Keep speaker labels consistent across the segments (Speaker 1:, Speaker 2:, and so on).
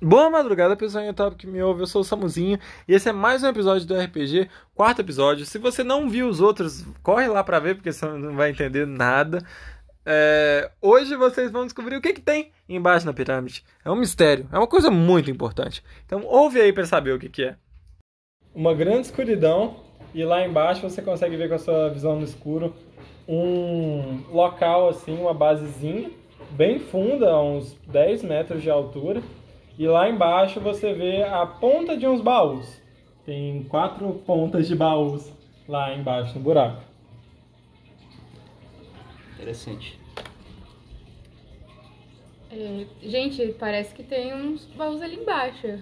Speaker 1: Boa madrugada, pessoal em YouTube que me ouve. Eu sou o Samuzinho e esse é mais um episódio do RPG, quarto episódio. Se você não viu os outros, corre lá pra ver porque você não vai entender nada. É, Hoje vocês vão descobrir o que, que tem embaixo na pirâmide. É um mistério, é uma coisa muito importante. Então ouve aí pra saber o que, que é. Uma grande escuridão e lá embaixo você consegue ver com a sua visão no escuro um local assim, uma basezinha bem funda, a uns 10 metros de altura. E lá embaixo você vê a ponta de uns baús. Tem quatro pontas de baús lá embaixo no buraco.
Speaker 2: Interessante.
Speaker 3: É, gente, parece que tem uns baús ali embaixo.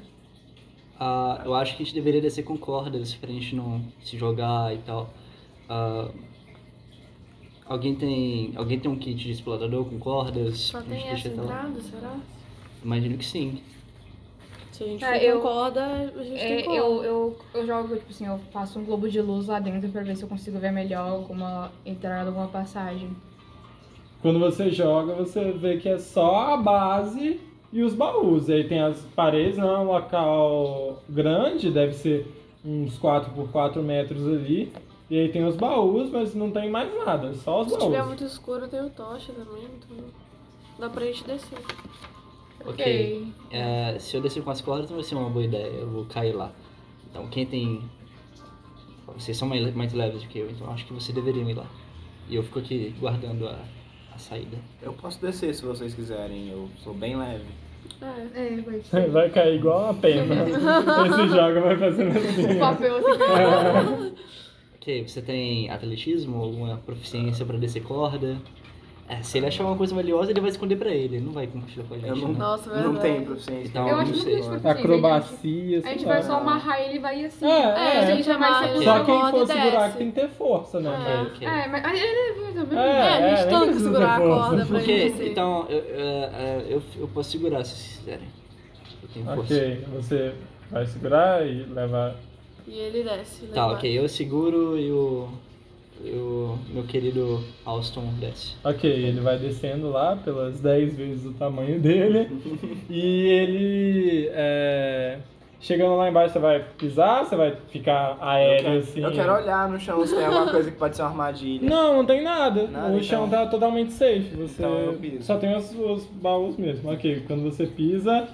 Speaker 2: Ah, eu acho que a gente deveria descer com cordas pra gente não se jogar e tal. Ah, alguém tem. Alguém tem um kit de explorador com cordas?
Speaker 4: Só
Speaker 2: A
Speaker 5: Tipo,
Speaker 2: gente
Speaker 4: tem
Speaker 2: deixa
Speaker 4: essa tá?
Speaker 2: até lá.
Speaker 4: entrada, será? É,
Speaker 2: Imagino que sim.
Speaker 4: Se a gente
Speaker 3: Tá,
Speaker 4: for
Speaker 3: eu-
Speaker 4: com corda, a gente
Speaker 3: É,
Speaker 4: tem corda.
Speaker 3: eu, eu, eu jogo, tipo assim, eu faço um globo de luz lá dentro pra ver se eu consigo ver melhor alguma entrada, alguma passagem.
Speaker 1: Quando você joga, você vê que é só a base e os baús. E aí tem as paredes, não é um local grande, deve ser uns 4 por 4 metros ali. E aí tem os baús, mas não tem mais nada, é só os
Speaker 4: Se tiver
Speaker 1: baús.
Speaker 4: muito escuro, tem o tocha também, então dá pra gente descer.
Speaker 2: Ok. É, se eu descer com as cordas, não vai ser uma boa ideia. Eu vou cair lá. Então, quem tem. Vocês são mais mais leves do que eu, então acho que você deveria ir lá. E eu fico aqui guardando a, a saída.
Speaker 5: Eu posso descer se vocês quiserem, eu sou bem leve.
Speaker 4: É.
Speaker 3: É, vai ser.
Speaker 1: Vai cair igual uma pena. Esse joga vai fazendo
Speaker 3: O
Speaker 1: assim.
Speaker 3: Um papel assim.
Speaker 2: Ok, você tem atletismo, alguma proficiência pra descer corda? É, se ele achar uma coisa valiosa, ele vai esconder pra ele, ele não vai compartilhar com a gente.
Speaker 5: Eu não,
Speaker 2: né?
Speaker 4: Nossa,
Speaker 5: não
Speaker 4: verdade.
Speaker 5: tenho proficiência.
Speaker 2: Então,
Speaker 3: é Eu
Speaker 2: não
Speaker 3: acho que não
Speaker 2: sei.
Speaker 3: tem tipo
Speaker 1: Acrobacia,
Speaker 3: A gente
Speaker 1: sei
Speaker 3: vai
Speaker 1: lá.
Speaker 3: só amarrar ele e vai assim.
Speaker 1: Ah. É,
Speaker 4: É, a
Speaker 1: é.
Speaker 4: gente vai ser
Speaker 1: Só
Speaker 2: Só
Speaker 1: quem
Speaker 4: moda
Speaker 1: for
Speaker 4: e desce.
Speaker 1: segurar que tem que ter força, né?
Speaker 4: É.
Speaker 1: velho?
Speaker 2: Ok.
Speaker 3: É, mas mas ele vai também.
Speaker 1: É.
Speaker 4: É, a gente
Speaker 1: nem
Speaker 4: tem que
Speaker 1: precisa
Speaker 4: segurar a
Speaker 1: força.
Speaker 4: corda pra
Speaker 2: Ok,
Speaker 4: gente descer.
Speaker 2: então eu, é, é, eu, eu posso segurar se vocês quiserem. Eu tenho força.
Speaker 1: Ok, você vai segurar e levar.
Speaker 4: E ele desce. né, lá
Speaker 2: Tá,
Speaker 4: embaixo.
Speaker 2: ok, eu seguro e o, e o meu querido Alston desce.
Speaker 1: Ok, ele vai descendo lá pelas 10 vezes o tamanho dele. e ele. é, Chegando lá embaixo, você vai pisar, você vai ficar
Speaker 5: Eu
Speaker 1: aéreo
Speaker 5: quero,
Speaker 1: assim.
Speaker 5: eu quero olhar no chão se tem alguma coisa que pode ser uma armadilha.
Speaker 1: Não, não tem nada.
Speaker 5: Nada,
Speaker 1: o
Speaker 5: então.
Speaker 1: chão tá totalmente safe. Você
Speaker 5: Então eu piso.
Speaker 1: só tem os, os baús mesmo. Ok, quando você pisa,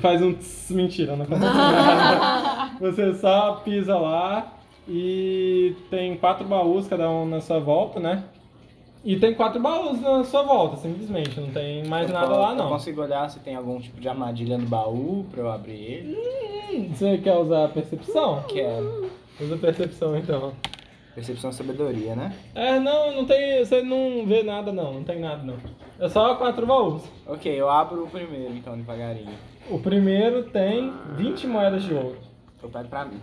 Speaker 1: faz um tss, mentira, não faz nada. Você só pisa lá e tem quatro baús cada um na sua volta, né? E tem quatro baús na sua volta, simplesmente. Não tem mais
Speaker 5: Eu
Speaker 1: nada
Speaker 5: po-
Speaker 1: lá
Speaker 5: eu
Speaker 1: não.
Speaker 5: consigo olhar se tem algum tipo de armadilha no baú pra eu abrir ele.
Speaker 1: Você quer usar a percepção?
Speaker 5: Que é
Speaker 1: Usa a percepção então.
Speaker 5: percepção e sabedoria, né?
Speaker 1: É, não, não tem. Você não vê nada não, não tem nada não. É só quatro baús.
Speaker 5: Ok, eu abro o primeiro então, devagarinho.
Speaker 1: O primeiro tem 20 moedas de ouro.
Speaker 5: Eu pego Então, pra mim.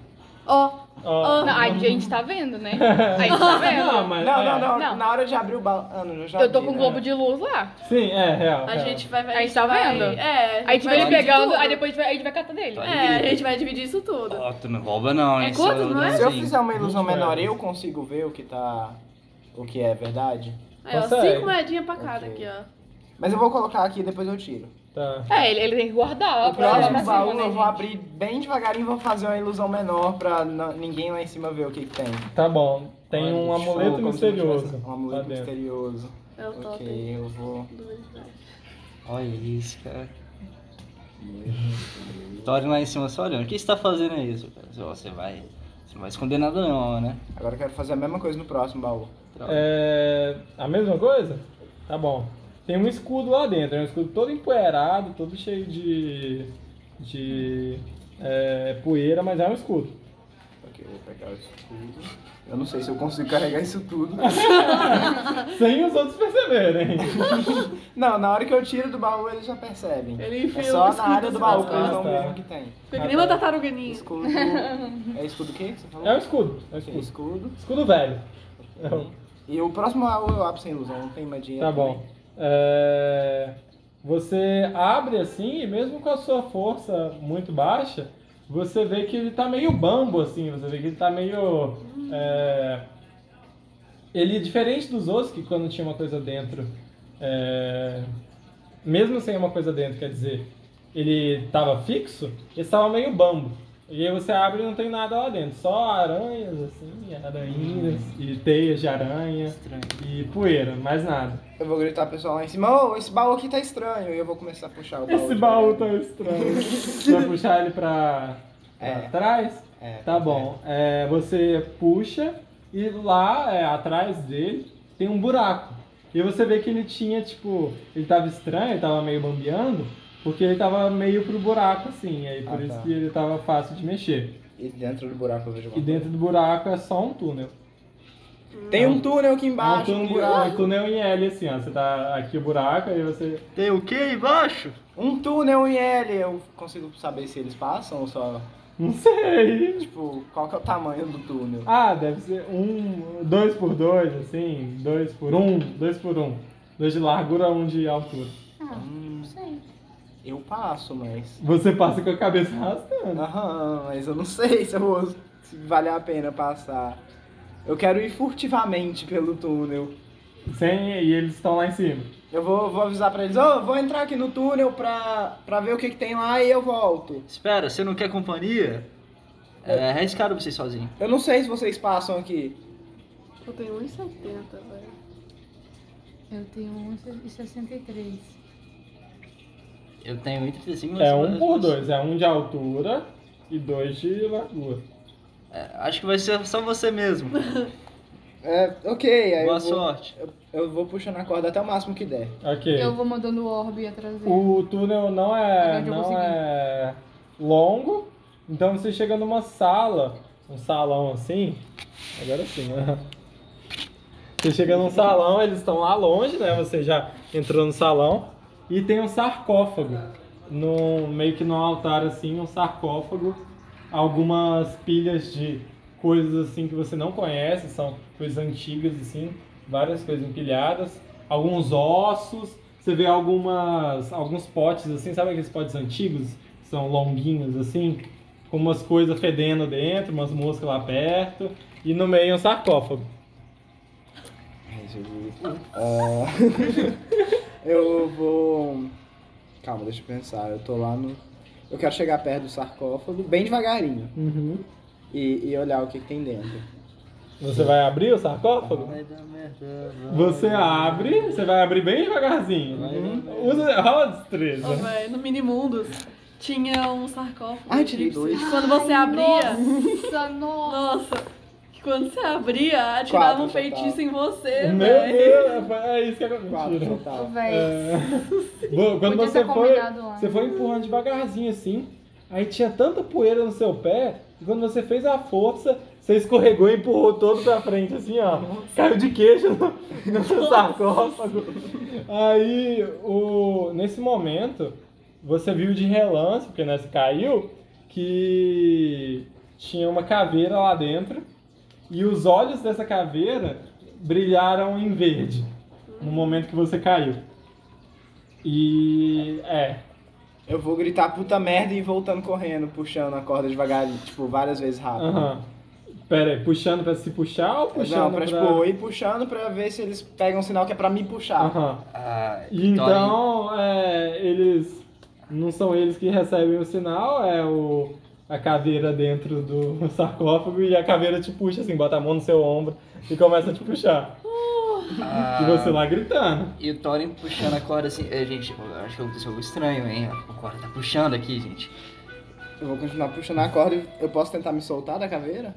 Speaker 4: Ó,
Speaker 1: Ó,
Speaker 3: Não, aí a gente tá vendo, né? Aí tá vendo.
Speaker 1: Não, mas.
Speaker 5: Não,
Speaker 1: é.
Speaker 5: não, não,
Speaker 3: Não.
Speaker 5: Na hora de abrir o baú. Ah, não, eu já
Speaker 3: Eu tô
Speaker 5: abri,
Speaker 3: com um
Speaker 5: né?
Speaker 3: globo de luz lá.
Speaker 1: Sim, é, real.
Speaker 4: a
Speaker 1: real.
Speaker 4: gente vai...
Speaker 3: Aí
Speaker 4: a gente
Speaker 3: tá
Speaker 4: vai-
Speaker 3: vendo?
Speaker 4: É,
Speaker 3: Aí a gente vai ele
Speaker 4: dividir
Speaker 3: pegando,
Speaker 4: tudo.
Speaker 3: aí depois a gente vai- a gente vai catar dele.
Speaker 4: É, a gente vai dividir isso tudo.
Speaker 2: tu não rouba não,
Speaker 3: hein? É quanto, Só não é?
Speaker 5: Se eu fizer uma ilusão
Speaker 1: Muito
Speaker 5: menor,
Speaker 1: bem.
Speaker 5: eu consigo ver o que tá. o que é verdade?
Speaker 4: Aí, ó,
Speaker 1: Consegue.
Speaker 4: cinco moedinhas pra cada
Speaker 5: Ok.
Speaker 4: aqui, ó.
Speaker 5: Mas eu vou colocar aqui e depois eu tiro.
Speaker 1: Tá.
Speaker 3: É, ele, ele tem que guardar.
Speaker 5: O
Speaker 3: pra lá pra
Speaker 5: próximo
Speaker 3: cima,
Speaker 5: baú
Speaker 3: né,
Speaker 5: eu vou
Speaker 3: gente?
Speaker 5: abrir bem devagarinho e vou fazer uma ilusão menor pra na- ninguém lá em cima ver o que, que tem.
Speaker 1: Tá bom. Tem
Speaker 5: Olha,
Speaker 1: um
Speaker 5: show,
Speaker 1: amuleto
Speaker 5: como se eu
Speaker 1: misterioso.
Speaker 5: tivesse Um
Speaker 1: lá
Speaker 5: amuleto
Speaker 1: dentro.
Speaker 5: misterioso.
Speaker 4: É o top.
Speaker 5: Ok, eu vou.
Speaker 2: Olha isso, cara. Tá olhando lá em cima só olhando. O que você tá fazendo aí, seu cara? Você vai. Você não vai esconder nada não, né?
Speaker 5: Agora eu quero fazer a mesma coisa no próximo baú.
Speaker 1: É. A mesma coisa? Tá bom. Tem um escudo lá dentro. É um escudo todo empoeirado, todo cheio de. de. é, poeira, mas é um escudo.
Speaker 5: Ok, eu vou pegar isso tudo. Eu não sei se eu consigo carregar isso tudo.
Speaker 1: Sem os outros perceberem.
Speaker 5: não, na hora que eu tiro do baú eles já percebem.
Speaker 4: Ele enfia
Speaker 5: É
Speaker 4: o
Speaker 5: só na
Speaker 4: escudo
Speaker 5: área do
Speaker 4: nas
Speaker 5: baú que
Speaker 4: costas.
Speaker 5: eles não
Speaker 1: Ah, tá.
Speaker 5: veem o que tem.
Speaker 4: Fica que nem é uma tartaruguinha.
Speaker 5: Escudo. É escudo o quê? que Você falou?
Speaker 1: É um escudo. É um
Speaker 5: Ok,
Speaker 1: escudo.
Speaker 5: escudo.
Speaker 1: Escudo velho. É um-
Speaker 5: E o próximo baú eu abro sem ilusão, não tem mais dinheiro.
Speaker 1: Tá bom. É, Você abre assim, e mesmo com a sua força muito baixa, você vê que ele tá meio bambo, assim, você vê que ele tá meio. é, Ele, é diferente dos outros, que quando tinha uma coisa dentro. é, Mesmo sem uma coisa dentro, quer dizer, ele tava fixo, ele estava meio bambo. E aí você abre e não tem nada lá dentro, só aranhas, assim, aranhinhas, e teias de aranha,
Speaker 2: Estranho.
Speaker 1: e poeira, mais nada.
Speaker 5: Eu vou gritar pro pessoal lá em cima, ô, esse baú aqui tá estranho. E eu vou começar a puxar o baú.
Speaker 1: Esse
Speaker 5: de
Speaker 1: baú tá-
Speaker 5: verdade.
Speaker 1: tão estranho. Vai puxar ele pra, pra
Speaker 5: É.
Speaker 1: trás?
Speaker 5: É,
Speaker 1: Tá bom. É, você puxa e lá é, atrás dele tem um buraco. E você vê que ele tinha, tipo, ele tava estranho, ele tava meio bambeando, porque ele tava meio pro buraco, assim. Aí por
Speaker 5: Ah,
Speaker 1: isso
Speaker 5: tá.
Speaker 1: que ele tava fácil de mexer.
Speaker 5: E dentro do buraco eu vejo
Speaker 1: E
Speaker 5: uma
Speaker 1: dentro do buraco é só um túnel.
Speaker 5: Tem um túnel aqui
Speaker 1: É um
Speaker 5: embaixo, um,
Speaker 1: túnel, um
Speaker 5: buraco.
Speaker 1: túnel em L, assim, ó. Você tá aqui o buraco, aí você.
Speaker 6: Tem o que embaixo?
Speaker 5: Um túnel em L. Eu consigo saber se eles passam ou só.
Speaker 1: Não sei.
Speaker 5: Tipo, qual que é o tamanho do túnel?
Speaker 1: Ah, deve ser um, dois por dois, assim, dois por um, dois por um. Dois de largura, um de altura.
Speaker 3: Ah,
Speaker 5: Hum,
Speaker 3: não sei.
Speaker 5: eu passo, mas.
Speaker 1: Você passa com a cabeça arrastando.
Speaker 5: Aham, mas eu não sei se eu vou. Se vale a pena passar. Eu quero ir furtivamente pelo túnel.
Speaker 1: Sem, e eles estão lá em cima.
Speaker 5: Eu vou, vou avisar pra eles, ó, eu vou entrar aqui no túnel pra, pra ver o que, que tem lá e eu volto.
Speaker 2: Espera, você não quer companhia? É arriscado vocês sozinhos.
Speaker 5: Eu não sei se vocês passam aqui.
Speaker 4: Eu tenho 1,70, velho.
Speaker 3: Eu tenho 1,63.
Speaker 2: Eu tenho 1,35, mas...
Speaker 1: É um por dois, é um de altura e dois de largura.
Speaker 2: É, acho que vai ser só você mesmo.
Speaker 5: É, ok, aí
Speaker 2: Boa
Speaker 5: eu, vou,
Speaker 2: sorte.
Speaker 5: eu vou puxando a corda até o máximo que der.
Speaker 1: Ok.
Speaker 3: Eu vou mandando o orbe atrás dele.
Speaker 1: O túnel não é,
Speaker 3: Onde eu
Speaker 1: não
Speaker 3: consegui.
Speaker 1: é longo, então você chega numa sala, um salão assim. Agora sim, né? Você chega num salão, eles estão lá longe, né? Você já entrou no salão e tem um sarcófago, num, meio que num altar assim, um sarcófago, algumas pilhas de coisas assim que você não conhece, são coisas antigas assim, várias coisas empilhadas, alguns ossos, você vê algumas alguns potes assim, sabe aqueles potes antigos, são longuinhos assim, com umas coisas fedendo dentro, umas moscas lá perto e no meio um sarcófago.
Speaker 2: É
Speaker 5: Ai, Jesus. Ah, eu vou. Calma, deixa eu pensar. Eu tô lá no. Eu quero chegar perto do sarcófago, bem devagarinho, e, e olhar o que, que tem dentro.
Speaker 1: Você vai abrir o sarcófago?
Speaker 2: Vai dar merda.
Speaker 1: Você abre, você vai abrir bem devagarzinho. Uhum. Usa, rola a destreza.
Speaker 4: Ô, velho, no Minimundos tinha um sarcófago.
Speaker 5: Ai, tirei
Speaker 4: egípcio
Speaker 5: dois.
Speaker 4: que Quando você
Speaker 3: Ai,
Speaker 4: abria.
Speaker 3: Nossa, nossa.
Speaker 4: Nossa, que quando você abria, atirava
Speaker 5: Quatro tá.
Speaker 4: um
Speaker 5: total.
Speaker 4: feitiço em você,
Speaker 1: Meu
Speaker 4: velho.
Speaker 1: Deus, é isso que aconteceu.
Speaker 5: Quatro
Speaker 1: Mentira.
Speaker 3: Ô,
Speaker 5: total.
Speaker 3: véi.
Speaker 1: É, bom, Quando
Speaker 3: Podia
Speaker 1: você
Speaker 3: ter
Speaker 1: foi,
Speaker 3: combinado antes.
Speaker 1: você foi empurrando devagarzinho assim, aí tinha tanta poeira no seu pé, e quando você fez a força, você escorregou e empurrou todo pra frente, assim, ó. Caiu de queijo no, no seu sarcófago. Aí, o, nesse momento, você viu de relance, porque né, você caiu, que tinha uma caveira lá dentro, e os olhos dessa caveira brilharam em verde no momento que você caiu. E é,
Speaker 5: Eu vou gritar puta merda e voltando correndo, puxando a corda devagarinho, tipo, várias vezes rápido.
Speaker 1: aham. Pera aí, puxando pra se puxar ou puxando
Speaker 5: Não, pra, tipo, eu ir puxando pra ver se eles pegam um sinal que é pra me puxar.
Speaker 1: Aham.
Speaker 2: Ah,
Speaker 1: E então, é, eles não são eles que recebem o sinal, é o a caveira dentro do sarcófago e a caveira te puxa assim, bota a mão no seu ombro e começa a te puxar. E
Speaker 5: Ah.
Speaker 1: você lá gritando.
Speaker 2: ah, E o Thorin puxando a corda assim. É, gente, eu acho que aconteceu algo estranho, hein? A corda tá puxando aqui, gente.
Speaker 5: Eu vou continuar puxando a corda e eu posso tentar me soltar da caveira?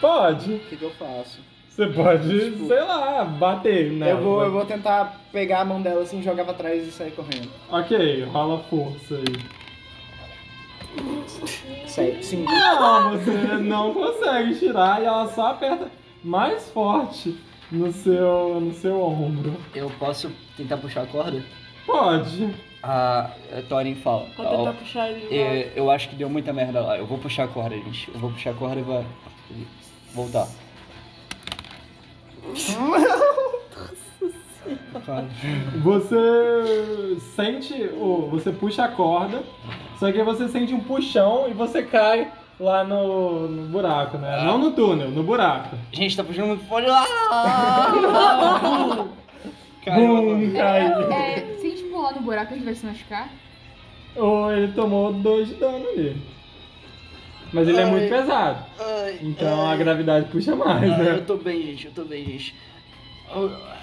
Speaker 1: Pode.
Speaker 5: O que, que eu faço?
Speaker 1: Você pode,
Speaker 5: Tipo-
Speaker 1: sei lá, bater, né?
Speaker 5: eu, vou, eu vou tentar pegar a mão dela assim, jogar pra trás e sair correndo.
Speaker 1: Ok, rola força aí.
Speaker 5: Sei, sim.
Speaker 1: Não, você não consegue tirar e ela só aperta mais forte no seu, no seu ombro.
Speaker 2: Eu posso tentar puxar a corda?
Speaker 1: Pode.
Speaker 2: Ah, Thorin fala. Ah,
Speaker 4: Vou
Speaker 2: ó,
Speaker 4: tentar puxar ele de
Speaker 5: é.
Speaker 4: volta.
Speaker 2: É, eu, eu acho que deu muita merda lá. Eu vou puxar a corda, gente. Eu vou puxar a corda e vai. Voltar. Fala.
Speaker 1: Você sente. o- Você puxa a corda, só que você sente um puxão e você cai lá no, no buraco, né? Não no túnel, no buraco.
Speaker 2: Gente, tá puxando muito forte lá! Caiu.
Speaker 1: Bum, caiu.
Speaker 3: É, se a gente pular no buraco, a gente vai se machucar?
Speaker 1: Ou ele tomou dois de dano ali. Mas ele é
Speaker 2: Ai.
Speaker 1: muito pesado.
Speaker 2: Ai,
Speaker 1: Então
Speaker 2: ai.
Speaker 1: a gravidade puxa mais,
Speaker 2: Ah,
Speaker 1: né?
Speaker 2: eu tô bem, gente, eu tô bem, gente.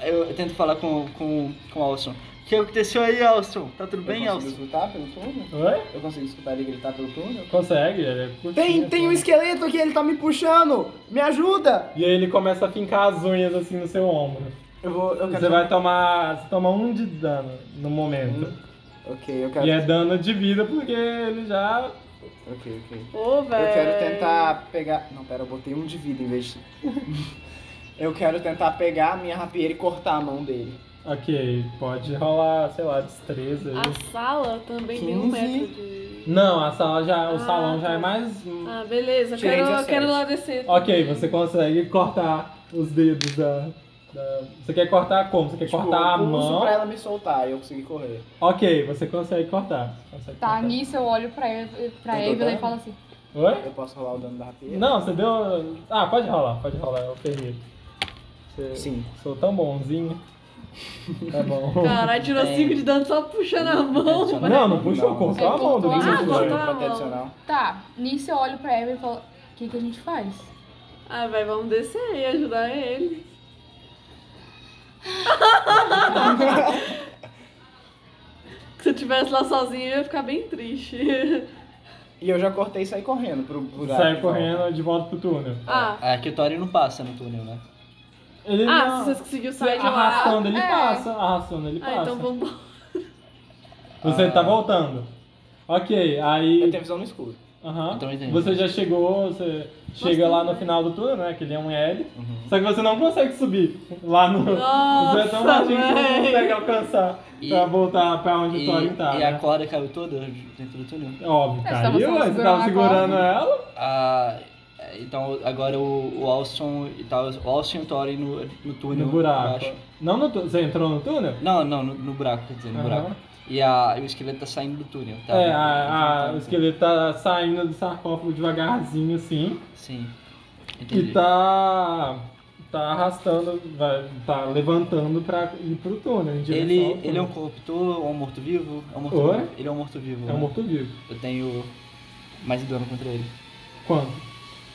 Speaker 2: Eu, eu tento falar com, com, com o Alston. O que aconteceu aí, Alston? Tá tudo bem,
Speaker 5: eu consigo
Speaker 2: Alston?
Speaker 5: escutar pelo túnel?
Speaker 1: Oi?
Speaker 5: Eu consigo escutar ele gritar pelo túnel?
Speaker 1: Consegue, ele é curtinho,
Speaker 5: Tem,
Speaker 1: assim.
Speaker 5: tem um esqueleto aqui, ele tá me puxando! Me ajuda!
Speaker 1: E aí ele começa a fincar as unhas assim no seu ombro.
Speaker 5: Eu vou, eu quero...
Speaker 1: Você vai tomar. Você toma um de dano no
Speaker 5: Hum,
Speaker 1: momento.
Speaker 5: Ok, eu quero...
Speaker 1: E é dano de vida porque ele já.
Speaker 5: Ok, ok.
Speaker 4: Ô,
Speaker 5: Eu
Speaker 4: velho.
Speaker 5: quero tentar pegar... Não, pera, eu botei um de vida em vez de... eu quero tentar pegar a minha rapieira e cortar a mão dele.
Speaker 1: Ok, pode rolar, sei lá, destreza. aí.
Speaker 4: A sala também tem um
Speaker 5: 15.
Speaker 4: metro de.
Speaker 1: Não, a sala já, o
Speaker 4: Ah,
Speaker 1: salão já é
Speaker 4: tá.
Speaker 1: mais.
Speaker 4: Ah, beleza.
Speaker 5: Tirei
Speaker 4: Quero,
Speaker 5: 17.
Speaker 4: quero lá descer.
Speaker 1: Ok, você consegue cortar os dedos da. da- Você quer cortar como? Você quer
Speaker 5: Tipo,
Speaker 1: cortar a
Speaker 5: eu pulso
Speaker 1: mão?
Speaker 5: pra ela me soltar e eu conseguir correr.
Speaker 1: Ok, você consegue cortar. Você consegue
Speaker 3: Tá,
Speaker 1: cortar.
Speaker 3: nisso eu olho pra, ele- pra
Speaker 5: Eu tô
Speaker 3: Evelyn e
Speaker 5: dando?
Speaker 3: falo assim:
Speaker 1: Oi?
Speaker 5: Eu posso rolar o dano da rapieira?
Speaker 1: Não, você deu. Ah, pode rolar, pode rolar, eu permito. Você...
Speaker 5: Sim.
Speaker 1: Sou tão bonzinho. Tá bom.
Speaker 4: Caralho, tirou 5 de dano só puxando a mão.
Speaker 2: Não,
Speaker 4: velho.
Speaker 1: Não, não puxa
Speaker 5: Não,
Speaker 1: o corpo,
Speaker 5: não.
Speaker 1: só a mão do
Speaker 3: Ah,
Speaker 1: Vinícius.
Speaker 5: Sim,
Speaker 4: cortou
Speaker 5: tiro
Speaker 4: a
Speaker 5: pra
Speaker 4: mão.
Speaker 5: adicional.
Speaker 3: tá, nisso eu olho pra Evelyn e falo: o que, que a gente faz?
Speaker 4: Ah, velho, vamos descer e ajudar ele. Se eu estivesse lá sozinha, eu ia ficar bem triste.
Speaker 5: E eu já cortei e saí correndo pro lugar.
Speaker 1: Sai correndo de volta pro túnel.
Speaker 4: Ah,
Speaker 2: É que o Tori não passa no túnel, né?
Speaker 1: Ele
Speaker 4: ah
Speaker 1: não-
Speaker 4: se vocês conseguiram
Speaker 1: Você
Speaker 4: sair de lá.
Speaker 1: arrastando ele
Speaker 3: É.
Speaker 1: passa, arrastando ele
Speaker 4: Ah,
Speaker 1: passa.
Speaker 4: então vamos.
Speaker 1: Você
Speaker 5: Ah.
Speaker 1: tá voltando. Ok, aí.
Speaker 5: Eu tenho visão no escuro.
Speaker 1: Aham.
Speaker 2: Eu também tenho. um
Speaker 1: Você já chegou, você chega
Speaker 4: tudo
Speaker 1: lá no
Speaker 4: bem.
Speaker 1: final do túnel, né? Que ele é um L.
Speaker 2: Uhum.
Speaker 1: Só que você não consegue subir lá no. você é tão
Speaker 4: Nossa,
Speaker 1: baixinho que você não
Speaker 4: véi.
Speaker 1: consegue alcançar
Speaker 2: E-
Speaker 1: pra voltar pra onde o
Speaker 2: E,
Speaker 1: Thorin tá.
Speaker 2: e
Speaker 1: né?
Speaker 2: a corda caiu toda dentro do túnel?
Speaker 1: Óbvio,
Speaker 3: É, você
Speaker 1: caiu,
Speaker 3: tava
Speaker 1: aí você
Speaker 3: segurando
Speaker 1: tava
Speaker 3: a
Speaker 1: segurando
Speaker 3: corda.
Speaker 1: ela.
Speaker 2: Ah, então agora o, o Alston e tal, o Alston e o Thorin no, no túnel.
Speaker 1: No buraco.
Speaker 2: embaixo.
Speaker 1: Não no túnel. Você entrou no túnel?
Speaker 2: Não, não, no, no buraco, quer dizer, no
Speaker 1: Aham.
Speaker 2: buraco. E, a, e o esqueleto tá saindo do túnel, tá?
Speaker 1: é, a- a-
Speaker 2: Então,
Speaker 1: o esqueleto tá saindo do sarcófago devagarzinho assim.
Speaker 2: Sim. Entendi.
Speaker 1: E tá. tá arrastando, vai- tá levantando pra ir pro túnel. em direção ao
Speaker 2: Ele,
Speaker 1: túnel.
Speaker 2: ele é um corruptor, é um morto-vivo? É
Speaker 1: Oi?
Speaker 2: um morto-vivo. Ele é um morto-vivo.
Speaker 1: É um
Speaker 2: né?
Speaker 1: morto-vivo.
Speaker 2: Eu tenho mais dano contra ele.
Speaker 1: Quanto?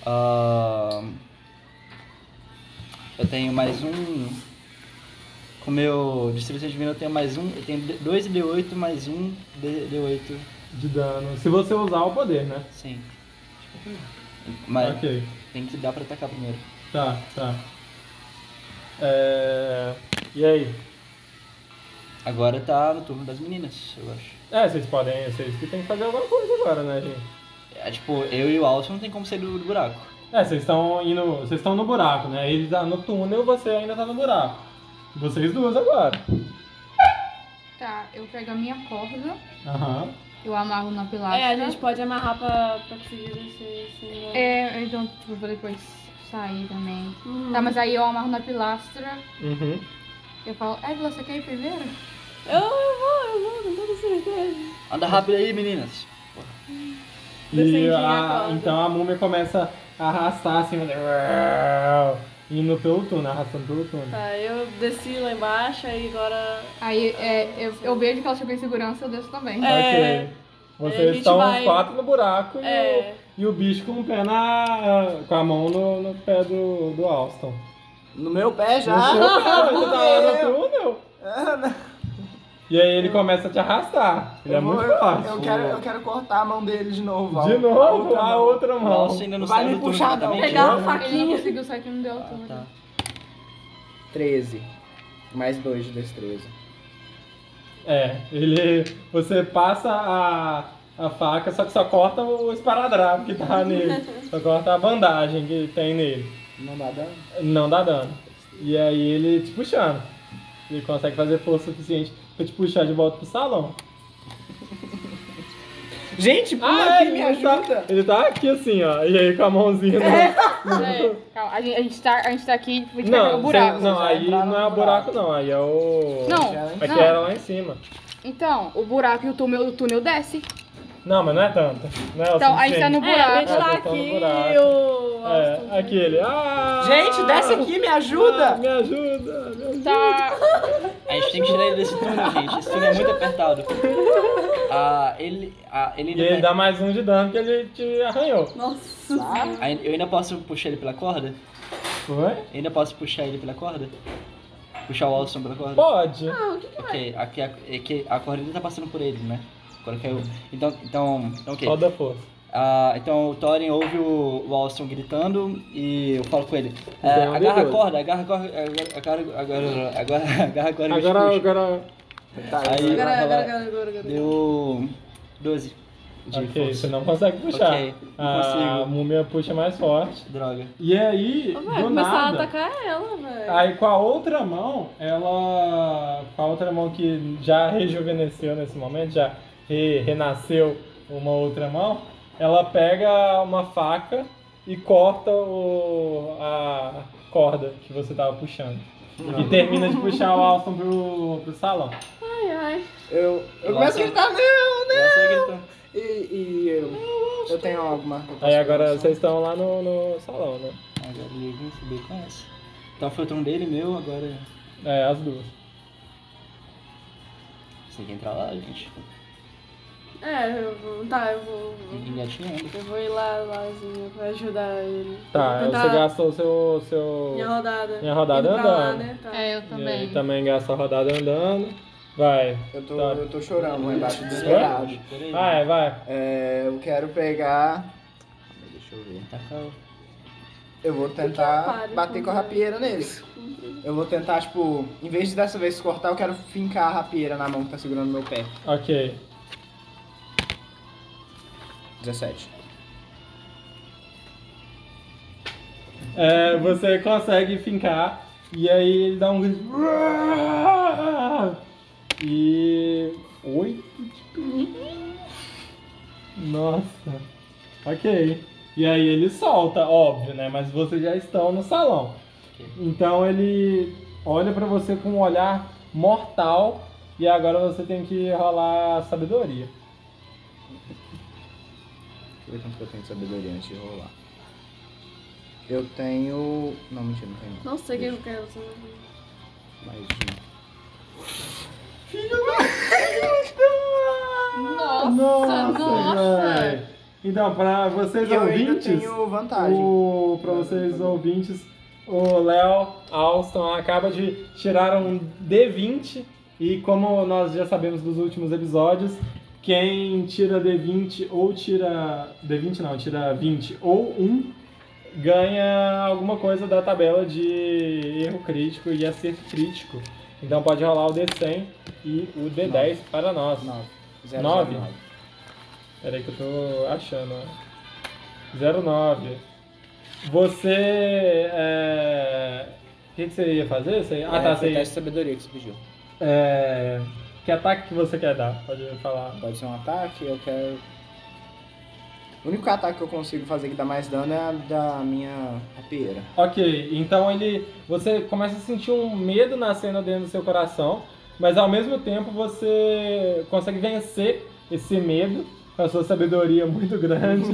Speaker 2: Ah, eu tenho mais um. Com meu distribuição divina eu tenho mais um. Eu tenho 2 D8 mais um D- D8.
Speaker 1: De dano. Se você usar o poder, né?
Speaker 2: Sim. Mas
Speaker 1: Ok.
Speaker 2: tem que dar pra atacar primeiro.
Speaker 1: Tá, tá. É... E aí?
Speaker 2: Agora tá no turno das meninas, eu acho.
Speaker 1: É, vocês podem. Vocês que tem que fazer alguma coisa agora, né, gente?
Speaker 2: É, tipo, eu e o Alson não tem como sair do, do buraco.
Speaker 1: É, vocês estão indo. Vocês estão no buraco, né? Ele tá no túnel, você ainda tá no buraco. Vocês duas agora.
Speaker 3: Tá, eu pego a minha corda,
Speaker 1: Aham.
Speaker 3: eu amarro na pilastra.
Speaker 4: É, a gente pode amarrar pra, pra conseguir descer. Assim, né?
Speaker 3: É, então, tipo, pra depois sair também.
Speaker 4: Uhum.
Speaker 3: Tá, mas aí eu amarro na pilastra,
Speaker 1: Uhum.
Speaker 3: eu falo, Evelyn, você quer ir primeiro?
Speaker 4: Eu, eu vou, eu vou, não tô com certeza.
Speaker 2: Anda rápido aí, meninas.
Speaker 1: E
Speaker 4: Defendi
Speaker 1: a-
Speaker 4: a corda.
Speaker 1: então a múmia começa a arrastar assim, né? indo pelo túnel, arrastando pelo túnel.
Speaker 4: Tá, eu desci lá embaixo, aí agora.
Speaker 3: Aí é, eu, eu vejo que ela chegou em segurança, eu desço também.
Speaker 4: É.
Speaker 1: Ok.
Speaker 4: É, a
Speaker 1: Vocês
Speaker 4: gente
Speaker 1: estão os
Speaker 4: vai-
Speaker 1: quatro no buraco e, o,
Speaker 4: É.
Speaker 1: e o bicho com o pé na. com a mão no, no pé do, do Alston.
Speaker 5: No meu pé já!
Speaker 4: Ah,
Speaker 1: No seu pé, você tá lá no túnel.
Speaker 5: Ah, não.
Speaker 1: E aí ele começa a te arrastar. Ele é
Speaker 5: Eu vou-
Speaker 1: muito
Speaker 5: eu-
Speaker 1: forte.
Speaker 5: Eu quero, eu quero cortar a mão dele de novo. ó.
Speaker 1: De novo,
Speaker 5: Outra
Speaker 1: a
Speaker 5: mão.
Speaker 1: outra
Speaker 2: O
Speaker 1: mão.
Speaker 2: Alston ainda não
Speaker 5: Vai
Speaker 2: saiu
Speaker 5: me
Speaker 2: do túnel
Speaker 5: puxar, não.
Speaker 2: completamente.
Speaker 4: Pegar uma
Speaker 3: Ele não
Speaker 4: faquinha.
Speaker 3: conseguiu sair que não deu
Speaker 2: Ah,
Speaker 3: tudo.
Speaker 2: tá.
Speaker 5: 13. Mais 2 de destreza.
Speaker 1: É, ele. Você passa a, a faca, só que só corta o esparadrapo que tá nele. Só corta a bandagem que tem nele.
Speaker 5: Não dá dano?
Speaker 1: Não dá dano. E aí ele te puxando. Ele consegue fazer força suficiente pra te puxar de volta pro salão.
Speaker 5: Gente, pula
Speaker 1: Ah,
Speaker 5: aqui,
Speaker 1: ele
Speaker 5: me
Speaker 1: tá-
Speaker 5: ajuda!
Speaker 1: ele tá aqui assim, ó. E aí com a mãozinha. no-
Speaker 3: É, calma, a gente, a, gente tá, a gente tá aqui, tipo, de
Speaker 1: Não,
Speaker 3: o buraco.
Speaker 1: cê- não,
Speaker 5: vai
Speaker 1: aí não
Speaker 5: entrar no
Speaker 1: é o buraco,
Speaker 5: buraco.
Speaker 1: não. Aí é o.
Speaker 3: Não,
Speaker 1: É que
Speaker 3: não.
Speaker 1: era lá em cima.
Speaker 3: Então, o buraco e o túnel, o túnel desce.
Speaker 1: Não, mas não é tanto. Não é o
Speaker 3: Então, a gente tá no
Speaker 1: suficiente.
Speaker 4: É, a
Speaker 3: buraco.
Speaker 4: gente
Speaker 1: É,
Speaker 4: tá
Speaker 1: eu tô no
Speaker 4: aqui
Speaker 1: buraco.
Speaker 4: e o. Austin
Speaker 1: É,
Speaker 4: tá
Speaker 1: aquele. Ah!
Speaker 5: Gente, desce aqui, me
Speaker 1: Ah,
Speaker 5: ajuda!
Speaker 1: me ajuda! me ajuda.
Speaker 3: Tá.
Speaker 2: A gente tem que tirar ele desse túnel, gente. Esse túnel é muito apertado. Ah, ele, ah, ele
Speaker 1: E
Speaker 2: ainda
Speaker 1: ele
Speaker 2: tá-
Speaker 1: dá mais um de dano que ele te arranhou.
Speaker 7: Nossa.
Speaker 2: Ah, Eu ainda posso puxar ele pela corda?
Speaker 1: Foi?
Speaker 2: Eu ainda posso puxar ele pela corda? Puxar o Alston pela corda?
Speaker 1: Pode.
Speaker 2: Ok, aqui a, é que a corda ainda tá passando por ele, né? Agora caiu. Então, então, então, ok.
Speaker 1: Roda a força.
Speaker 2: Ah, então o Thorin ouve o, o Alston gritando e eu falo com ele.
Speaker 1: Então,
Speaker 2: "É,
Speaker 1: é um
Speaker 2: agarra a
Speaker 1: D12.
Speaker 2: corda, agarra a corda, agarra, agarra, agora agarra, agarra a corda e me
Speaker 1: Agora,
Speaker 2: puxa.
Speaker 1: agora. Ah.
Speaker 5: Tá,
Speaker 2: Aí-
Speaker 5: isso
Speaker 7: Agora,
Speaker 2: vai
Speaker 7: agora,
Speaker 2: rolar.
Speaker 7: agora, agora, agora.
Speaker 2: Deu 12 de
Speaker 1: Ok,
Speaker 2: força.
Speaker 1: você não consegue puxar.
Speaker 2: Ok, não
Speaker 1: a
Speaker 2: consigo.
Speaker 1: múmia puxa mais forte.
Speaker 2: Droga.
Speaker 1: E aí,
Speaker 4: Vai
Speaker 1: do
Speaker 4: começar a
Speaker 1: nada, Ah.
Speaker 4: atacar ela, velho.
Speaker 1: É. aí com a outra mão, ela. Com a outra mão que já rejuvenesceu nesse momento, já re- renasceu uma outra mão, ela pega uma faca e corta o, a corda que você tava puxando. E termina de puxar o Alston pro, pro salão.
Speaker 4: Ai, ai.
Speaker 5: Eu, eu começo
Speaker 2: Nossa.
Speaker 5: a gritar, não!
Speaker 2: Ela só gritou.
Speaker 5: E, e eu, eu tenho alguma. eu posso
Speaker 1: é Aí agora
Speaker 5: conversar?
Speaker 1: vocês estão lá no, no salão, né?
Speaker 2: Agora ele vem subir com essa. Então foi o turno dele, meu, agora
Speaker 1: É, as duas.
Speaker 2: você tem que entrar lá, gente.
Speaker 4: É, eu vou. Tá, eu vou.
Speaker 2: Engatinhando.
Speaker 4: Eu vou ir lá, lázinho, pra ajudar ele.
Speaker 1: Tá,
Speaker 4: Vou
Speaker 1: você gastou seu. seu...
Speaker 4: Minha rodada.
Speaker 1: Minha rodada
Speaker 4: Indo pra lá,
Speaker 1: andando.
Speaker 4: né? Tá.
Speaker 3: É, eu
Speaker 1: E aí
Speaker 3: também.
Speaker 1: também gasta a rodada andando. Vai.
Speaker 5: Eu tô,
Speaker 1: Tá.
Speaker 5: eu tô chorando lá embaixo, desesperado.
Speaker 2: Peraí.
Speaker 1: Vai, vai.
Speaker 5: É, eu quero pegar.
Speaker 2: Deixa eu ver. tá Taca o-
Speaker 5: Eu vou
Speaker 4: Que que eu
Speaker 5: tentar
Speaker 4: pare
Speaker 5: bater com a
Speaker 4: com
Speaker 5: rapieira neles. Eu vou tentar, tipo, em vez de dessa vez cortar, eu quero fincar a rapieira na mão que tá segurando meu pé.
Speaker 1: Ok.
Speaker 5: 17.
Speaker 1: É, você consegue fincar. E aí ele dá um grito. E. Oito de perigo. Nossa. Ok. E aí ele solta, óbvio, né? Mas vocês já estão no salão.
Speaker 2: Ok.
Speaker 1: Então ele olha pra você com um olhar mortal. E agora você tem que rolar sabedoria.
Speaker 5: Deixa eu ver quanto que eu tenho de sabedoria antes de rolar. Eu tenho. Não, mentira, não tenho.
Speaker 4: Não sei o que eu quero. assim. só não-
Speaker 5: Mais um.
Speaker 3: Nossa,
Speaker 1: velho. Então, pra vocês
Speaker 5: um. E eu ainda
Speaker 1: ouvintes,
Speaker 5: tenho vantagem.
Speaker 1: o, Uh, pra vocês ouvintes, o Léo Alston acaba de tirar um D20 e como nós já sabemos dos últimos episódios, quem tira D20 ou tira D20 não, tira 20 ou 1 ganha alguma coisa da tabela de erro crítico e acerto crítico. Então pode rolar o D100 e o D10 para nós.
Speaker 5: 9. 0,
Speaker 1: Nove? Peraí que eu tô achando. ó. 09. Você. É... O que, que você ia fazer? Você... Ah, tá. Você...
Speaker 5: É, teste de sabedoria que você pediu.
Speaker 1: É... Que ataque que você quer dar? Pode falar.
Speaker 5: Pode ser um ataque, eu quero. O único ataque que eu consigo fazer que dá mais dano é a da minha rapieira.
Speaker 1: Ok, então ele. Você começa a sentir um medo nascendo dentro do seu coração, mas ao mesmo tempo você consegue vencer esse medo com a sua sabedoria muito grande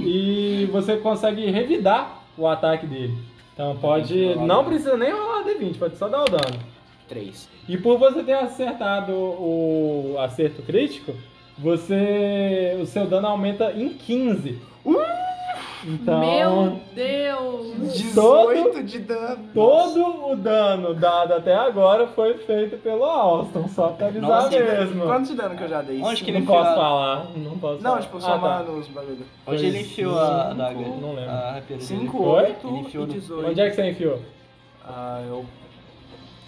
Speaker 1: e você consegue revidar o ataque dele. Então pode. Não precisa nem rolar D20, pode só dar o dano.
Speaker 5: 3.
Speaker 1: E por você ter acertado o acerto crítico, você. o seu dano aumenta em 15. Então.
Speaker 4: Meu Deus!
Speaker 5: 18 de dano.
Speaker 1: Todo o dano dado até agora foi feito pelo Alston, só pra avisar
Speaker 2: Nossa,
Speaker 1: mesmo.
Speaker 5: Quanto de dano que eu já dei?
Speaker 2: Onde que ele
Speaker 1: Não
Speaker 2: enfiou
Speaker 1: posso
Speaker 2: a-
Speaker 1: falar, não posso falar.
Speaker 5: Não, tipo, somando
Speaker 1: tá.
Speaker 5: os bagulhos.
Speaker 2: Onde ele enfiou a adaga?
Speaker 1: não lembro.
Speaker 2: A rapiera dele.
Speaker 5: 5,
Speaker 1: Foi?
Speaker 5: 8
Speaker 2: Ele enfiou
Speaker 5: e
Speaker 2: no-
Speaker 5: 18.
Speaker 1: Onde é que você enfiou?
Speaker 5: Ah, eu.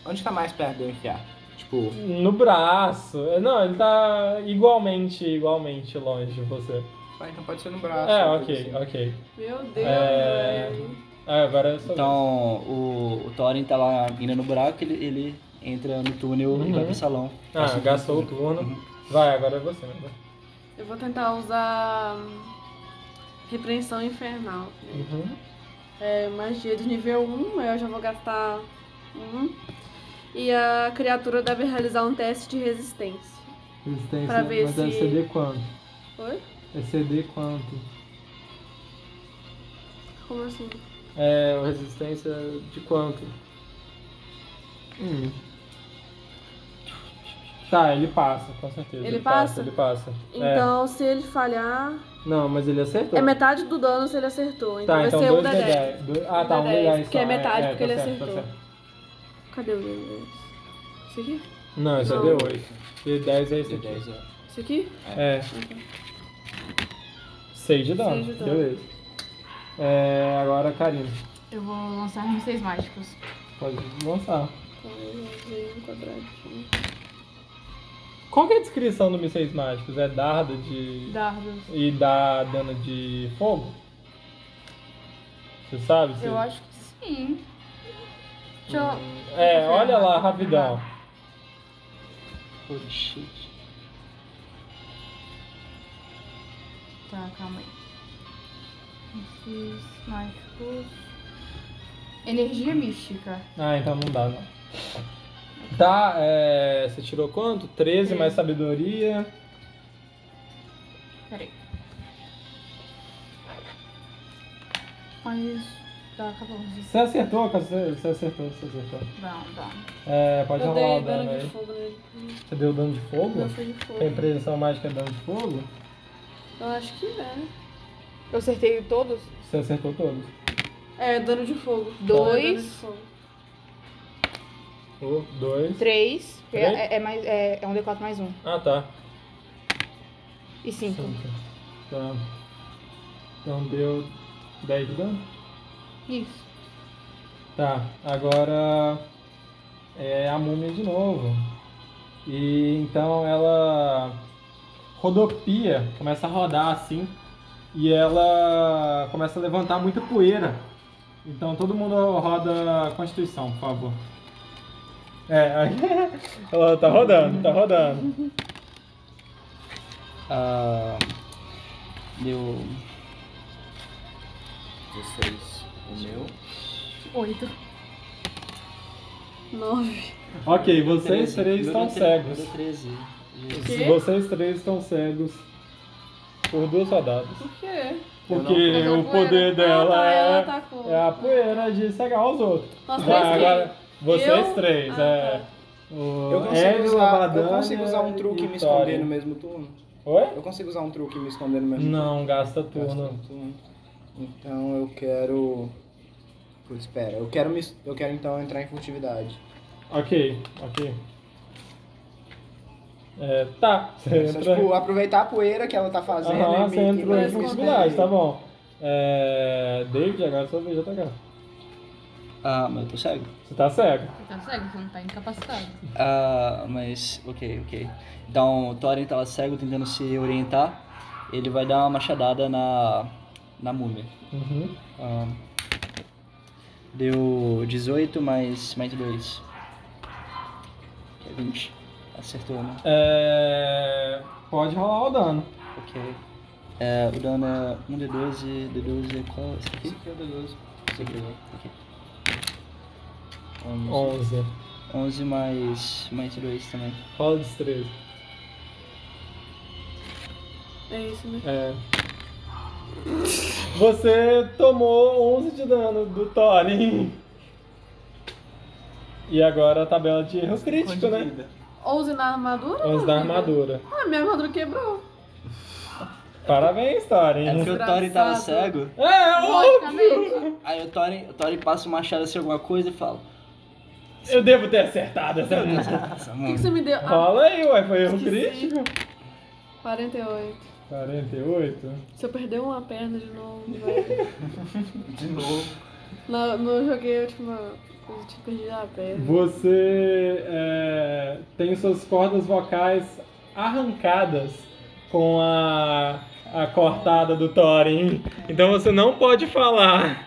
Speaker 5: Onde tá mais perto de eu enfiar? Tipo.
Speaker 1: No braço. Não, ele tá igualmente, igualmente longe de você.
Speaker 5: Ah, então pode ser no braço.
Speaker 1: é,
Speaker 5: uma coisa
Speaker 1: ok,
Speaker 5: assim.
Speaker 1: ok.
Speaker 4: Meu Deus,
Speaker 1: É.
Speaker 4: velho.
Speaker 1: Ah, agora eu sou.
Speaker 2: Então o, o Thorin tá lá indo no buraco, ele, ele entra no túnel e
Speaker 1: Uhum.
Speaker 2: vai pro salão.
Speaker 1: ah, gastou
Speaker 2: uhum.
Speaker 1: o turno. Vai, agora é você, né?
Speaker 4: Eu vou tentar usar. hum, Repreensão infernal.
Speaker 1: Uhum.
Speaker 4: É magia de nível 1, eu já vou gastar 1. E a criatura deve realizar um teste de resistência.
Speaker 1: Resistência,
Speaker 4: Pra ver mas é se- CD
Speaker 1: quanto?
Speaker 4: Oi?
Speaker 1: É CD quanto?
Speaker 4: Como assim?
Speaker 1: É, resistência de quanto? Hum. Tá, ele passa, com certeza.
Speaker 4: Ele passa?
Speaker 1: Ele passa. É.
Speaker 4: Então, se ele falhar,
Speaker 1: Não, mas ele acertou.
Speaker 4: é metade do dano se ele acertou. Então
Speaker 1: Tá,
Speaker 4: vai
Speaker 1: então
Speaker 4: ser um
Speaker 1: dois
Speaker 4: da
Speaker 1: d
Speaker 4: 10.
Speaker 1: 10. Dois- Ah, tá,
Speaker 4: Um
Speaker 1: um
Speaker 4: D10,
Speaker 1: d 10.
Speaker 4: porque é metade, porque ele
Speaker 1: certo, tá
Speaker 4: acertou.
Speaker 1: certo.
Speaker 4: Cadê o D10? Isso aqui?
Speaker 1: Não, isso é
Speaker 4: Não.
Speaker 1: D8. D10 é esse aqui.
Speaker 2: D10 é.
Speaker 4: Isso aqui?
Speaker 1: É. 6 de dano.
Speaker 4: Seis de dano.
Speaker 1: Beleza. É, agora a Karina.
Speaker 3: Eu vou lançar uns seis mágicos.
Speaker 1: Pode lançar.
Speaker 4: Então, eu usei um quadradinho.
Speaker 1: Qual que é a descrição do Mísseis Mágicos? É dardo de.
Speaker 3: Dardos.
Speaker 1: E dá dano de fogo? Você sabe? se-
Speaker 3: Eu acho que sim. Deixa eu...
Speaker 1: É, olha lá, rapidão.
Speaker 2: Holy shit.
Speaker 3: Tá, calma aí. Esses mágicos... Energia mística.
Speaker 1: Ah, então não dá, não. Tá, é, você tirou quanto? 13 mais sabedoria.
Speaker 3: Peraí. Mas... Tá, acabou.
Speaker 1: Você acertou, cara, você, você acertou, você acertou.
Speaker 3: Não, não.
Speaker 1: É, pode
Speaker 4: Eu
Speaker 1: rolar o
Speaker 4: dei
Speaker 1: dano
Speaker 4: dano de
Speaker 1: aí.
Speaker 4: fogo nele.
Speaker 1: Você deu dano de fogo?
Speaker 4: Não foi de
Speaker 1: Tem
Speaker 4: fogo.
Speaker 1: prevenção mágica dano de fogo?
Speaker 4: Eu acho que é.
Speaker 3: Eu acertei todos?
Speaker 1: Você acertou todos.
Speaker 4: É, dano de fogo. É, dano de
Speaker 3: Dois,
Speaker 4: fogo.
Speaker 1: Um, dois.
Speaker 3: três, que
Speaker 1: Três?
Speaker 3: é, é mais, é, é um D4 mais um.
Speaker 1: Ah, tá.
Speaker 3: E cinco.
Speaker 1: Cinco. Tá. Então deu 10 de dano?
Speaker 3: Isso.
Speaker 1: Tá, agora é a múmia de novo. E então ela rodopia, começa a rodar assim, e ela começa a levantar muita poeira. Então todo mundo roda a Constituição, por favor. É, aí ela tá rodando, tá rodando.
Speaker 2: Ah, deu. 16. O meu.
Speaker 3: Oito.
Speaker 4: Nove.
Speaker 1: Ok, vocês
Speaker 2: 13.
Speaker 1: três
Speaker 2: Meu
Speaker 1: estão
Speaker 2: deu tre- meu
Speaker 1: cegos.
Speaker 2: deu 13. Jesus.
Speaker 4: Quê?
Speaker 1: Vocês três estão cegos por duas rodadas.
Speaker 4: Por quê?
Speaker 1: Porque
Speaker 3: Mas
Speaker 1: o
Speaker 3: ela
Speaker 1: poder
Speaker 4: ah,
Speaker 1: dela
Speaker 4: tá, ela
Speaker 1: é,
Speaker 4: atacou.
Speaker 1: é a poeira de cegar os outros.
Speaker 4: Nós
Speaker 1: Vai,
Speaker 4: três quem?
Speaker 1: agora, vocês
Speaker 4: Eu?
Speaker 1: três,
Speaker 4: Ah,
Speaker 1: é.
Speaker 4: tá.
Speaker 1: O
Speaker 5: É, Eu
Speaker 1: Hélio,
Speaker 5: consigo, usar, eu
Speaker 1: Abadânia
Speaker 5: consigo usar um truque e me
Speaker 1: Vitória.
Speaker 5: esconder no mesmo turno?
Speaker 1: Oi?
Speaker 5: Eu consigo usar um truque e me esconder no mesmo
Speaker 1: Não, gasta turno.
Speaker 5: turno? Então eu quero. Putz, espera. Eu quero, me... eu quero então entrar em furtividade.
Speaker 1: Ok, ok. É, tá, você
Speaker 5: Só,
Speaker 1: entra.
Speaker 5: tipo, aproveitar a poeira que ela tá fazendo.
Speaker 1: Aham,
Speaker 5: e
Speaker 1: você
Speaker 5: me-
Speaker 1: entrou
Speaker 5: e
Speaker 1: em
Speaker 5: me esconder.
Speaker 1: furtividade, tá bom. É, David, agora sua vez de atacar.
Speaker 2: Ah, mas eu tô cego.
Speaker 1: Você tá cego.
Speaker 3: Você tá cego, você não tá incapacitado.
Speaker 2: Ah, mas. Ok, ok. Então, o Thorin tava cego tentando se orientar. Ele vai dar uma machadada na. na múmia.
Speaker 1: Uhum.
Speaker 2: Ah, deu 18 mais, mais 2. Que é 20. Acertou, né?
Speaker 1: É, pode rolar o dano.
Speaker 2: Ok. É, o dano é 1d12, d12 é qual? Esse aqui? Esse aqui é o d12. Esse aqui, né? ok. 11,
Speaker 1: 11.
Speaker 2: 11 mais, mais 2 também.
Speaker 1: Rola destreza.
Speaker 4: É isso, né?
Speaker 1: É. Você tomou 11 de dano do Thorin. E agora a tabela de erros crítico, né?
Speaker 4: 11 na armadura?
Speaker 1: 11 da armadura.
Speaker 4: Ah, minha armadura quebrou.
Speaker 1: Parabéns, Thorin.
Speaker 2: É porque o Thorin tava cego.
Speaker 1: É,
Speaker 3: Logicamente.
Speaker 2: Aí o Thorin, o Thorin passa uma machado assim, alguma coisa e fala:
Speaker 1: eu devo ter acertado essa
Speaker 2: Essa
Speaker 4: O que,
Speaker 2: mão.
Speaker 4: que você me deu? Ah,
Speaker 1: Rola aí, ué, foi erro
Speaker 4: Esqueci.
Speaker 1: crítico.
Speaker 4: 48.
Speaker 1: 48.
Speaker 4: Se eu perder uma perna de novo, vai.
Speaker 5: De novo.
Speaker 4: Não, não joguei a última. Eu tinha perdido a perna.
Speaker 1: Você é, tem suas cordas vocais arrancadas com a, a cortada do Thorin. Então você não pode falar.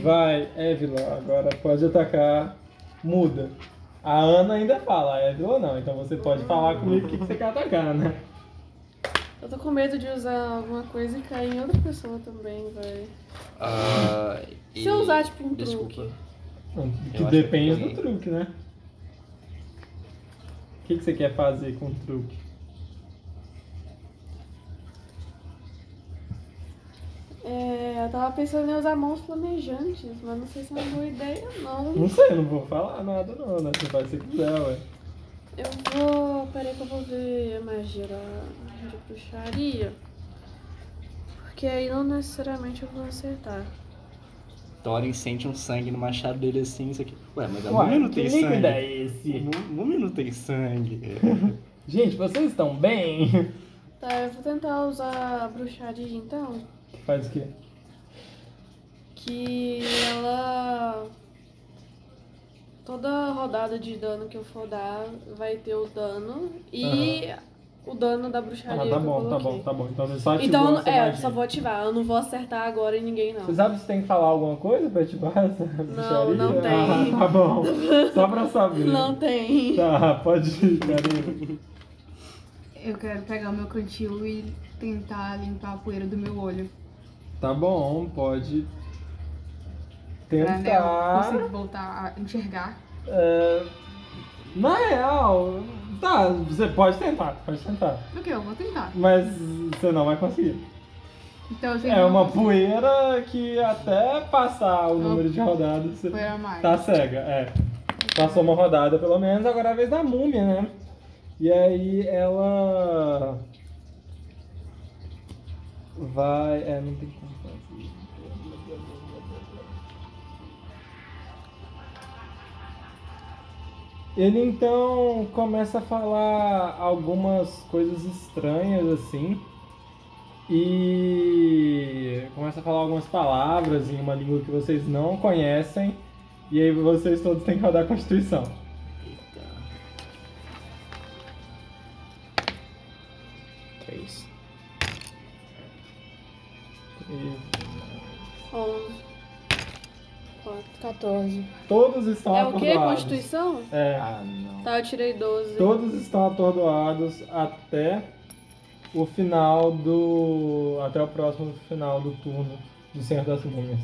Speaker 1: Vai, Evelyn, agora pode atacar. Muda. A Ana ainda fala, a Evelyn não. Então você pode falar comigo o que que você quer atacar, né?
Speaker 4: Eu tô com medo de usar alguma coisa e cair em outra pessoa também, velho.
Speaker 2: Ah, e-
Speaker 4: Se eu usar, tipo, um
Speaker 2: Desculpa.
Speaker 4: truque.
Speaker 1: Que
Speaker 2: acho que
Speaker 1: depende
Speaker 2: tem-
Speaker 1: do truque, né? O que, que você quer fazer com o truque?
Speaker 4: É, eu tava pensando em usar mãos planejantes, mas
Speaker 1: Hum?
Speaker 4: não sei se é uma boa ideia, não.
Speaker 1: Não sei, não vou falar nada não, né? Você faz o que quiser, ué.
Speaker 4: Eu vou. Peraí que eu vou ver a magia da de bruxaria. Porque aí não necessariamente eu vou acertar.
Speaker 2: Thorin sente um sangue no machado dele assim, isso aqui. Ué, mas a
Speaker 1: Uai,
Speaker 2: múmia não
Speaker 1: que
Speaker 2: tem
Speaker 1: líquido
Speaker 2: sangue. Um
Speaker 1: é esse?
Speaker 2: Mú- Múmia não tem sangue.
Speaker 1: Gente, vocês estão bem?
Speaker 4: Tá, eu vou tentar usar a bruxaria então.
Speaker 1: Faz o quê?
Speaker 4: Que ela. Toda rodada de dano que eu for dar vai ter o dano e o dano da
Speaker 1: Ah,
Speaker 4: bruxaria. que
Speaker 1: tá
Speaker 4: É, eu
Speaker 1: bom, tá bom,
Speaker 4: coloquei.
Speaker 1: tá bom. Então você só ativou
Speaker 4: Então,
Speaker 1: essa
Speaker 4: é, eu
Speaker 1: magia.
Speaker 4: só vou ativar. Eu não vou acertar agora em ninguém, não.
Speaker 1: Você sabe se tem que falar alguma coisa pra ativar essa bruxaria?
Speaker 4: não tem.
Speaker 1: Ah, tá bom. Só pra saber.
Speaker 4: Não tem.
Speaker 1: Tá, pode ir, Karina.
Speaker 3: Eu quero pegar o meu cantil e tentar limpar a poeira do meu olho.
Speaker 1: Tá bom, pode
Speaker 3: Pra né, eu
Speaker 1: tentar.
Speaker 3: conseguir voltar a enxergar.
Speaker 1: É, Na real, tá, você pode tentar, pode tentar.
Speaker 3: Ok, eu vou tentar.
Speaker 1: Mas você não vai conseguir.
Speaker 3: Então eu sei que
Speaker 1: É
Speaker 3: eu
Speaker 1: uma
Speaker 3: não consigo.
Speaker 1: poeira que até passar o número de rodadas você
Speaker 3: poeira mais.
Speaker 1: tá cega, é. Passou uma rodada pelo menos, agora é a vez da múmia, né? E aí ela. Vai. É, não tem como fazer. Ele então começa a falar algumas coisas estranhas assim. E começa a falar algumas palavras em uma língua que vocês não conhecem. E aí vocês todos têm que rodar a Constituição.
Speaker 2: Eita.
Speaker 5: Três.
Speaker 1: E
Speaker 4: 11. 4, 14.
Speaker 1: todos estão
Speaker 4: É o que?
Speaker 1: atordoados.
Speaker 4: Constituição?
Speaker 1: É,
Speaker 5: Ah, não.
Speaker 4: Tá, eu tirei 12.
Speaker 1: todos estão atordoados até o final do. até o próximo final do turno do Senhor das Múmias.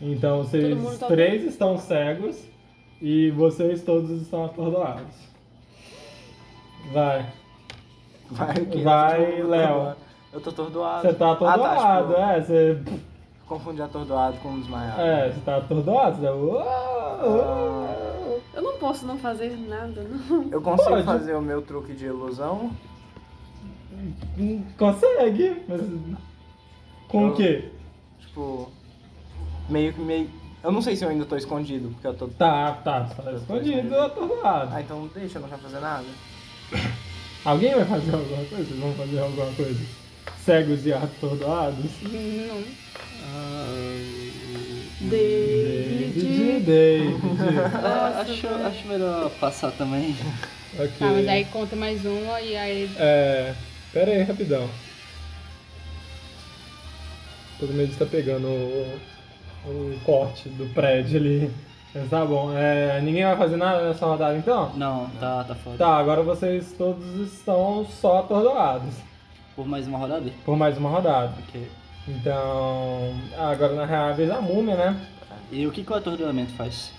Speaker 1: Então
Speaker 4: Todo mundo
Speaker 1: vocês
Speaker 4: tá
Speaker 1: três estão cegos e vocês todos estão atordoados. Vai.
Speaker 5: Vai, o quê?
Speaker 1: Vai,
Speaker 5: Eu tô-
Speaker 1: Léo.
Speaker 5: Eu tô atordoado.
Speaker 1: Você tá
Speaker 5: Ah, tá,
Speaker 1: atordoado,
Speaker 5: tipo,
Speaker 1: é. Você
Speaker 5: Confundi atordoado com um desmaiado.
Speaker 1: É, você tá atordoado, né? Uou, uou.
Speaker 4: Eu não posso não fazer nada, não.
Speaker 5: Eu consigo
Speaker 1: Pode.
Speaker 5: fazer o meu truque de ilusão?
Speaker 1: Hum, Consegue, mas. Com o quê?
Speaker 5: Tipo, meio que meio. Eu não sei se eu ainda tô escondido, porque eu tô.
Speaker 1: Tá, tá, você tá escondido, atordoado.
Speaker 5: Ah, então deixa, eu não quero fazer nada.
Speaker 1: Alguém vai fazer alguma coisa? Vocês vão fazer alguma coisa? Cegos e atordoados? David,
Speaker 4: David.
Speaker 1: David.
Speaker 2: Ah, acho, acho melhor passar também.
Speaker 1: Ok.
Speaker 7: Tá, mas aí conta mais
Speaker 3: um,
Speaker 7: uma e aí.
Speaker 1: É. Pera aí, rapidão. Todo mundo está pegando o, o corte do prédio ali. Mas tá bom. É, ninguém vai fazer nada nessa rodada então?
Speaker 2: Não, tá, tá foda.
Speaker 1: Tá, agora vocês todos estão só atordoados
Speaker 2: Por mais uma rodada?
Speaker 1: por mais uma rodada.
Speaker 2: Ok.
Speaker 1: Então. Agora na real é a vez da múmia, né?
Speaker 2: E o que, que o atordoamento faz?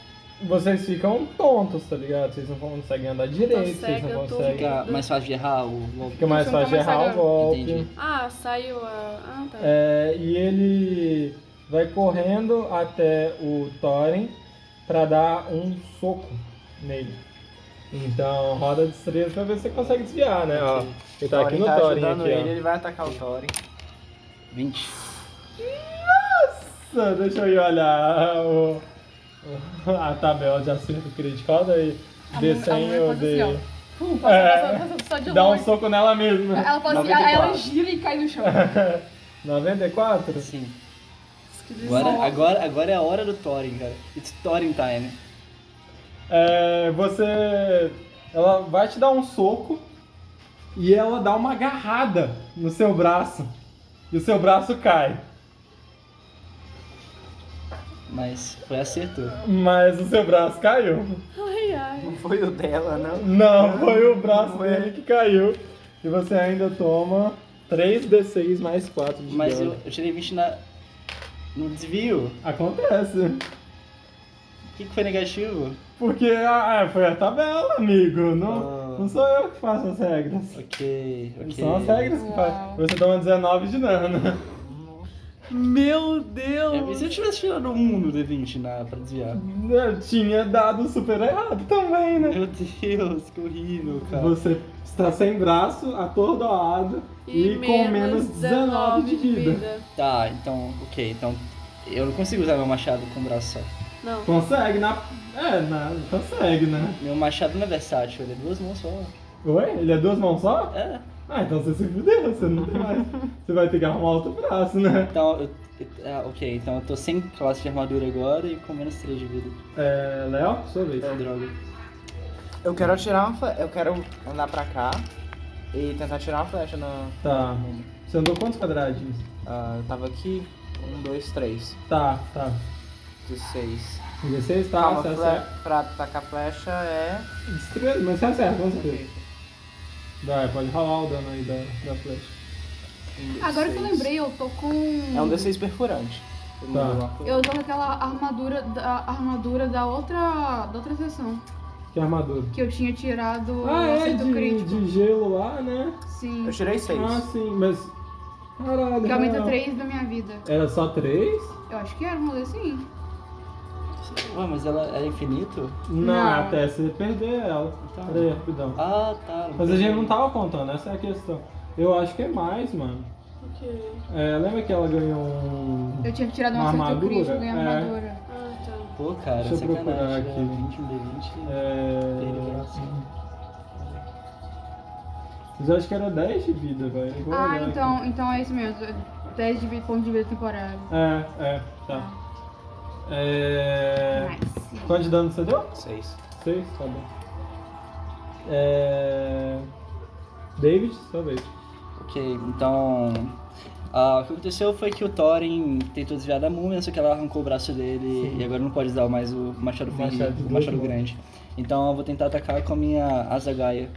Speaker 1: Vocês ficam tontos, tá ligado? Vocês não conseguem andar direito, vocês
Speaker 4: cega,
Speaker 1: não
Speaker 4: eu tô
Speaker 1: conseguem.
Speaker 2: Fica mais fácil de errar o golpe?
Speaker 1: Fica mais
Speaker 7: Você não tá
Speaker 1: fácil de
Speaker 7: mais
Speaker 1: errar o
Speaker 7: cegando.
Speaker 1: golpe.
Speaker 2: Entendi.
Speaker 4: Ah, saiu a. Ah, tá.
Speaker 1: É, e ele vai correndo até o Thorin pra dar um soco nele. Então, roda de destreza pra ver se você consegue desviar, né? Ó, ele tá aqui
Speaker 5: Thorin
Speaker 1: no
Speaker 5: tá
Speaker 1: Thorin.
Speaker 5: ajudando
Speaker 1: Aqui,
Speaker 5: ele,
Speaker 1: ó.
Speaker 5: ele vai atacar o Thorin.
Speaker 2: 20.
Speaker 1: Nossa, deixa eu ir olhar o- a tabela de acerto crítico. Olha aí.
Speaker 7: A
Speaker 1: d
Speaker 7: mulher- a mulher
Speaker 1: ou
Speaker 7: faz
Speaker 1: D.
Speaker 7: assim, Pum, passa,
Speaker 1: É.
Speaker 7: passa, passa só de
Speaker 1: Dá um
Speaker 7: longe.
Speaker 1: soco nela mesma.
Speaker 7: Ela fala assim, aí ela
Speaker 5: 94.
Speaker 7: gira e cai no chão.
Speaker 1: 94?
Speaker 2: Sim.
Speaker 4: Que
Speaker 2: assim. Agora, agora, agora é a hora do Thorin, cara. It's Thorin time.
Speaker 1: É, você. Ela vai te dar um soco e ela dá uma agarrada no seu braço. E o seu braço cai.
Speaker 2: Mas foi acerto.
Speaker 1: Mas o seu braço caiu.
Speaker 4: Ai, ai.
Speaker 5: Não foi o dela, não.
Speaker 1: Não, foi o braço
Speaker 5: Foi.
Speaker 1: dele que caiu. E você ainda toma 3d6 mais 4 de
Speaker 2: Mas eu,
Speaker 1: dano.
Speaker 2: eu tirei 20 na. no desvio.
Speaker 1: Acontece.
Speaker 2: O que, que foi negativo?
Speaker 1: Porque ah, foi a tabela, amigo. Não,
Speaker 2: Ah.
Speaker 1: não sou eu que faço as regras.
Speaker 2: Ok, ok.
Speaker 1: São as regras que
Speaker 7: Uau.
Speaker 1: fazem. Você toma 19 de dano. Meu
Speaker 2: É, e
Speaker 1: Deus!
Speaker 2: se eu tivesse tirado um no D20 na, pra desviar?
Speaker 1: Eu tinha dado super errado também, né?
Speaker 2: Meu Deus, que horrível, cara.
Speaker 1: Você está sem braço, atordoado e, com menos 19 de vida.
Speaker 2: Tá, então, ok, então. Eu não consigo usar meu machado com o braço só.
Speaker 4: Não.
Speaker 1: Consegue, na... É, na... consegue, né?
Speaker 2: Meu machado não é versátil, ele é duas mãos só.
Speaker 1: Oi? Ele é duas mãos só?
Speaker 2: É.
Speaker 1: Ah, então você se fudeu, você não tem mais. Você vai ter que arrumar outro braço, né?
Speaker 2: Então, eu, eu- ah, ok, então eu tô sem classe de armadura agora e com menos 3 de vida.
Speaker 1: É, Léo, sua vez.
Speaker 2: É, droga.
Speaker 5: Eu quero atirar uma flecha. Eu quero andar pra cá e tentar tirar uma flecha na.
Speaker 1: Tá. Você andou quantos quadradinhos?
Speaker 5: Ah, eu tava aqui. Um, dois, três.
Speaker 1: Tá, tá.
Speaker 5: 16.
Speaker 1: 16, tá,
Speaker 5: Calma,
Speaker 1: você
Speaker 5: fle...
Speaker 1: acerta.
Speaker 5: pra atacar a flecha é. um
Speaker 1: Estrela, mas você acerta, com certeza. Vai, pode rolar o dano aí da, da flecha.
Speaker 5: Um, dois,
Speaker 7: Agora que eu
Speaker 5: seis.
Speaker 7: lembrei, eu tô com.
Speaker 5: É um D6 perfurante. Eu
Speaker 1: Tá.
Speaker 5: mudei uma coisa.
Speaker 7: Eu tô com aquela armadura da armadura da outra. da outra sessão.
Speaker 1: Que armadura.
Speaker 7: Que eu tinha tirado
Speaker 1: Ah,
Speaker 7: o
Speaker 1: é,
Speaker 7: acerto
Speaker 1: de,
Speaker 7: crítico.
Speaker 1: de gelo lá, né?
Speaker 7: Sim.
Speaker 5: Eu tirei 6.
Speaker 1: Ah, sim, mas... Caralho,
Speaker 7: Que aumenta
Speaker 1: real.
Speaker 7: 3 da minha vida.
Speaker 1: Era só 3?
Speaker 7: Eu acho que era um rolê assim.
Speaker 2: Ué, mas ela é infinito?
Speaker 1: Não, é
Speaker 7: Não.
Speaker 1: até você perder ela.
Speaker 2: Tá.
Speaker 1: Peraí, rapidão.
Speaker 2: Ah, tá.
Speaker 1: Mas a
Speaker 2: tem-
Speaker 1: gente não tava contando, essa é a questão. Eu acho que é mais, mano.
Speaker 4: Ok.
Speaker 1: É, lembra que ela ganhou um.
Speaker 7: Eu tinha tirado um
Speaker 1: Uma
Speaker 7: acerto
Speaker 1: armadura?
Speaker 7: crítico, eu ganhei a
Speaker 1: É.
Speaker 7: armadura.
Speaker 4: Ah, tá.
Speaker 2: Pô, cara,
Speaker 1: Deixa eu
Speaker 2: sacanagem.
Speaker 1: procurar
Speaker 2: né?
Speaker 1: aqui.
Speaker 2: 20, um D20. Perdeu o braço.
Speaker 1: É... Mas eu acho que era 10 de vida, velho. Eu vou
Speaker 7: Ah,
Speaker 1: olhar aqui.
Speaker 7: então, então é isso mesmo. 10 de vida, ponto de vida temporário.
Speaker 1: É, é, tá. É.
Speaker 7: Nice.
Speaker 1: Quanto de dano você deu?
Speaker 5: 6.
Speaker 1: 6, tá bom. É. David, sua vez.
Speaker 2: Ok, então. ah, o que aconteceu foi que o Thorin tentou desviar da múmia, só que ela arrancou o braço dele
Speaker 1: Sim.
Speaker 2: e agora não pode usar mais o machado,
Speaker 1: O machado
Speaker 2: fininho,
Speaker 1: de
Speaker 2: o
Speaker 1: dois
Speaker 2: machado
Speaker 1: mãos.
Speaker 2: grande. Então eu vou tentar atacar com a minha asa gaia.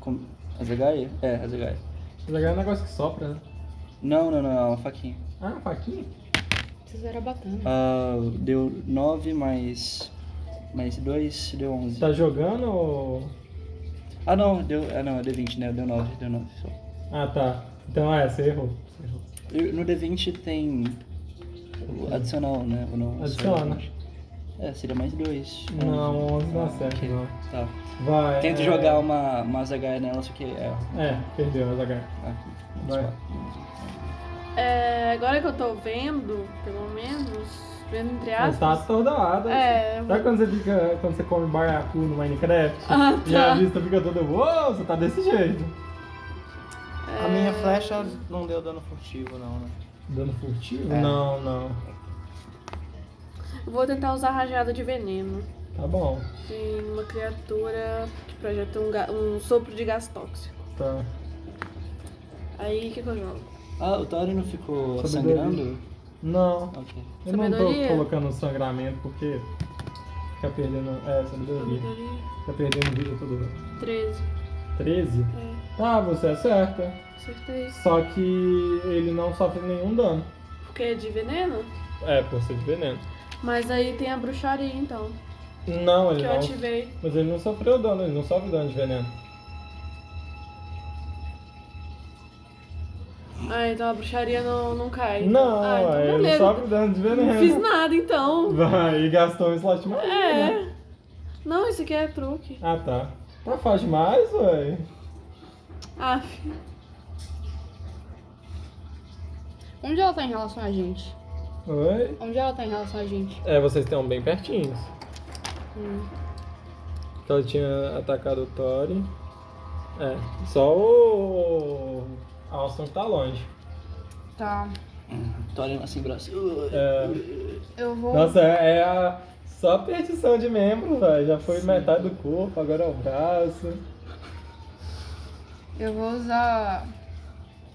Speaker 2: Com... Asa gaia? É, asa gaia.
Speaker 1: Jogar é um negócio que sopra, né?
Speaker 2: Não, não, não, é uma faquinha.
Speaker 1: Ah, faquinha?
Speaker 7: Vocês eram bacana.
Speaker 2: Ah, deu 9 mais. mais 2, deu 11.
Speaker 1: Tá jogando ou.
Speaker 2: Ah, não, deu. Ah, não, deu 20, né? Deu 9, deu 9 só.
Speaker 1: Ah, tá. Então é, você errou. Você errou.
Speaker 2: Eu- No D20 tem o adicional, né? Ou não, só
Speaker 1: Adiciona.
Speaker 2: D20. É, seria mais dois.
Speaker 1: Não, 11 não
Speaker 2: Ah,
Speaker 1: acerta,
Speaker 2: ok.
Speaker 1: não.
Speaker 2: Tá.
Speaker 1: Vai.
Speaker 2: Tento
Speaker 1: é-
Speaker 2: jogar uma, uma zagaia nela, só que é.
Speaker 1: É, perdeu, vai jogar.
Speaker 2: ah,
Speaker 1: Vai.
Speaker 4: É, agora que eu tô vendo, pelo menos, vendo entre
Speaker 1: Mas
Speaker 4: aspas.
Speaker 1: tá atordoada.
Speaker 4: É, eu vou-
Speaker 1: Sabe quando você fica. Quando você come baracu no Minecraft?
Speaker 4: Ah,
Speaker 1: E a
Speaker 4: tá.
Speaker 1: vista fica toda. Uou, você tá desse jeito.
Speaker 5: A minha flecha não deu dano furtivo, não, né?
Speaker 1: Dando furtivo?
Speaker 5: É.
Speaker 1: Não, não.
Speaker 4: Vou tentar usar rajada de veneno
Speaker 1: Tá bom.
Speaker 4: em uma criatura que projeta um, ga- um sopro de gás tóxico.
Speaker 1: Tá.
Speaker 4: Aí o que, que eu jogo?
Speaker 2: Ah, o Tauri não ficou
Speaker 1: Sabedoria.
Speaker 2: sangrando?
Speaker 1: Não,
Speaker 2: Ok.
Speaker 1: eu não tô
Speaker 4: Sabedoria.
Speaker 1: colocando sangramento porque. Fica perdendo. É, sabedoria. Fica perdendo vida toda vez.
Speaker 4: 13.
Speaker 1: 13?
Speaker 4: É,
Speaker 1: Ah, você acerta.
Speaker 4: acertei.
Speaker 1: Só que ele não sofre nenhum dano.
Speaker 4: Porque é de veneno?
Speaker 1: É, por ser de veneno.
Speaker 4: Mas aí tem a bruxaria então,
Speaker 1: Não,
Speaker 4: que
Speaker 1: ele
Speaker 4: eu
Speaker 1: não.
Speaker 4: ativei.
Speaker 1: Mas ele não sofreu dano, ele não sofre dano de veneno.
Speaker 4: Ah, então a bruxaria não, não cai.
Speaker 1: Não, é,
Speaker 4: ah, então
Speaker 1: ele
Speaker 4: beleza.
Speaker 1: sofre dano de veneno.
Speaker 4: Não fiz nada então.
Speaker 1: Vai, e gastou um slot mais. né?
Speaker 4: É. Não, isso aqui é truque.
Speaker 1: Ah, tá. Tá faz mais, ué.
Speaker 4: Ah,
Speaker 7: Onde ela tá em relação a gente?
Speaker 1: Oi?
Speaker 7: Onde ela tá em relação a gente?
Speaker 1: É, vocês estão bem pertinhos.
Speaker 7: Hum.
Speaker 1: Que ela tinha atacado o Tori. É, só o. Alston que tá longe.
Speaker 7: Tá.
Speaker 2: Tauri lá sem braço.
Speaker 1: É.
Speaker 7: Eu vou.
Speaker 1: Nossa, é é a. Só a perdição de membro, velho. Já foi metade do corpo, agora é o braço.
Speaker 7: Eu vou usar.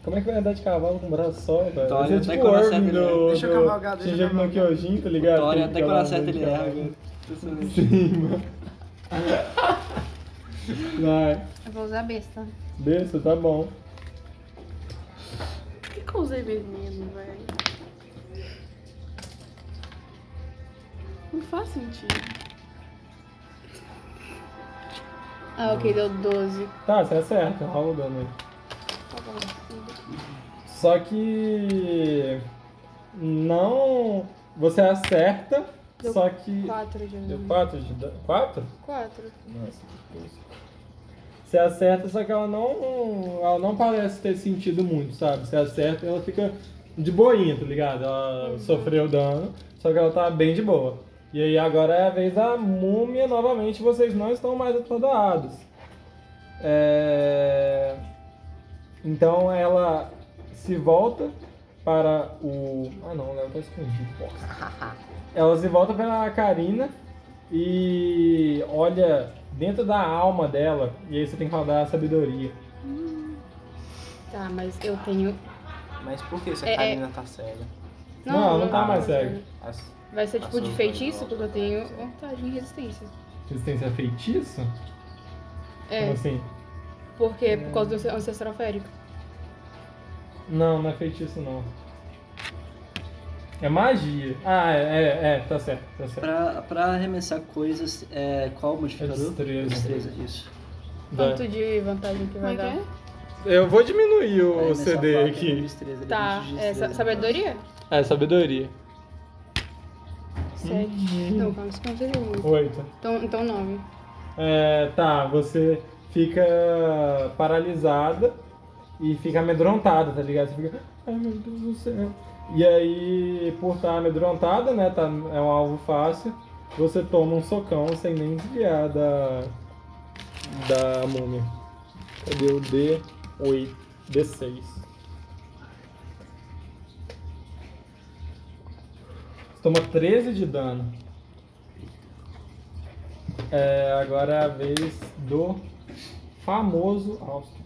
Speaker 1: Como é que vai andar de cavalo com o braço só, velho?
Speaker 2: Tauri
Speaker 1: Você é
Speaker 2: até
Speaker 1: tipo o
Speaker 2: quando
Speaker 1: Orm
Speaker 2: acerta, né?
Speaker 1: do.
Speaker 5: Deixa eu
Speaker 1: do
Speaker 5: cavalgar, deixa eu
Speaker 1: Shinji no
Speaker 5: cavalgar.
Speaker 1: Kyojin, tá ligado?
Speaker 2: Tauri
Speaker 1: Tem que
Speaker 2: até quando
Speaker 1: andar
Speaker 2: acerta ele
Speaker 1: de cavalo.
Speaker 2: erra. né? Impressionante.
Speaker 1: Sim, mano. Vai.
Speaker 7: Eu vou usar a besta.
Speaker 1: Desça, tá bom.
Speaker 4: por que, que eu usei veneno, velho? Não faz sentido.
Speaker 7: Ah, ok, deu 12.
Speaker 1: Tá, você acerta, rola o dano aí.
Speaker 4: Tá bom.
Speaker 1: Só que. não. Você acerta,
Speaker 4: Deu
Speaker 1: só que.
Speaker 4: Quatro
Speaker 7: um.
Speaker 4: de
Speaker 1: Deu
Speaker 4: novo.
Speaker 1: 4 de dano. 4?
Speaker 4: Quatro.
Speaker 1: Nossa, que coisa. Você acerta, só que ela não. Ela não parece ter sentido muito, sabe? Você acerta e ela fica de boinha, tá ligado? Ela sofreu dano, só que ela tá bem de boa. E aí agora é a vez da múmia novamente, vocês não estão mais atordoados. É... Então ela se volta para o. Ah não, ela tá escondido. bosta. Ela se volta para a Karina e olha dentro da alma dela, e aí você tem que rodar a sabedoria.
Speaker 8: Tá, mas eu tenho.
Speaker 9: Mas por que se
Speaker 8: É, é.
Speaker 9: a Karina tá cega?
Speaker 1: Não, não tá mais cego.
Speaker 9: As-
Speaker 8: Vai ser tipo de
Speaker 9: Passou,
Speaker 8: feitiço,
Speaker 9: foi de
Speaker 8: porque eu
Speaker 9: volta.
Speaker 8: tenho vantagem e resistência.
Speaker 1: Resistência a feitiço? Como
Speaker 8: É,
Speaker 1: assim?
Speaker 8: porque é por causa do ancestral férico.
Speaker 7: É.
Speaker 1: Não, não é feitiço não. É magia. Ah, é, é, é, tá certo, tá certo.
Speaker 2: Pra, pra arremessar coisas, é, qual o
Speaker 1: É
Speaker 2: modificador?
Speaker 1: destreza.
Speaker 2: Destreza, isso.
Speaker 1: Dá.
Speaker 8: Quanto de vantagem que
Speaker 7: Como
Speaker 8: vai
Speaker 7: é que
Speaker 8: dar?
Speaker 7: é?
Speaker 1: Eu vou diminuir
Speaker 2: Pra
Speaker 1: o
Speaker 2: arremessar
Speaker 1: CD
Speaker 2: faca,
Speaker 1: aqui.
Speaker 2: Destreza, ele
Speaker 8: Tá,
Speaker 2: tem
Speaker 8: é, sa-
Speaker 2: destreza.
Speaker 8: sabedoria?
Speaker 1: É, sabedoria.
Speaker 8: Sete.
Speaker 7: Uhum.
Speaker 8: Não, calma, isso não seja muito.
Speaker 1: Oito.
Speaker 8: Então, então nove.
Speaker 1: É, tá, você fica paralisada e fica amedrontada, tá ligado? Você fica, ai meu Deus do céu. E aí, por estar amedrontada, né, tá, é um alvo fácil, você toma um socão sem nem desviar da, da múmia. Cadê o D8? D6. Você toma 13 de dano. É, agora é a vez do famoso Austin.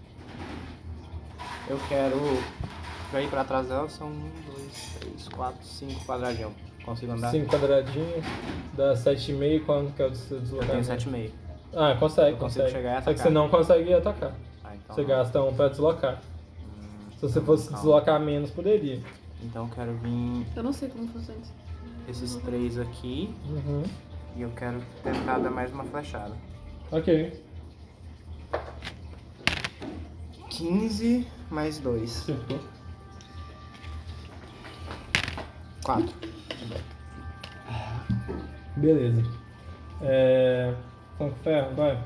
Speaker 9: Eu quero. Pra ir pra trás dela são um, dois, três, quatro, cinco quadradinhos. Consigo andar?
Speaker 1: 5 quadradinhos, dá 7,5, quanto que é o seu
Speaker 9: Eu tenho
Speaker 1: deslocamento?
Speaker 9: sete e meio.
Speaker 1: Ah, consegue,
Speaker 9: Eu consigo
Speaker 1: consegue.
Speaker 9: chegar e
Speaker 1: Só que
Speaker 9: atacar.
Speaker 1: você não consegue atacar.
Speaker 9: Ah, então.
Speaker 1: você
Speaker 9: não. Hum,
Speaker 1: gasta um pra deslocar. Se você fosse
Speaker 9: Calma.
Speaker 1: deslocar menos, poderia.
Speaker 9: Então eu quero vir
Speaker 4: Eu não sei como funciona isso.
Speaker 9: esses três aqui.
Speaker 1: Uhum.
Speaker 9: E eu quero tentar dar mais uma flechada.
Speaker 1: Ok.
Speaker 9: 15 mais 2.
Speaker 1: Acertou.
Speaker 9: 4.
Speaker 1: Beleza. É. Tanco ferro, vai.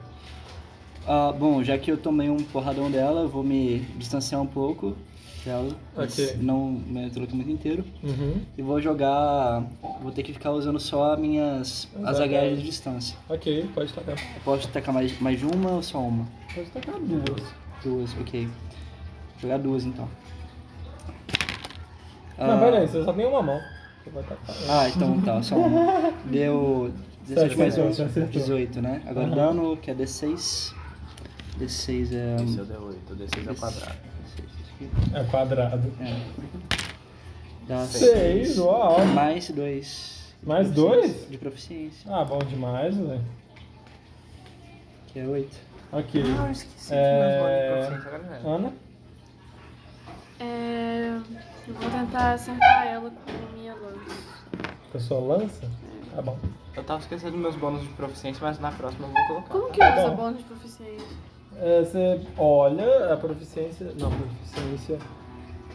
Speaker 2: Ah, bom, já que eu tomei um porradão dela, eu vou me distanciar um pouco dela. mas
Speaker 1: Ok.
Speaker 2: Não me deslocamento inteiro.
Speaker 1: Uhum.
Speaker 2: E vou jogar. Vou ter que ficar usando só minhas.
Speaker 1: As
Speaker 2: as
Speaker 1: agarras.
Speaker 2: agarras de distância.
Speaker 1: Ok, pode tacar.
Speaker 2: Eu posso tacar mais, mais de uma ou só uma?
Speaker 1: Pode tacar duas.
Speaker 2: Duas, ok. Vou jogar duas então.
Speaker 1: Não,
Speaker 2: Ah,
Speaker 1: pera aí, você só tem uma mão. Você vai tacar.
Speaker 2: Ah, então tá, só uma. Deu 17 mais
Speaker 1: Acertou,
Speaker 2: 11,
Speaker 1: acertou.
Speaker 2: 18, né? Agora
Speaker 1: então, Aham.
Speaker 2: dano, que é D6. D6 é.
Speaker 9: Esse é o D8, o D6 é o quadrado.
Speaker 2: D6,
Speaker 1: É quadrado.
Speaker 2: é. Dá
Speaker 1: Seis,
Speaker 2: 6.
Speaker 1: uau.
Speaker 2: Mais 2.
Speaker 1: Mais dois?
Speaker 2: De proficiência,
Speaker 1: Ah, bom demais, velho.
Speaker 2: que é 8.
Speaker 1: Ok.
Speaker 9: Ah, eu esqueci
Speaker 1: É.
Speaker 9: que nós vamos de proficiência, galera.
Speaker 1: Ana?
Speaker 4: É. Eu vou tentar acertar ela com a minha lança.
Speaker 1: Pessoa lança? Tá bom.
Speaker 9: Eu tava esquecendo dos meus bônus de proficiência, mas na próxima eu vou colocar.
Speaker 4: Como
Speaker 9: tá?
Speaker 4: que usa
Speaker 1: bom.
Speaker 4: bônus de proficiência?
Speaker 1: É, Você olha a proficiência. Não, proficiência.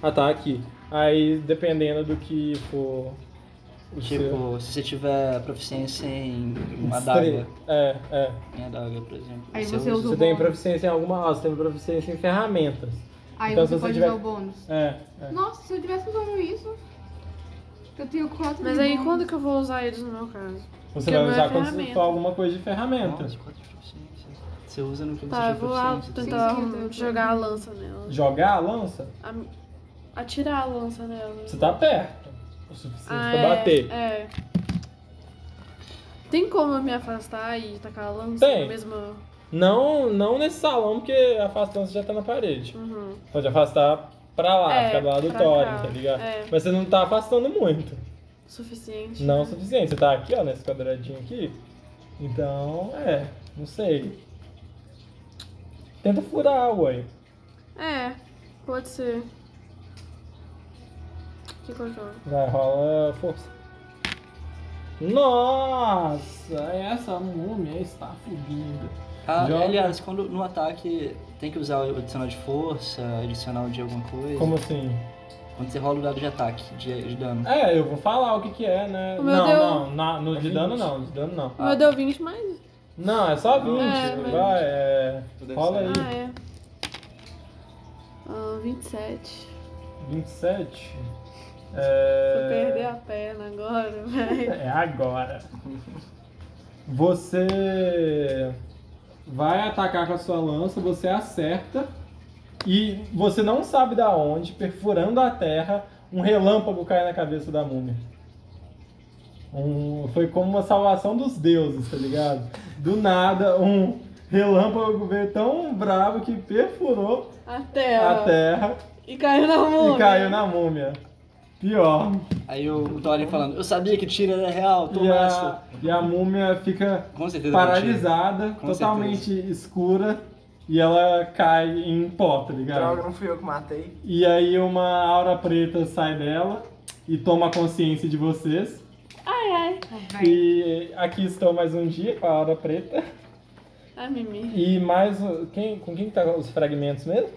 Speaker 1: Ah, tá, aqui. Aí, dependendo do que for. O seu-
Speaker 2: Tipo, se você tiver proficiência em uma
Speaker 1: Estre-
Speaker 2: adaga,
Speaker 1: É, é.
Speaker 2: em adaga, por exemplo.
Speaker 7: Aí você usa o
Speaker 1: Você tem
Speaker 7: bônus.
Speaker 1: proficiência em alguma. Ah, você tem proficiência em ferramentas.
Speaker 7: Aí
Speaker 1: Então, se
Speaker 7: você
Speaker 1: você
Speaker 7: pode
Speaker 1: tiver-
Speaker 7: usar o bônus.
Speaker 1: É, é.
Speaker 7: Nossa, se eu tivesse usando isso, eu tenho quatro
Speaker 4: Mas
Speaker 7: de
Speaker 4: aí
Speaker 7: bônus.
Speaker 4: quando que eu vou usar eles no meu caso?
Speaker 1: Você
Speaker 4: Porque
Speaker 1: vai
Speaker 4: não é
Speaker 1: usar quando você
Speaker 4: ferramenta.
Speaker 1: for alguma coisa de ferramenta.
Speaker 2: Nossa, quatro de proficiência. Você usa no que você
Speaker 4: Tá, eu
Speaker 2: tiver
Speaker 4: vou lá
Speaker 2: proficiência.
Speaker 7: tem
Speaker 4: tentar
Speaker 7: escrito, eu
Speaker 4: jogar a lança nela.
Speaker 1: Jogar a lança,
Speaker 4: A- Atirar a lança nela.
Speaker 1: você tá perto. O suficiente
Speaker 4: Ah,
Speaker 1: pra
Speaker 4: é,
Speaker 1: bater.
Speaker 4: É. Tem como eu me afastar e tá tacar a lança
Speaker 1: Tem.
Speaker 4: na mesma.
Speaker 1: Não, não nesse salão, porque a afastância já tá na parede.
Speaker 4: Uhum.
Speaker 1: Pode afastar pra lá,
Speaker 4: É,
Speaker 1: ficar do lado do
Speaker 4: pra
Speaker 1: Thorin,
Speaker 4: cá.
Speaker 1: tá ligado?
Speaker 4: É.
Speaker 1: Mas você não tá afastando muito.
Speaker 4: Suficiente.
Speaker 1: Não o
Speaker 4: né?
Speaker 1: suficiente. Você tá aqui, ó, nesse quadradinho aqui. Então, é, não sei. Tenta furar, ué.
Speaker 4: É, pode ser. O que que eu jogo?
Speaker 1: Vai, rola força. Nossa, é essa múmia está fudida.
Speaker 2: Ah,
Speaker 1: Joga.
Speaker 2: aliás, quando no ataque tem que usar o adicional de força, adicional de alguma coisa.
Speaker 1: Como assim?
Speaker 2: Quando você rola o dado de ataque, de, de dano.
Speaker 1: É, eu vou falar o que que é, né?
Speaker 4: O meu
Speaker 1: não,
Speaker 4: deu-
Speaker 1: não, na- no de dano não, de dano não.
Speaker 4: O meu deu 20 mais.
Speaker 1: Não, é só 20.
Speaker 4: É, mas-
Speaker 1: Vai, é.
Speaker 5: Tudo
Speaker 1: Rola aí.
Speaker 4: Ah, é. Ah, 27.
Speaker 1: 27.
Speaker 4: Se
Speaker 1: É.
Speaker 4: eu perder a perna agora, velho.
Speaker 1: É agora. Você vai atacar com a sua lança, você acerta e você não sabe da onde, perfurando a terra, um relâmpago cai na cabeça da múmia. Um- foi como uma salvação dos deuses, tá ligado? Do nada, um relâmpago veio tão bravo que perfurou
Speaker 4: Até.
Speaker 1: a terra
Speaker 4: E caiu na mão. né?
Speaker 1: e caiu na múmia. Pior.
Speaker 2: Aí o Thorin falando, eu sabia que tira era real, toma
Speaker 1: E a,
Speaker 2: essa.
Speaker 1: e a múmia fica
Speaker 2: Com certeza que
Speaker 1: paralisada,
Speaker 2: Com
Speaker 1: totalmente escura, e ela cai em pó, tá ligado?
Speaker 5: Droga, não fui eu que matei.
Speaker 1: E aí uma aura preta sai dela e toma consciência de vocês.
Speaker 3: É,
Speaker 1: E aqui estou mais um dia com a aura preta.
Speaker 4: Ai, Mimi.
Speaker 1: E mais. um- Quem, com quem que tá os fragmentos mesmo?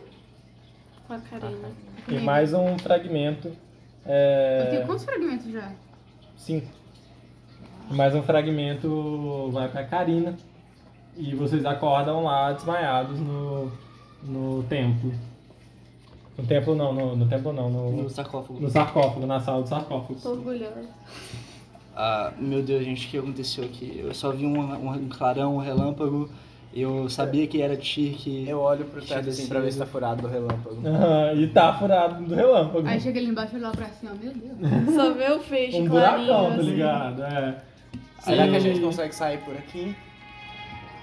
Speaker 4: Com a Karina.
Speaker 1: E mais um fragmento.
Speaker 3: Eu tenho
Speaker 1: É.
Speaker 3: quantos fragmentos já?
Speaker 7: Uhum.
Speaker 1: Sim. Mais um fragmento vai pra Karina. E vocês acordam lá desmaiados no, no templo. No templo não, no, no templo não,
Speaker 2: tira. No
Speaker 1: no,
Speaker 2: sarcófago.
Speaker 1: no sarcófago, na sala do sarcófago.
Speaker 4: Tô orgulhosa.
Speaker 2: Ah, meu Deus, gente, o que aconteceu aqui? Eu só vi um, um clarão, um relâmpago. Eu sabia que era Tyr que.
Speaker 5: Eu olho pro teto
Speaker 2: Chega
Speaker 5: assim
Speaker 2: assim,
Speaker 5: pra ver se
Speaker 2: né?
Speaker 5: tá furado do relâmpago.
Speaker 1: Aham, e tá furado do relâmpago.
Speaker 3: Aí chega ali embaixo e olha lá pra cima, meu Deus.
Speaker 4: Só vê o feixe
Speaker 1: Um
Speaker 4: clarinho.
Speaker 1: buracão, tá
Speaker 4: assim.
Speaker 1: ligado? É.
Speaker 5: Será
Speaker 1: Sim.
Speaker 5: que a gente consegue sair por aqui?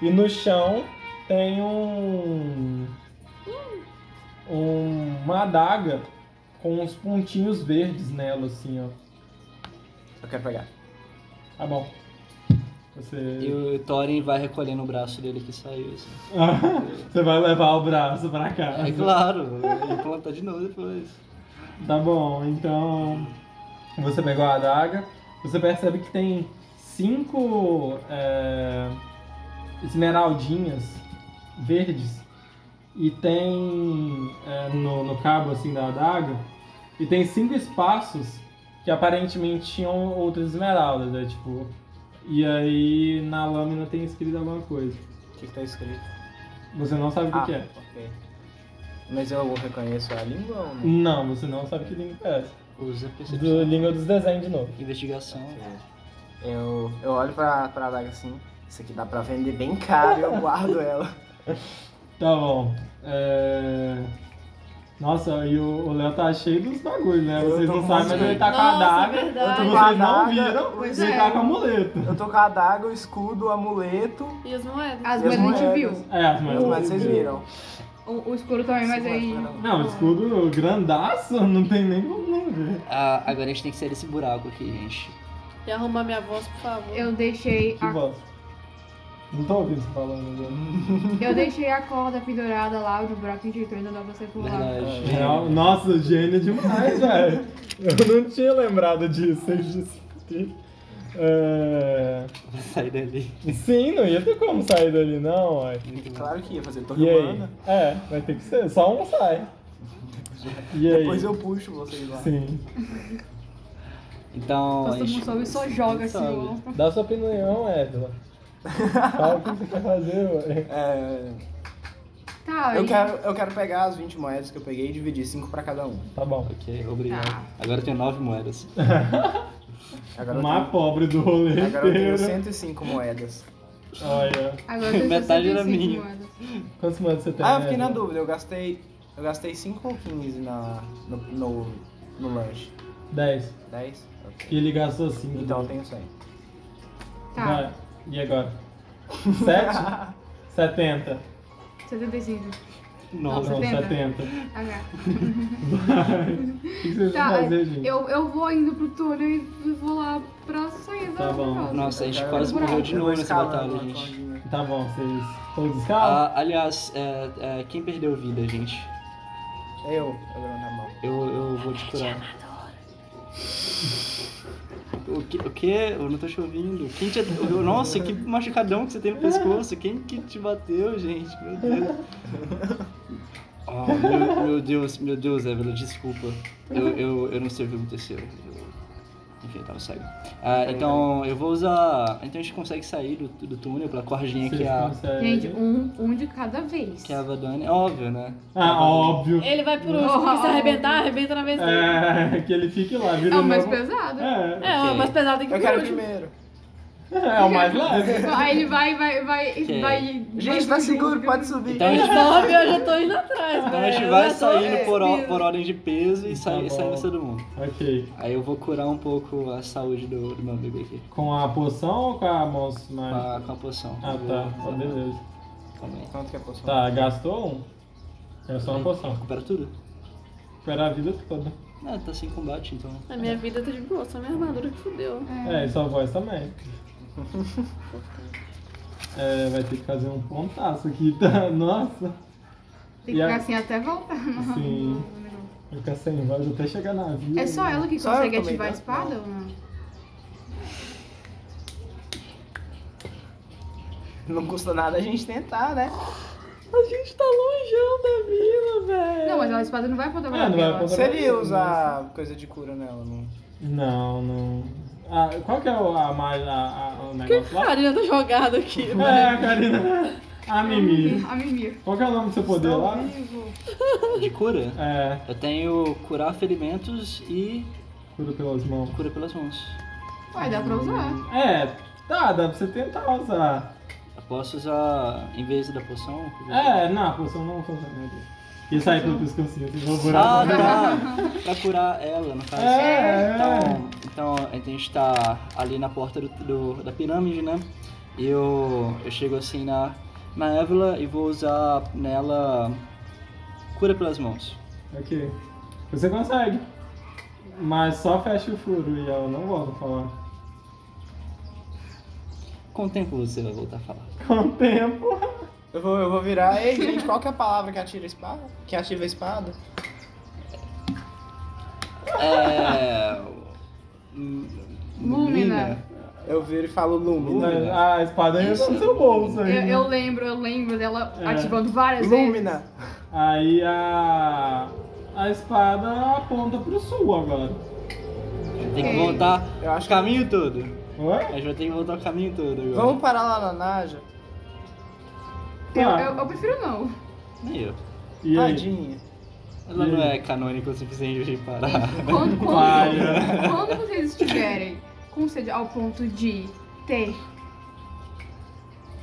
Speaker 1: E no chão tem um. um- uma adaga com uns pontinhos verdes nela, assim, ó.
Speaker 5: Eu quero pegar.
Speaker 1: Tá bom. Você.
Speaker 2: E o Thorin vai recolhendo o braço dele que saiu. Assim.
Speaker 1: Você vai levar o braço pra cá.
Speaker 2: É claro, e plantar de novo depois.
Speaker 1: Tá bom, então. Você pegou a adaga. Você percebe que tem cinco é, esmeraldinhas verdes. E tem é, no, no cabo assim da adaga. E tem cinco espaços que aparentemente tinham outras esmeraldas, né? Tipo. E aí na lâmina tem escrito alguma coisa.
Speaker 5: O que, que tá escrito?
Speaker 1: Você não sabe o que
Speaker 2: Ah.
Speaker 1: que é.
Speaker 5: Ah, ok. Mas eu reconheço a língua ou não?
Speaker 1: Não, você não sabe que língua é essa.
Speaker 2: Usa
Speaker 1: Do
Speaker 2: percepção.
Speaker 1: língua dos desenhos de novo.
Speaker 2: Investigação.
Speaker 5: Eu, eu olho pra, pra adaga assim. Isso aqui dá pra vender bem caro e eu guardo ela.
Speaker 1: Tá bom. É... Nossa, e o o Léo tá cheio dos bagulhos, né?
Speaker 5: Eu
Speaker 1: Vocês
Speaker 5: tô
Speaker 1: não
Speaker 5: com
Speaker 1: sabem, mas
Speaker 5: muito.
Speaker 1: ele tá com a
Speaker 4: Nossa,
Speaker 1: adaga.
Speaker 4: é verdade.
Speaker 1: que
Speaker 5: Eu tô com a
Speaker 1: Vocês não
Speaker 5: adaga,
Speaker 1: viram,
Speaker 5: pois
Speaker 1: ele
Speaker 3: é.
Speaker 1: tá com amuleto.
Speaker 5: Eu tô com a adaga, o escudo, o amuleto.
Speaker 4: E as moedas?
Speaker 3: As mas
Speaker 5: E as
Speaker 3: a gente
Speaker 5: moedas?
Speaker 3: viu.
Speaker 1: É, as
Speaker 5: Mas, mas vocês viram.
Speaker 1: Uhum.
Speaker 3: O, o escuro também, mas aí.
Speaker 1: Não, o escudo grandaço, não tem nem como ver.
Speaker 2: Ah, agora a gente tem que sair desse buraco aqui, gente.
Speaker 4: E arrumar minha voz, por favor.
Speaker 3: Eu deixei
Speaker 1: Que
Speaker 3: a
Speaker 1: voz. Não tô ouvindo você falando agora.
Speaker 3: Eu deixei a corda pendurada lá, o buraco direito, ainda dá pra você pular.
Speaker 2: Verdade.
Speaker 1: Real- Nossa, gênio demais, velho. Eu não tinha lembrado disso. eu disse que- É...
Speaker 2: Vou sair dali.
Speaker 1: Sim, não ia ter como sair dali, não, ué.
Speaker 5: Claro que ia fazer torre
Speaker 1: E aí?
Speaker 5: humana.
Speaker 1: É, vai ter que ser. Só um sai. E aí?
Speaker 5: Depois eu puxo vocês lá.
Speaker 1: Sim.
Speaker 2: Então.
Speaker 3: Todo
Speaker 2: a gente-
Speaker 3: mundo soube, só joga assim.
Speaker 2: Sabe.
Speaker 3: ó.
Speaker 1: Dá sua opinião, Évila. Fala o que você quer fazer, ué.
Speaker 5: É,
Speaker 3: Tá,
Speaker 5: eu,
Speaker 3: e-
Speaker 5: quero, eu quero pegar as 20 moedas que eu peguei e dividir 5 pra cada um.
Speaker 1: Tá bom.
Speaker 2: Ok, obrigado.
Speaker 3: Tá.
Speaker 2: Agora eu tenho nove moedas.
Speaker 5: Agora eu
Speaker 1: Uma
Speaker 5: tenho,
Speaker 1: pobre do rolê
Speaker 5: agora eu tenho
Speaker 1: inteiro.
Speaker 5: 105 moedas.
Speaker 1: Olha.
Speaker 3: Agora tem
Speaker 2: Metade era
Speaker 3: 65
Speaker 2: minha.
Speaker 3: moedas.
Speaker 1: Quantos moedas você tem?
Speaker 5: Ah, eu fiquei na
Speaker 1: Évila?
Speaker 5: dúvida, eu gastei. Eu gastei 5 ou 15 na, no, no, no lanche.
Speaker 1: Dez.
Speaker 5: 10? Ok.
Speaker 1: Que ele gastou cinco.
Speaker 5: Então eu tenho 100.
Speaker 3: Tá,
Speaker 1: Vai. E agora? Sete? Setenta.
Speaker 3: 75.
Speaker 2: Nossa.
Speaker 1: Não,
Speaker 3: Setenta.
Speaker 1: setenta.
Speaker 3: H.
Speaker 1: Vai. O que vocês
Speaker 3: Tá,
Speaker 1: vão fazer, gente?
Speaker 3: eu, eu vou indo pro túnel e vou lá pra saída.
Speaker 1: Tá bom.
Speaker 3: da casa.
Speaker 2: Nossa, a gente
Speaker 5: Eu quero-
Speaker 2: quase morreu de
Speaker 5: eu vou
Speaker 2: novo nessa
Speaker 5: escalando
Speaker 2: batalha,
Speaker 5: uma
Speaker 2: gente.
Speaker 5: cordinha.
Speaker 1: Tá bom, vocês. Todos escalam?
Speaker 2: Ah, aliás, é, é, quem perdeu vida, gente?
Speaker 5: Eu, agora na mão.
Speaker 2: Eu, eu vou te curar. O que, o que? Eu não tô te ouvindo. Quem te, eu- nossa, que machucadão que você tem no pescoço. Quem que te bateu, gente? Meu Deus. Ah, meu, meu Deus, meu Deus, Evelyn, desculpa. Eu, eu, eu não sei o que aconteceu. Eu- Enfim, eu tava cego. Ah, então eu vou usar. Então a gente consegue sair do, do túnel pela cordinha que a,
Speaker 3: Gente, um, um de cada vez.
Speaker 2: que a Vadane. É óbvio, né?
Speaker 1: Ah, óbvio.
Speaker 4: Ele vai por último, porque se arrebentar, arrebenta na vez dele.
Speaker 1: É, que ele fique lá, vira
Speaker 3: É o
Speaker 1: um
Speaker 3: mais
Speaker 1: novo-
Speaker 3: pesado.
Speaker 1: É,
Speaker 4: É,
Speaker 2: Ok.
Speaker 4: mas pesado tem que
Speaker 5: Eu
Speaker 4: ir por
Speaker 5: quero
Speaker 4: último.
Speaker 5: primeiro.
Speaker 1: é o mais leve.
Speaker 3: Aí ele vai, vai, vai,
Speaker 2: Ok.
Speaker 3: vai.
Speaker 5: Gente, tá
Speaker 3: vai-
Speaker 5: seguro, pode subir.
Speaker 2: Então a gente,
Speaker 4: Sobe, eu já tô indo atrás,
Speaker 2: então
Speaker 4: velho.
Speaker 2: a gente
Speaker 4: É, Eu
Speaker 2: vai
Speaker 4: já tô
Speaker 2: saindo por, o-
Speaker 4: subindo.
Speaker 2: por ordem de peso e sai,
Speaker 1: Tá bom.
Speaker 2: saindo todo mundo.
Speaker 1: ok.
Speaker 2: Aí eu vou curar um pouco a saúde do, do meu amigo aqui.
Speaker 1: Com a poção ou com a mão
Speaker 2: Com
Speaker 1: mágica?
Speaker 2: a, com a poção.
Speaker 1: Ah,
Speaker 2: Eu
Speaker 1: tá.
Speaker 2: vou-
Speaker 1: Tá, beleza.
Speaker 2: Calma aí.
Speaker 5: Quanto que é a poção?
Speaker 1: Tá, gastou um? É só uma poção.
Speaker 2: Recupera tudo?
Speaker 1: Recupera a vida toda.
Speaker 2: Ah, tá sem combate, então.
Speaker 4: A minha vida tá de boa, só minha armadura que fudeu.
Speaker 1: É, e sua voz também. É, vai ter que fazer um pontaço aqui, tá? Nossa.
Speaker 3: Tem que ficar assim até voltar. no-
Speaker 1: Sim.
Speaker 3: no negócio.
Speaker 1: Fica sem voz até chegar na vida.
Speaker 3: É só ela que
Speaker 5: Só
Speaker 3: consegue
Speaker 5: eu também,
Speaker 3: ativar a
Speaker 5: né?
Speaker 3: espada ou não?
Speaker 5: Não custa nada a gente tentar, né?
Speaker 4: A gente tá longeão da vila, velho.
Speaker 3: Não, mas a espada não vai apontar pra
Speaker 1: É, não vai
Speaker 3: ela.
Speaker 1: apontar.
Speaker 5: Se ele usar coisa de cura nela, né?
Speaker 1: Não,
Speaker 5: não.
Speaker 1: não. Ah, qual que é o, a, ma- a, a, o negócio lá?
Speaker 4: Karina tá jogada aqui.
Speaker 1: É, a Karina. A Mimi.
Speaker 3: A Mimir.
Speaker 1: Qual que é o nome do seu poder lá?
Speaker 2: De cura?
Speaker 1: É,
Speaker 2: Eu tenho curar ferimentos e
Speaker 1: cura pelas mãos.
Speaker 2: cura pelas mãos.
Speaker 3: Vai, dá pra usar.
Speaker 1: É, tá, dá pra você tentar usar.
Speaker 2: Eu posso usar em vez da poção?
Speaker 1: É, não, a poção não funcionaria. E sair pelo pescocinho, assim, vou
Speaker 2: Ah,
Speaker 1: buraco.
Speaker 2: tá. pra curar ela, no caso.
Speaker 1: É,
Speaker 2: Então, então a gente tá ali na porta do, do- da pirâmide, né? E eu, eu chego assim na, na Évila e vou usar nela cura pelas mãos.
Speaker 1: Ok. Você consegue. Mas só fecha o furo e ela não volta a falar.
Speaker 2: Com o tempo você vai voltar a falar.
Speaker 1: Com o tempo.
Speaker 5: Eu vou, eu vou virar. Ei, gente, qual que é a palavra que atira a espada? Que ativa a espada?
Speaker 2: É.
Speaker 3: Lúmina.
Speaker 5: Eu viro e falo Lumina.
Speaker 2: Lúmina.
Speaker 1: Ah, a espada entra no seu bolso
Speaker 3: Eu,
Speaker 1: aí. né?
Speaker 3: eu lembro, eu lembro dela
Speaker 1: É.
Speaker 3: ativando várias vezes.
Speaker 5: Lumina!
Speaker 1: Aí a. A espada aponta pro sul agora.
Speaker 2: Tem que voltar
Speaker 5: Eu acho
Speaker 2: o caminho todo.
Speaker 1: Ué?
Speaker 2: A gente vai ter que voltar o caminho todo agora.
Speaker 5: Vamos parar lá na Naja?
Speaker 3: Eu,
Speaker 1: Tá.
Speaker 3: eu- eu prefiro não.
Speaker 2: Nem eu.
Speaker 1: E aí?
Speaker 5: Tadinha.
Speaker 2: Ela
Speaker 1: E
Speaker 2: não
Speaker 1: aí?
Speaker 2: é canônica o suficiente pra gente parar.
Speaker 3: Quando, quando,
Speaker 1: Vai, né?
Speaker 3: quando vocês estiverem com sede ao ponto de ter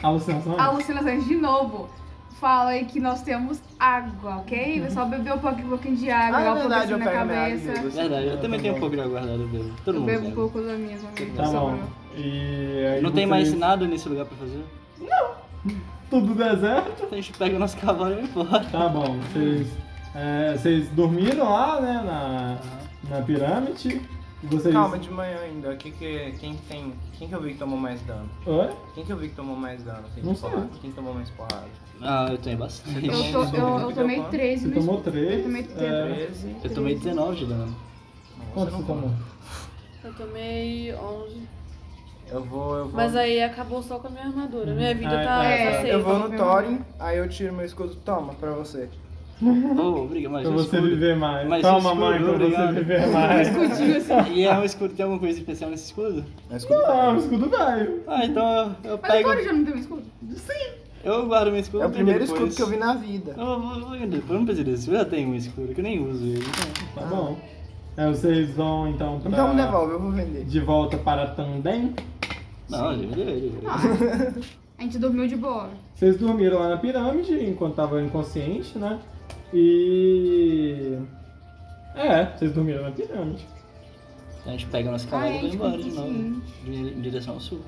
Speaker 1: Alucinação?
Speaker 3: alucinações de novo, falem que nós temos água,
Speaker 1: Uhum.
Speaker 3: ok? É só beber um pouquinho, um pouquinho de água,
Speaker 5: Ah,
Speaker 3: igual
Speaker 5: na verdade, eu
Speaker 3: na
Speaker 5: pego minha assim.
Speaker 3: cabeça.
Speaker 5: água.
Speaker 2: Verdade, eu também
Speaker 1: tá
Speaker 2: tenho um
Speaker 1: bom.
Speaker 2: pouco de aguardado mesmo. Todo
Speaker 3: Eu
Speaker 2: mundo.
Speaker 3: bebo um
Speaker 2: bebe.
Speaker 3: pouco da minha também.
Speaker 1: Tá
Speaker 3: sobrou.
Speaker 1: bom. E aí
Speaker 2: Não tem mais
Speaker 1: vocês-
Speaker 2: nada nesse lugar pra fazer?
Speaker 1: Tudo deserto?
Speaker 2: Então a gente pega o nosso cavalo e vai embora.
Speaker 1: Tá bom. Vocês. é, vocês dormiram lá, né? Na, na pirâmide. E vocês.
Speaker 5: Calma, de manhã ainda. Que que, quem tem. Quem que eu vi que tomou mais dano?
Speaker 1: Oi?
Speaker 5: Quem que eu vi que tomou mais dano? Quem,
Speaker 1: Não
Speaker 5: que tomou-
Speaker 1: sei.
Speaker 5: quem tomou mais porrada?
Speaker 2: Ah, eu tenho bastante.
Speaker 3: Eu, tô, eu, eu tomei três
Speaker 1: Você
Speaker 3: no
Speaker 1: tomou três?
Speaker 3: Eu tomei três.
Speaker 1: É,
Speaker 5: 13.
Speaker 2: Eu tomei 19 de dano.
Speaker 1: quanto você tá tomou?
Speaker 4: Eu tomei 11.
Speaker 5: Eu vou, eu vou.
Speaker 4: Mas aí acabou só com a minha armadura. Minha vida
Speaker 1: Ah,
Speaker 4: tá,
Speaker 3: é,
Speaker 4: tá
Speaker 3: eu
Speaker 4: safe.
Speaker 5: eu vou no Thorin, aí eu tiro meu escudo. Toma, pra você.
Speaker 2: Oh, obrigado, mas
Speaker 1: Pra
Speaker 2: um
Speaker 1: você
Speaker 2: escudo.
Speaker 1: viver mais.
Speaker 2: Mas
Speaker 1: Calma,
Speaker 2: escudo,
Speaker 1: mãe, pra
Speaker 2: obrigado.
Speaker 1: você viver mais.
Speaker 2: E é um escudo, tem alguma coisa especial nesse escudo?
Speaker 5: Meu escudo.
Speaker 1: Ah, o escudo velho.
Speaker 2: Ah, então eu, eu
Speaker 3: Mas
Speaker 2: pego.
Speaker 3: agora já não tem um escudo.
Speaker 2: Eu guardo meu escudo.
Speaker 5: É o primeiro
Speaker 2: depois-
Speaker 5: escudo que eu vi na vida.
Speaker 2: Eu vou- vou- vou- Eu não preciso desse, eu já tenho um escudo que eu nem uso ele.
Speaker 1: Tá bom. É, vocês vão então pra...
Speaker 5: Ah. Então me devolve, eu vou vender.
Speaker 1: De volta para Tandem.
Speaker 2: Não, ele ele-
Speaker 3: Ah, a gente dormiu de boa.
Speaker 1: Vocês dormiram lá na pirâmide enquanto tava inconsciente, né? E. É, vocês dormiram na pirâmide.
Speaker 2: Então a gente pega nosso
Speaker 3: Ah,
Speaker 2: cavalo e
Speaker 3: é,
Speaker 2: vai embora
Speaker 3: tipo
Speaker 2: de novo.
Speaker 3: assim.
Speaker 2: Em em direção ao sul.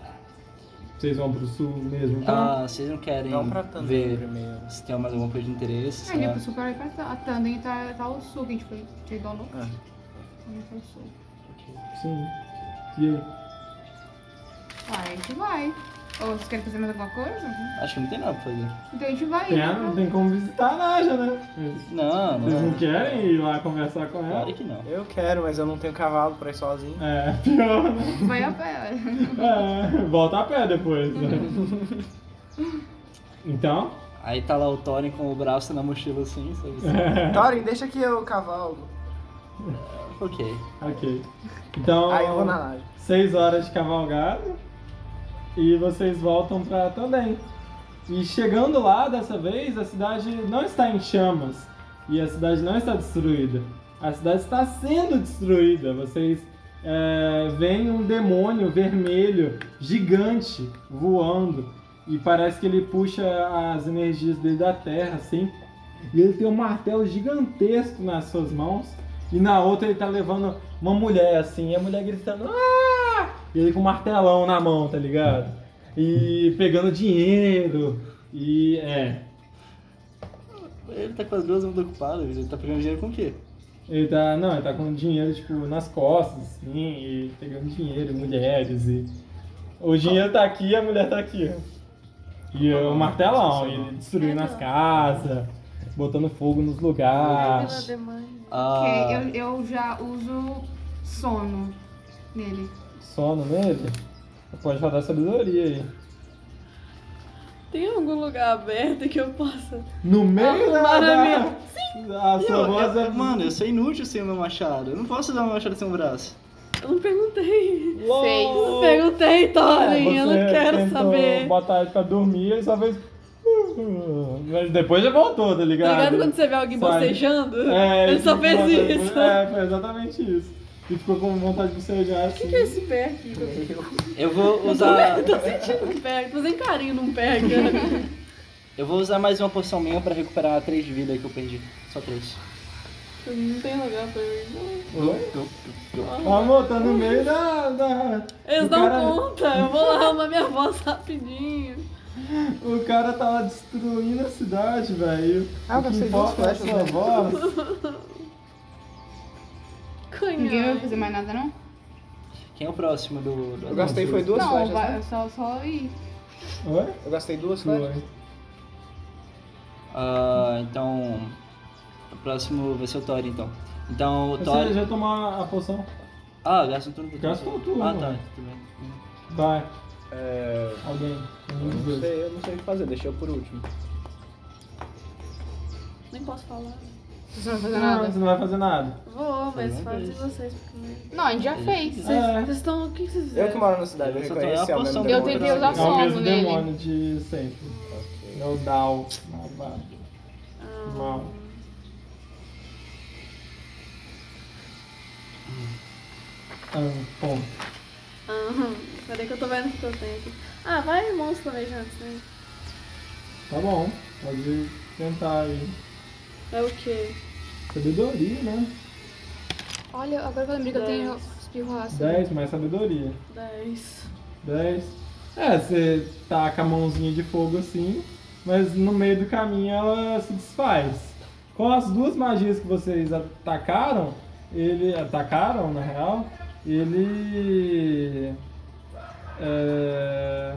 Speaker 1: Vocês vão pro sul mesmo, então?
Speaker 2: Ah, vocês não querem
Speaker 5: Não pra tanto né?
Speaker 2: ver
Speaker 5: primeiro.
Speaker 2: se tem mais alguma coisa de interesse?
Speaker 3: A gente
Speaker 2: né?
Speaker 3: foi super aí pra Ta- a Tandem tá, tá o sul, que a gente foi chegou no.
Speaker 1: É.
Speaker 5: Ah.
Speaker 3: A gente foi tá ao sul.
Speaker 1: Sim. E aí?
Speaker 3: Vai, a gente vai. Ou vocês querem fazer mais alguma coisa?
Speaker 2: Acho que não tem nada pra fazer.
Speaker 3: Então a gente vai.
Speaker 1: Tem, a- não
Speaker 3: né?
Speaker 1: tem como visitar a Naja, né?
Speaker 2: Não,
Speaker 1: Vocês não
Speaker 2: não.
Speaker 1: querem ir lá conversar com ela?
Speaker 2: Claro que não.
Speaker 5: Eu quero, mas eu não tenho cavalo pra ir sozinho.
Speaker 1: É, pior, né?
Speaker 3: Vai a pé.
Speaker 1: É, volta a pé depois. né? Então,
Speaker 2: Aí tá lá o Thorin com o braço na mochila assim, sabe?
Speaker 1: É.
Speaker 5: Thorin, deixa que eu cavalgo.
Speaker 2: ok.
Speaker 1: Ok. Então,
Speaker 5: Aí eu vou na laje.
Speaker 1: 6 horas de cavalgada e vocês voltam pra Tandem. E chegando lá, dessa vez, a cidade não está em chamas e a cidade não está destruída. A cidade está sendo destruída. Vocês é, veem um demônio vermelho gigante voando e parece que ele puxa as energias dele da terra, assim. E ele tem um martelo gigantesco nas suas mãos e na outra ele tá levando uma mulher assim, e a mulher gritando, ah! E ele com um martelão na mão, tá ligado? E pegando dinheiro. E é.
Speaker 2: Ele tá com as duas mãos ocupadas, ele tá pegando dinheiro com o quê?
Speaker 1: Ele tá. Não, ele tá com dinheiro, tipo, nas costas, assim, e pegando dinheiro, mulheres e. O dinheiro tá aqui e a mulher tá aqui. ó. E o martelão, e ele destruindo as casas, botando fogo nos lugares.
Speaker 2: Ah,
Speaker 10: Ok, eu, eu já uso sono nele.
Speaker 1: Sono nele? Pode rodar sabedoria aí.
Speaker 4: Tem algum lugar aberto que eu possa.
Speaker 1: No meio da
Speaker 4: maravilha.
Speaker 1: da- A
Speaker 2: eu-
Speaker 1: sua
Speaker 2: eu-
Speaker 1: voz é...
Speaker 2: Mano, eu sou inútil sem o meu machado. Eu não posso dar meu machado sem um braço.
Speaker 4: Eu não perguntei.
Speaker 1: Lol.
Speaker 4: Eu não perguntei, Thorin. eu não
Speaker 1: Você
Speaker 4: quero
Speaker 1: tentou
Speaker 4: saber.
Speaker 1: botar ele pra dormir, ele só fez... Mas depois já voltou, tá
Speaker 4: Tá ligado
Speaker 1: ligado?
Speaker 4: quando você vê alguém
Speaker 1: Sabe?
Speaker 4: bocejando?
Speaker 1: É,
Speaker 4: Ele só
Speaker 1: ficou
Speaker 4: fez
Speaker 1: vontade-
Speaker 4: isso.
Speaker 1: É, foi exatamente isso. E ficou com vontade de cejar assim.
Speaker 4: é Esse pé aqui.
Speaker 2: Eu vou usar.
Speaker 4: Eu tô sentindo um pé. Tô sem carinho num pé aqui.
Speaker 2: eu vou usar mais uma poção minha pra recuperar três de vida que eu perdi. Só três.
Speaker 4: Não tem lugar pra mim.
Speaker 1: Amor, tá no meio da... da-
Speaker 4: Eles
Speaker 1: O
Speaker 4: dão
Speaker 1: cara-
Speaker 4: conta. Eu vou lá arrumar minha voz rapidinho.
Speaker 1: O cara tá lá destruindo a cidade, velho.
Speaker 5: Ah, eu
Speaker 1: o que
Speaker 5: gastei duas
Speaker 1: importa é a
Speaker 5: flechas,
Speaker 1: sua
Speaker 5: né?
Speaker 1: voz.
Speaker 3: Ninguém vai
Speaker 4: Canhão.
Speaker 3: fazer mais nada, não?
Speaker 2: Quem é o próximo do. do
Speaker 5: Eu gastei foi duas
Speaker 10: não,
Speaker 5: flechas,
Speaker 10: vai,
Speaker 5: né?
Speaker 10: só, só ir.
Speaker 1: Oi?
Speaker 5: Eu gastei duas
Speaker 1: Foi.
Speaker 5: flechas.
Speaker 2: Ah, então. O próximo vai ser o Thorin, então. Então, o
Speaker 1: Você
Speaker 2: Thorin.
Speaker 1: já tomou a- a poção?
Speaker 2: Ah, gasta um turno do
Speaker 1: Gastou tudo,
Speaker 2: Ah, tá,
Speaker 1: mano.
Speaker 2: tudo bem.
Speaker 1: Vai.
Speaker 5: É...
Speaker 1: Alguém.
Speaker 5: Eu
Speaker 1: Um
Speaker 5: não
Speaker 1: dos dois.
Speaker 5: sei, eu não sei o que fazer, deixei eu por último.
Speaker 4: Nem posso falar.
Speaker 3: Vocês não vão fazer
Speaker 1: Não,
Speaker 3: nada?
Speaker 1: Ah, você não vai fazer nada.
Speaker 4: Vou, mas
Speaker 2: Fazer
Speaker 4: fala de
Speaker 2: isso.
Speaker 4: vocês primeiro.
Speaker 3: Não, a gente já fez.
Speaker 4: Vocês
Speaker 1: É.
Speaker 4: vocês estão. O que vocês
Speaker 5: Eu que
Speaker 4: fizeram?
Speaker 5: moro na cidade, eu
Speaker 2: Eu só
Speaker 5: reconheci
Speaker 2: tenho a
Speaker 5: ao mesmo
Speaker 2: poção.
Speaker 5: demônio.
Speaker 3: Eu tentei usar
Speaker 1: É o
Speaker 3: Sono
Speaker 1: mesmo
Speaker 3: nele.
Speaker 1: demônio de sempre. É o Dal. Malvado.
Speaker 4: Ah,
Speaker 1: Mal. Ah, bom.
Speaker 4: Aham. Peraí que eu tô vendo o que eu tenho aqui. Ah, vai monstro planejante, né?
Speaker 1: Tá bom. Pode tentar aí.
Speaker 4: É o quê?
Speaker 1: Sabedoria, né?
Speaker 3: Olha, agora que eu lembrei que eu tenho espirro ácido.
Speaker 1: 10 mais sabedoria.
Speaker 4: 10.
Speaker 1: 10. É, você taca a mãozinha de fogo assim, mas no meio do caminho ela se desfaz. Com as duas magias que vocês atacaram, ele. atacaram, na real, ele. é,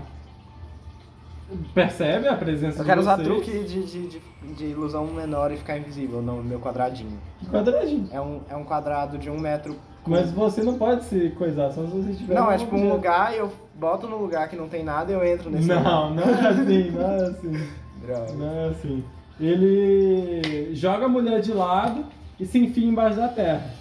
Speaker 1: percebe a presença
Speaker 5: Eu quero
Speaker 1: de
Speaker 5: usar
Speaker 1: vocês.
Speaker 5: truque de, de, de, de ilusão menor e ficar invisível no meu quadradinho.
Speaker 1: Quadradinho.
Speaker 5: É um, é um quadrado de um metro.
Speaker 1: Mas você não pode se coisar, só se você tiver.
Speaker 5: Não,
Speaker 1: um
Speaker 5: é tipo um
Speaker 1: objeto.
Speaker 5: lugar, eu boto no lugar que não tem nada e eu entro nesse lugar.
Speaker 1: Não, não é assim, não é assim.
Speaker 5: Droga.
Speaker 1: Não é assim. Ele joga a mulher de lado e se enfia embaixo da terra.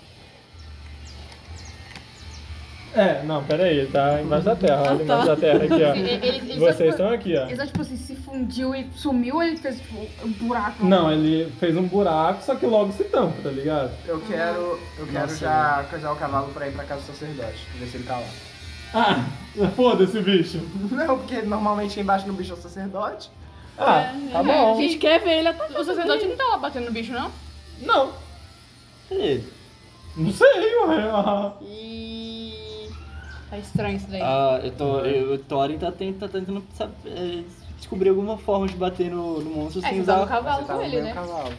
Speaker 1: É, não, peraí, ele tá embaixo da terra, olha embaixo da terra
Speaker 10: Ele,
Speaker 1: aqui,
Speaker 10: ele, ele
Speaker 1: ó.
Speaker 10: só, tipo,
Speaker 1: Vocês estão aqui, ó.
Speaker 10: Ele
Speaker 3: tá,
Speaker 10: só, tipo assim, se fundiu e sumiu ou ele fez, tipo, um buraco?
Speaker 1: Não, ele fez um buraco, só que logo se tampa, tá ligado?
Speaker 5: Eu quero, eu quero
Speaker 2: Nossa, né?
Speaker 5: já coisar o cavalo pra ir pra casa do sacerdote, ver se ele tá lá.
Speaker 1: Ah, foda-se, bicho.
Speaker 5: Não, porque normalmente quem bate no bicho é o sacerdote.
Speaker 1: Ah, tá
Speaker 4: A
Speaker 1: bom.
Speaker 4: gente quer ver ele até.
Speaker 3: O sacerdote não tá lá batendo no bicho, não?
Speaker 1: Não,
Speaker 2: Peraí.
Speaker 1: não sei, ué. ah.
Speaker 4: E.
Speaker 3: Tá estranho isso daí.
Speaker 2: Ah, eu tô. Eu, o Thorin tá, ten- tá tentando sabe, é, descobrir alguma forma de bater no, no monstro
Speaker 3: É,
Speaker 2: sem
Speaker 3: você dá um
Speaker 2: usar.
Speaker 3: cavalo
Speaker 5: Você tá
Speaker 3: com
Speaker 5: no
Speaker 3: ele,
Speaker 5: meu
Speaker 3: né?
Speaker 5: cavalo.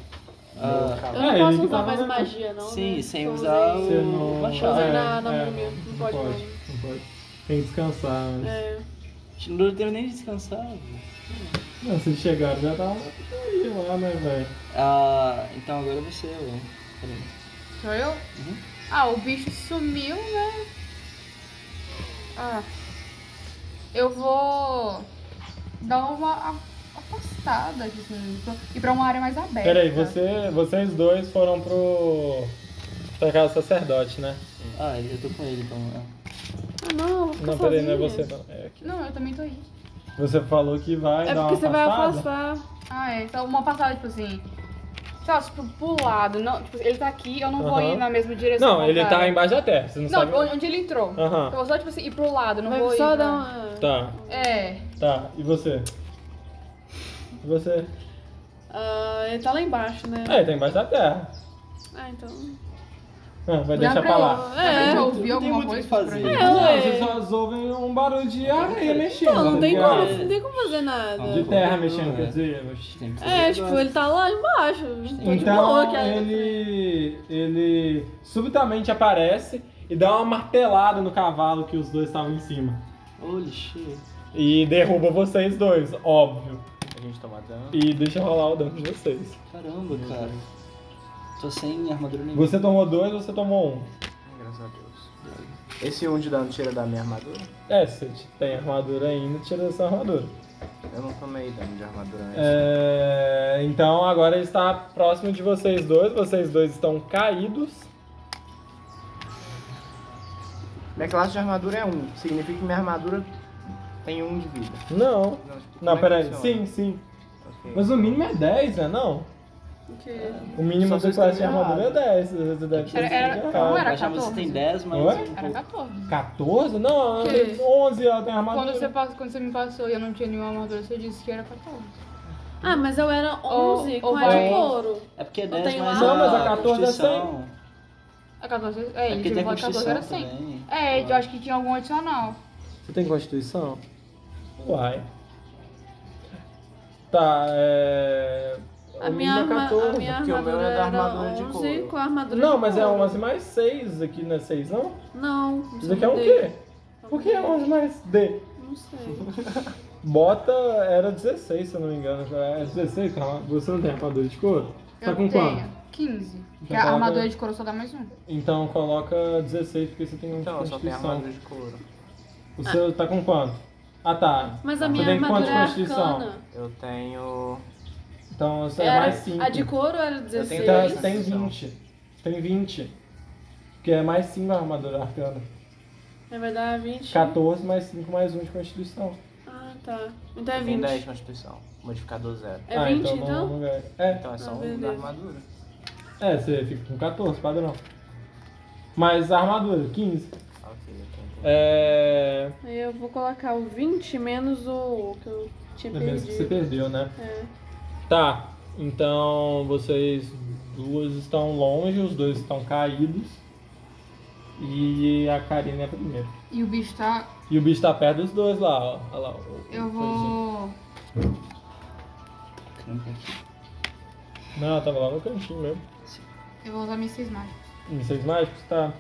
Speaker 2: Ah.
Speaker 5: Meu
Speaker 4: Eu
Speaker 5: cavalo.
Speaker 4: não
Speaker 1: É,
Speaker 4: posso
Speaker 1: ele
Speaker 4: usar
Speaker 1: tava
Speaker 4: mais
Speaker 1: na-
Speaker 4: magia, não.
Speaker 2: Sim,
Speaker 4: né?
Speaker 2: sem
Speaker 4: Eu
Speaker 2: usar
Speaker 4: usei-
Speaker 1: Você
Speaker 2: o
Speaker 1: não.
Speaker 2: machado.
Speaker 4: Usei na- na
Speaker 1: é,
Speaker 4: múmia, não pode não.
Speaker 1: Não pode. Tem que descansar. Mas...
Speaker 4: É.
Speaker 2: A gente não deu nem descansado.
Speaker 1: Não, vocês chegaram, já tava na putaria lá, né, velho?
Speaker 2: Ah, então agora você, eu. Peraí.
Speaker 3: Sou eu?
Speaker 5: Uhum.
Speaker 3: Ah, o bicho sumiu, né? Ah. Eu vou dar uma a- afastada afastada. que isso- E pra uma área mais aberta.
Speaker 1: Peraí, você, vocês dois foram pro. pra casa do sacerdote, né?
Speaker 2: Ah, eu tô com ele, então. é.
Speaker 4: Ah, não, eu vou ficar
Speaker 1: Não, peraí, não é
Speaker 4: sozinha.
Speaker 1: você. Não. É aqui.
Speaker 3: Não, eu também tô aí.
Speaker 1: Você falou que vai
Speaker 4: É
Speaker 1: dar uma
Speaker 4: porque você vai
Speaker 1: afastada.
Speaker 4: afastar.
Speaker 3: Ah, é. Então uma passada, tipo assim.
Speaker 11: Só, tipo, pro lado. Não, tipo, ele tá aqui, eu não vou
Speaker 1: Aham.
Speaker 11: ir na mesma direção.
Speaker 1: Não, ele tá
Speaker 11: contrária.
Speaker 1: embaixo da terra, você não,
Speaker 11: Não,
Speaker 1: sabe.
Speaker 11: tipo, onde ele entrou.
Speaker 1: Aham.
Speaker 11: Eu vou só, tipo assim, ir pro lado, não vou
Speaker 4: Vai
Speaker 11: ir. pra-
Speaker 4: só dar uma.
Speaker 1: Tá,
Speaker 3: É.
Speaker 1: tá. E você? E você?
Speaker 4: Ah, ele tá lá embaixo, né?
Speaker 1: É, ele tá embaixo da terra.
Speaker 4: Ah, então.
Speaker 1: Ah, tá vai deixar pra lá.
Speaker 3: Você
Speaker 4: É.
Speaker 3: já ouviu alguma coisa?
Speaker 2: fazer.
Speaker 4: É,
Speaker 1: Não,
Speaker 4: ué.
Speaker 1: vocês só ouvem um barulho de areia mexendo.
Speaker 4: Não, não tem
Speaker 1: tá ligado?
Speaker 4: como, não tem como fazer nada.
Speaker 1: De terra mexendo,
Speaker 2: É.
Speaker 1: quer dizer.
Speaker 2: Tem que
Speaker 4: É,
Speaker 2: fazer
Speaker 4: tipo,
Speaker 2: negócio.
Speaker 4: ele tá lá embaixo. Tô de boa
Speaker 1: Então
Speaker 4: aqui ainda.
Speaker 1: ele, ele subitamente aparece e dá uma martelada no cavalo que os dois estavam em cima.
Speaker 2: Holy shit.
Speaker 1: E derruba vocês dois, óbvio.
Speaker 5: A gente toma dano.
Speaker 1: E deixa rolar o dano de vocês.
Speaker 2: Caramba, cara. Tô sem armadura nenhuma.
Speaker 1: Você tomou dois, você tomou um.
Speaker 5: Ai, Graças a Deus. Esse 1 um de dano tira da minha armadura?
Speaker 1: É, se você tem armadura ainda, tira essa armadura.
Speaker 5: Eu não tomei dano de armadura né? antes.
Speaker 1: É, então agora ele está próximo de vocês dois, vocês dois estão caídos.
Speaker 5: Minha classe de armadura é 1. Um. Significa que minha armadura tem 1 um de vida.
Speaker 1: Não.
Speaker 5: Não, tipo,
Speaker 1: Não,
Speaker 5: como é que
Speaker 1: peraí. Sim,
Speaker 5: funciona?
Speaker 1: sim.
Speaker 5: Ok.
Speaker 1: Mas o mínimo é 10, né? Não. O mínimo
Speaker 5: Só
Speaker 1: do
Speaker 5: vocês
Speaker 1: classe de
Speaker 5: estão
Speaker 1: armadura é 10. Você deve ter
Speaker 3: Era- era-
Speaker 1: sido
Speaker 3: não
Speaker 1: errado.
Speaker 3: era
Speaker 2: Eu achava que você
Speaker 3: 14?
Speaker 2: tem 10, mas.
Speaker 1: Ué?
Speaker 2: um
Speaker 3: Era
Speaker 2: pouco-
Speaker 3: 14.
Speaker 1: 14? Não,
Speaker 4: Que?
Speaker 1: 11 ela tem
Speaker 3: Quando você,
Speaker 1: armadura.
Speaker 3: passa, quando você me passou e eu não tinha nenhuma armadura, você disse que era 14.
Speaker 4: Ah, mas eu era 11
Speaker 3: Ou-
Speaker 4: com
Speaker 3: ou
Speaker 4: a de
Speaker 3: vai-
Speaker 4: couro.
Speaker 2: É porque é
Speaker 4: Eu
Speaker 2: 10
Speaker 4: tenho
Speaker 2: mais.
Speaker 4: arma.
Speaker 1: Não, mas a 14 é
Speaker 2: Constituição.
Speaker 3: A 14. É,
Speaker 2: É
Speaker 3: ele
Speaker 2: porque
Speaker 3: tinha
Speaker 2: tem a
Speaker 3: falado 14 era 100.
Speaker 2: Constituição.
Speaker 3: É, eu acho que tinha algum adicional.
Speaker 1: Você tem constituição? Uai. Tá, é.
Speaker 4: A
Speaker 1: o
Speaker 4: minha,
Speaker 1: mínimo é
Speaker 4: arma, a
Speaker 1: 14.
Speaker 4: minha
Speaker 5: porque o meu
Speaker 4: armadura
Speaker 5: era da
Speaker 4: era
Speaker 5: armadura de
Speaker 4: 11
Speaker 5: couro.
Speaker 4: com a armadura
Speaker 1: Não,
Speaker 4: de
Speaker 1: mas é
Speaker 4: couro.
Speaker 1: 11 mais 6 aqui, não é 6 não?
Speaker 4: Não, não
Speaker 1: Isso aqui é o quê? Por que é 11 mais D?
Speaker 4: Não sei.
Speaker 1: Bota era 16, se eu não me engano. É 16, calma. Você não tem armadura de couro? Tá
Speaker 3: eu
Speaker 1: com quanto?
Speaker 3: tenho 15. Que
Speaker 1: Então
Speaker 3: a
Speaker 1: coloca-
Speaker 3: armadura de couro só dá mais um.
Speaker 1: Então coloca 16, porque você tem um
Speaker 5: Então, eu só tenho
Speaker 1: constituição.
Speaker 5: armadura de couro.
Speaker 1: O seu tá com quanto? Ah tá.
Speaker 4: Mas a
Speaker 1: Você
Speaker 4: minha
Speaker 1: tem quanto
Speaker 4: armadura é
Speaker 1: constituição?
Speaker 4: arcana.
Speaker 5: Eu tenho.
Speaker 1: Então você é
Speaker 4: Era-
Speaker 1: mais 5.
Speaker 4: a de couro era 16.
Speaker 5: tenho
Speaker 1: Então
Speaker 5: dez.
Speaker 1: você tem 20. Você Tem 20. Porque é mais 5 a armadura arcana.
Speaker 4: Aí Vai dar 20.
Speaker 1: 14 mais 5 mais 1 de constituição.
Speaker 4: Ah, tá. Então é
Speaker 5: Eu tenho 10
Speaker 4: 20.
Speaker 5: de constituição. Modificador zero.
Speaker 4: É 20,
Speaker 1: então? Não,
Speaker 4: então?
Speaker 1: não ganha. é,
Speaker 5: Então é só
Speaker 4: Ah,
Speaker 5: um da
Speaker 4: beleza.
Speaker 5: armadura.
Speaker 1: é, você fica com 14, padrão. Mais a armadura, 15.
Speaker 5: Ah, Ok, eu tenho.
Speaker 1: É.
Speaker 4: Aí eu vou colocar o 20 menos o que eu tinha
Speaker 1: É mesmo que você
Speaker 4: perdido.
Speaker 1: perdeu, né?
Speaker 4: É.
Speaker 1: Tá, então vocês duas estão longe, os dois estão caídos. E a Karina é a primeira.
Speaker 3: E o bicho tá.
Speaker 1: E o bicho tá perto dos dois lá, ó. Olha lá. o- o
Speaker 3: Eu
Speaker 1: coisinho.
Speaker 3: vou.
Speaker 1: Não, ela tava lá no cantinho mesmo.
Speaker 3: Eu vou usar minhas seis mágicas.
Speaker 1: Mísseis mágicos, tá?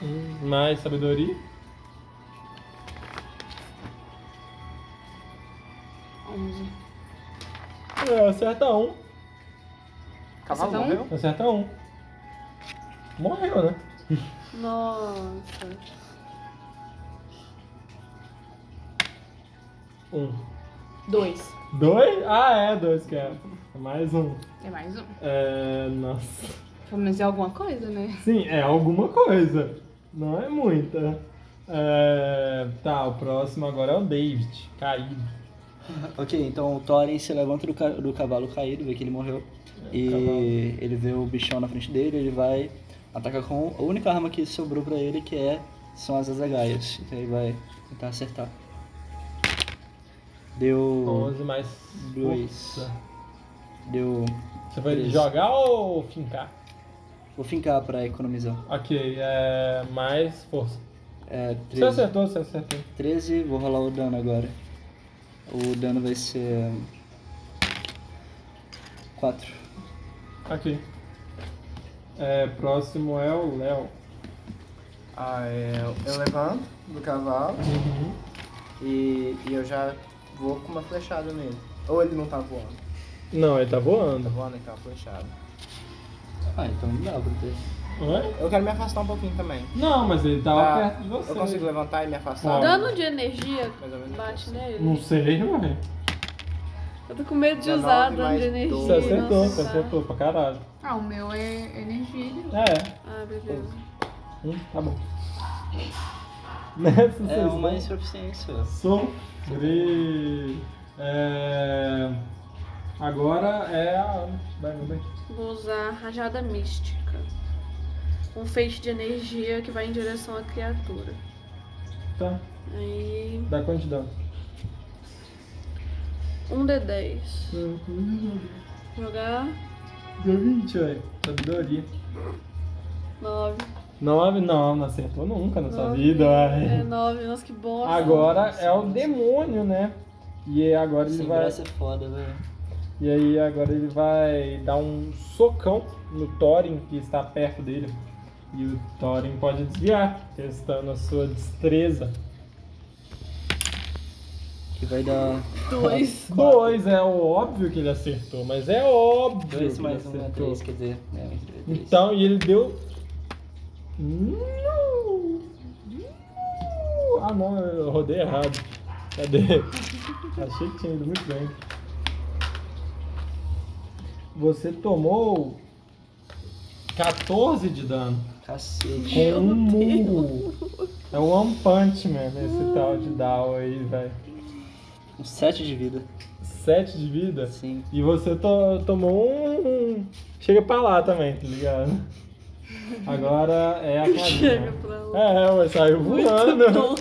Speaker 1: Hum, Mais sabedoria.
Speaker 3: 11.
Speaker 1: É, acerta um.
Speaker 5: Cavalo
Speaker 3: Você tá um?
Speaker 5: morreu?
Speaker 1: Acerta um. Morreu, né?
Speaker 4: Nossa.
Speaker 1: Um.
Speaker 11: 2.
Speaker 1: Dois? Ah, é, dois que é. Mais um.
Speaker 3: É mais um.
Speaker 1: É. Nossa.
Speaker 3: Pelo menos é alguma coisa, né?
Speaker 1: Sim, é alguma coisa. Não é muita. É, tá, o próximo agora é o David, caído.
Speaker 2: Ok, então o Thorin se levanta do, ca- do cavalo caído, vê que ele morreu. e
Speaker 1: cavalo.
Speaker 2: ele vê o bichão na frente dele, ele vai atacar com a única arma que sobrou pra ele, que é são as azagaias. Então ele vai tentar acertar. Deu.
Speaker 1: 11 mais
Speaker 2: Dois.
Speaker 1: força.
Speaker 2: Deu.
Speaker 1: Você vai
Speaker 2: Três.
Speaker 1: jogar ou fincar?
Speaker 2: Vou fincar pra economizar.
Speaker 1: Ok, é. Mais força.
Speaker 2: É,
Speaker 1: Você
Speaker 2: 13,
Speaker 1: acertou, você acertou.
Speaker 2: 13, vou rolar o dano agora. O dano vai ser. 4.
Speaker 1: Ok. É, próximo é o Léo.
Speaker 5: Ah, é, eu levanto do cavalo e, e eu já vou com uma flechada nele. Ou ele não tá voando?
Speaker 1: Não, ele tá
Speaker 5: Tá
Speaker 1: voando.
Speaker 5: voando então, flechada.
Speaker 2: Ah, então não dá pra ter.
Speaker 1: Oi?
Speaker 5: Eu quero me afastar um pouquinho também.
Speaker 1: Não, mas ele tava
Speaker 5: Ah,
Speaker 1: perto é de você.
Speaker 5: Eu consigo levantar e me afastar?
Speaker 1: Pode.
Speaker 4: Dano de energia
Speaker 5: Mais ou menos.
Speaker 4: bate nele.
Speaker 1: Não sei, ué.
Speaker 4: Eu tô com medo de usar dano
Speaker 5: 19
Speaker 4: de
Speaker 5: mais
Speaker 4: energia.
Speaker 5: dois.
Speaker 1: Você acertou,
Speaker 4: não
Speaker 1: você
Speaker 4: usar.
Speaker 1: acertou pra caralho.
Speaker 7: Ah, o meu é energia.
Speaker 1: É,
Speaker 4: Ah, beleza.
Speaker 1: hum, tá bom. Nessa
Speaker 2: É
Speaker 1: vocês
Speaker 2: uma insuficiência.
Speaker 1: Sobre. É... Agora é a Ana. Vai, meu bem.
Speaker 4: Vou usar rajada mística. Um feixe de energia que vai em direção à criatura.
Speaker 1: Tá.
Speaker 4: Aí.
Speaker 1: Dá quanto de dano?
Speaker 4: Um D10.
Speaker 2: Uhum.
Speaker 4: Jogar
Speaker 1: Deu 20, velho. Sabedoria.
Speaker 4: 9.
Speaker 1: 9, não, não acertou nunca na sua
Speaker 4: Nove.
Speaker 1: vida.
Speaker 4: É
Speaker 1: ué.
Speaker 4: 9, nossa, que bosta.
Speaker 1: Agora é o demônio, né? E agora ele
Speaker 2: Sem
Speaker 1: vai.
Speaker 2: graça é foda, velho.
Speaker 1: E aí agora ele vai dar um socão no Thorin que está perto dele. E o Thorin pode desviar, testando a sua destreza.
Speaker 2: Que vai dar
Speaker 4: 2.
Speaker 1: Dois, é óbvio que ele acertou, mas é óbvio
Speaker 2: 2
Speaker 1: que
Speaker 2: mais
Speaker 1: ele
Speaker 2: 1 é
Speaker 1: acertou.
Speaker 2: 3, quer dizer. É, vai ser três.
Speaker 1: Então, e ele deu. Não! Ah não, eu rodei errado. Cadê? Achei que tinha ido muito bem. Você tomou 14 de dano.
Speaker 2: Cacete.
Speaker 1: Com um murro. É um One Punch Man esse tal de Dow aí, velho.
Speaker 2: Um 7 de vida. assim.
Speaker 1: 7 de vida.
Speaker 2: Sim.
Speaker 1: E você to- tomou um. um- Chega pra lá também, tá ligado? Agora é a
Speaker 4: Chega
Speaker 1: Clarinha.
Speaker 4: pra lá.
Speaker 1: É, ué, saiu voando.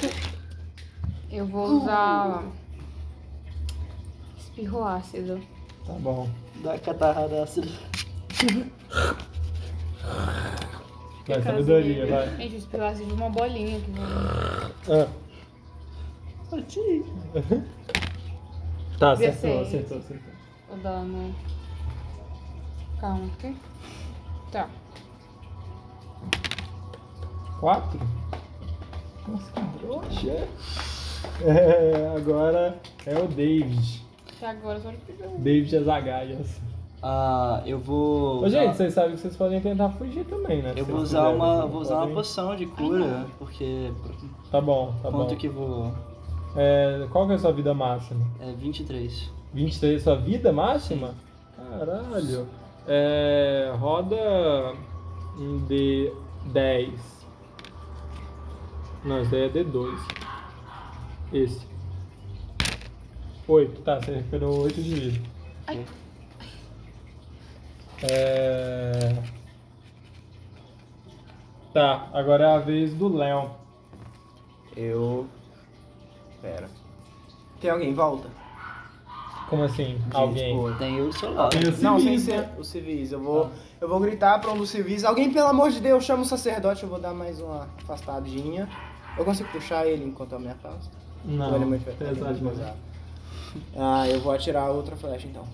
Speaker 3: Eu vou usar. Espirro ácido.
Speaker 1: Tá bom.
Speaker 2: Dá a catarrada ácida.
Speaker 1: Vai, sabedoria, vai.
Speaker 3: Gente, o espirro ácido é uma bolinha que vai.
Speaker 1: Ah. Tá, acertou,
Speaker 3: Dezesseis.
Speaker 1: acertou, acertou.
Speaker 3: O dano. Calma, ok? Tá.
Speaker 1: Quatro? Nossa, que broxa. É, agora é o David.
Speaker 3: Até agora só pegar um.
Speaker 1: David Azagaias.
Speaker 2: Ah, eu vou.
Speaker 1: Ô, gente,
Speaker 2: usar-
Speaker 1: vocês sabem que vocês podem tentar fugir também, né? Se
Speaker 2: eu vou
Speaker 1: vocês
Speaker 2: usar
Speaker 1: quiserem,
Speaker 2: uma.
Speaker 1: vocês
Speaker 2: Vou usar uma
Speaker 1: podem.
Speaker 2: poção de cura, porque.
Speaker 1: Tá bom, tá
Speaker 2: quanto
Speaker 1: bom.
Speaker 2: que eu vou.
Speaker 1: É, qual que é a sua vida máxima?
Speaker 2: É 23.
Speaker 1: 23 é sua vida máxima? Caralho. É, roda um D10. Não, esse daí é D2. Esse. 8, tá, você recuperou 8 de vida.
Speaker 2: Ai.
Speaker 1: É... Tá, agora é a vez do Leon.
Speaker 9: assim. Eu. Pera. Tem alguém em volta?
Speaker 1: Como assim? Alguém?
Speaker 9: Tipo,
Speaker 2: Tem eu do seu lado.
Speaker 1: Tem o
Speaker 9: Não, sem
Speaker 1: civis,
Speaker 9: ser
Speaker 1: né?
Speaker 9: os civis. Eu vou, eu vou gritar pra um dos civis. Alguém, pelo amor de Deus, chama o sacerdote. Eu vou dar mais uma afastadinha. Eu consigo puxar ele enquanto eu me afasto? Ou
Speaker 1: Não,
Speaker 9: ele é muito- ele é
Speaker 1: pesado
Speaker 9: muito
Speaker 1: demais.
Speaker 9: pesado? Ah, eu vou atirar outra flecha então.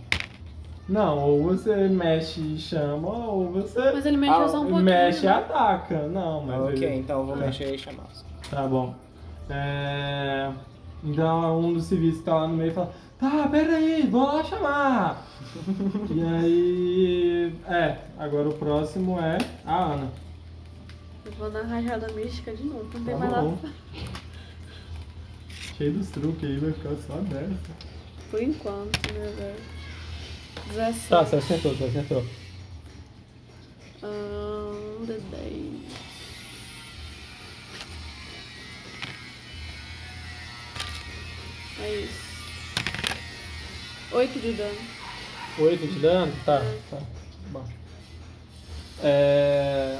Speaker 1: Não, ou você mexe e chama, ou você
Speaker 4: Mas ele mexe
Speaker 9: Ah,
Speaker 4: só um pouquinho.
Speaker 1: mexe e
Speaker 4: né?
Speaker 1: ataca. Não, mas.
Speaker 9: ok,
Speaker 1: ele-
Speaker 9: então eu vou mexer e chamar.
Speaker 1: Tá bom. É... Então um dos civis que tá lá no meio fala: Tá, pera aí, vou lá chamar. e aí. É, agora o próximo é a Ana.
Speaker 4: Eu vou dar rajada mística de novo. Não tem
Speaker 1: Tá
Speaker 4: mais
Speaker 1: bom.
Speaker 4: nada.
Speaker 1: Cheio dos truques aí, vai ficar só dessa.
Speaker 4: Por enquanto, né, velho? 17.
Speaker 1: Tá, você acertou, você acertou.
Speaker 4: Ah, Um D10. É isso. 8 de dano.
Speaker 1: 8 de dano? Tá, tá. Bom. É...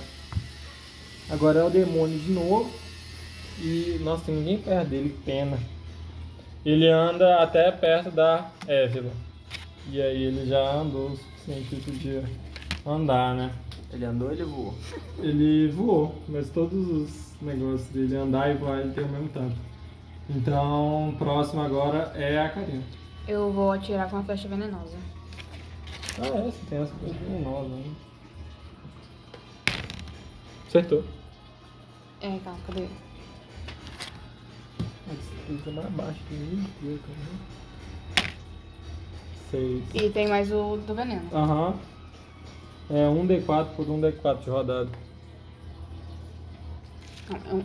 Speaker 1: Agora é o demônio de novo. E, nossa, tem ninguém perto dele, que pena. Ele anda até perto da Évila. E aí ele já andou o suficiente que ele podia andar, né?
Speaker 9: Ele andou, ele voou.
Speaker 1: Ele voou, mas todos os negócios dele andar e voar ele tem o mesmo tanto. Então, o próximo agora é a Karina.
Speaker 3: Eu vou atirar com uma flecha venenosa.
Speaker 1: Ah, é, você tem essa coisa venenosa, né? Acertou.
Speaker 3: É, calma, cadê?
Speaker 1: Ele tá mais abaixo que mim, meu cara. né? Seis.
Speaker 3: E tem mais o do veneno.
Speaker 1: Aham. É um D4 por um D4 de rodada.
Speaker 7: Ah,
Speaker 12: É um-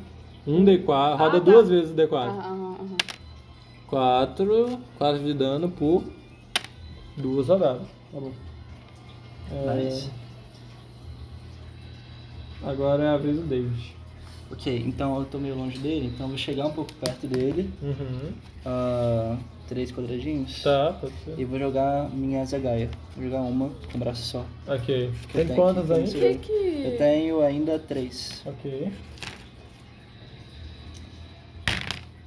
Speaker 1: Um D4, roda
Speaker 12: Ah, tá.
Speaker 1: duas vezes o D4.
Speaker 12: Aham, aham, aham.
Speaker 7: ah.
Speaker 1: 4, 4 de dano por duas rodadas. Tá bom. É,
Speaker 2: Nice.
Speaker 1: Agora é a vez do David.
Speaker 2: Ok, então eu tô meio longe dele, então eu vou chegar um pouco perto dele.
Speaker 1: Uhum.
Speaker 2: Ah, três quadradinhos.
Speaker 1: Tá, pode ser.
Speaker 2: E vou jogar minha zagaia. Vou jogar uma com o braço só.
Speaker 1: Ok.
Speaker 2: que eu
Speaker 1: Tem
Speaker 2: tenho
Speaker 1: quantas
Speaker 2: que
Speaker 1: ainda?
Speaker 2: fazer.
Speaker 4: Que que-
Speaker 2: Eu tenho ainda três.
Speaker 1: Ok.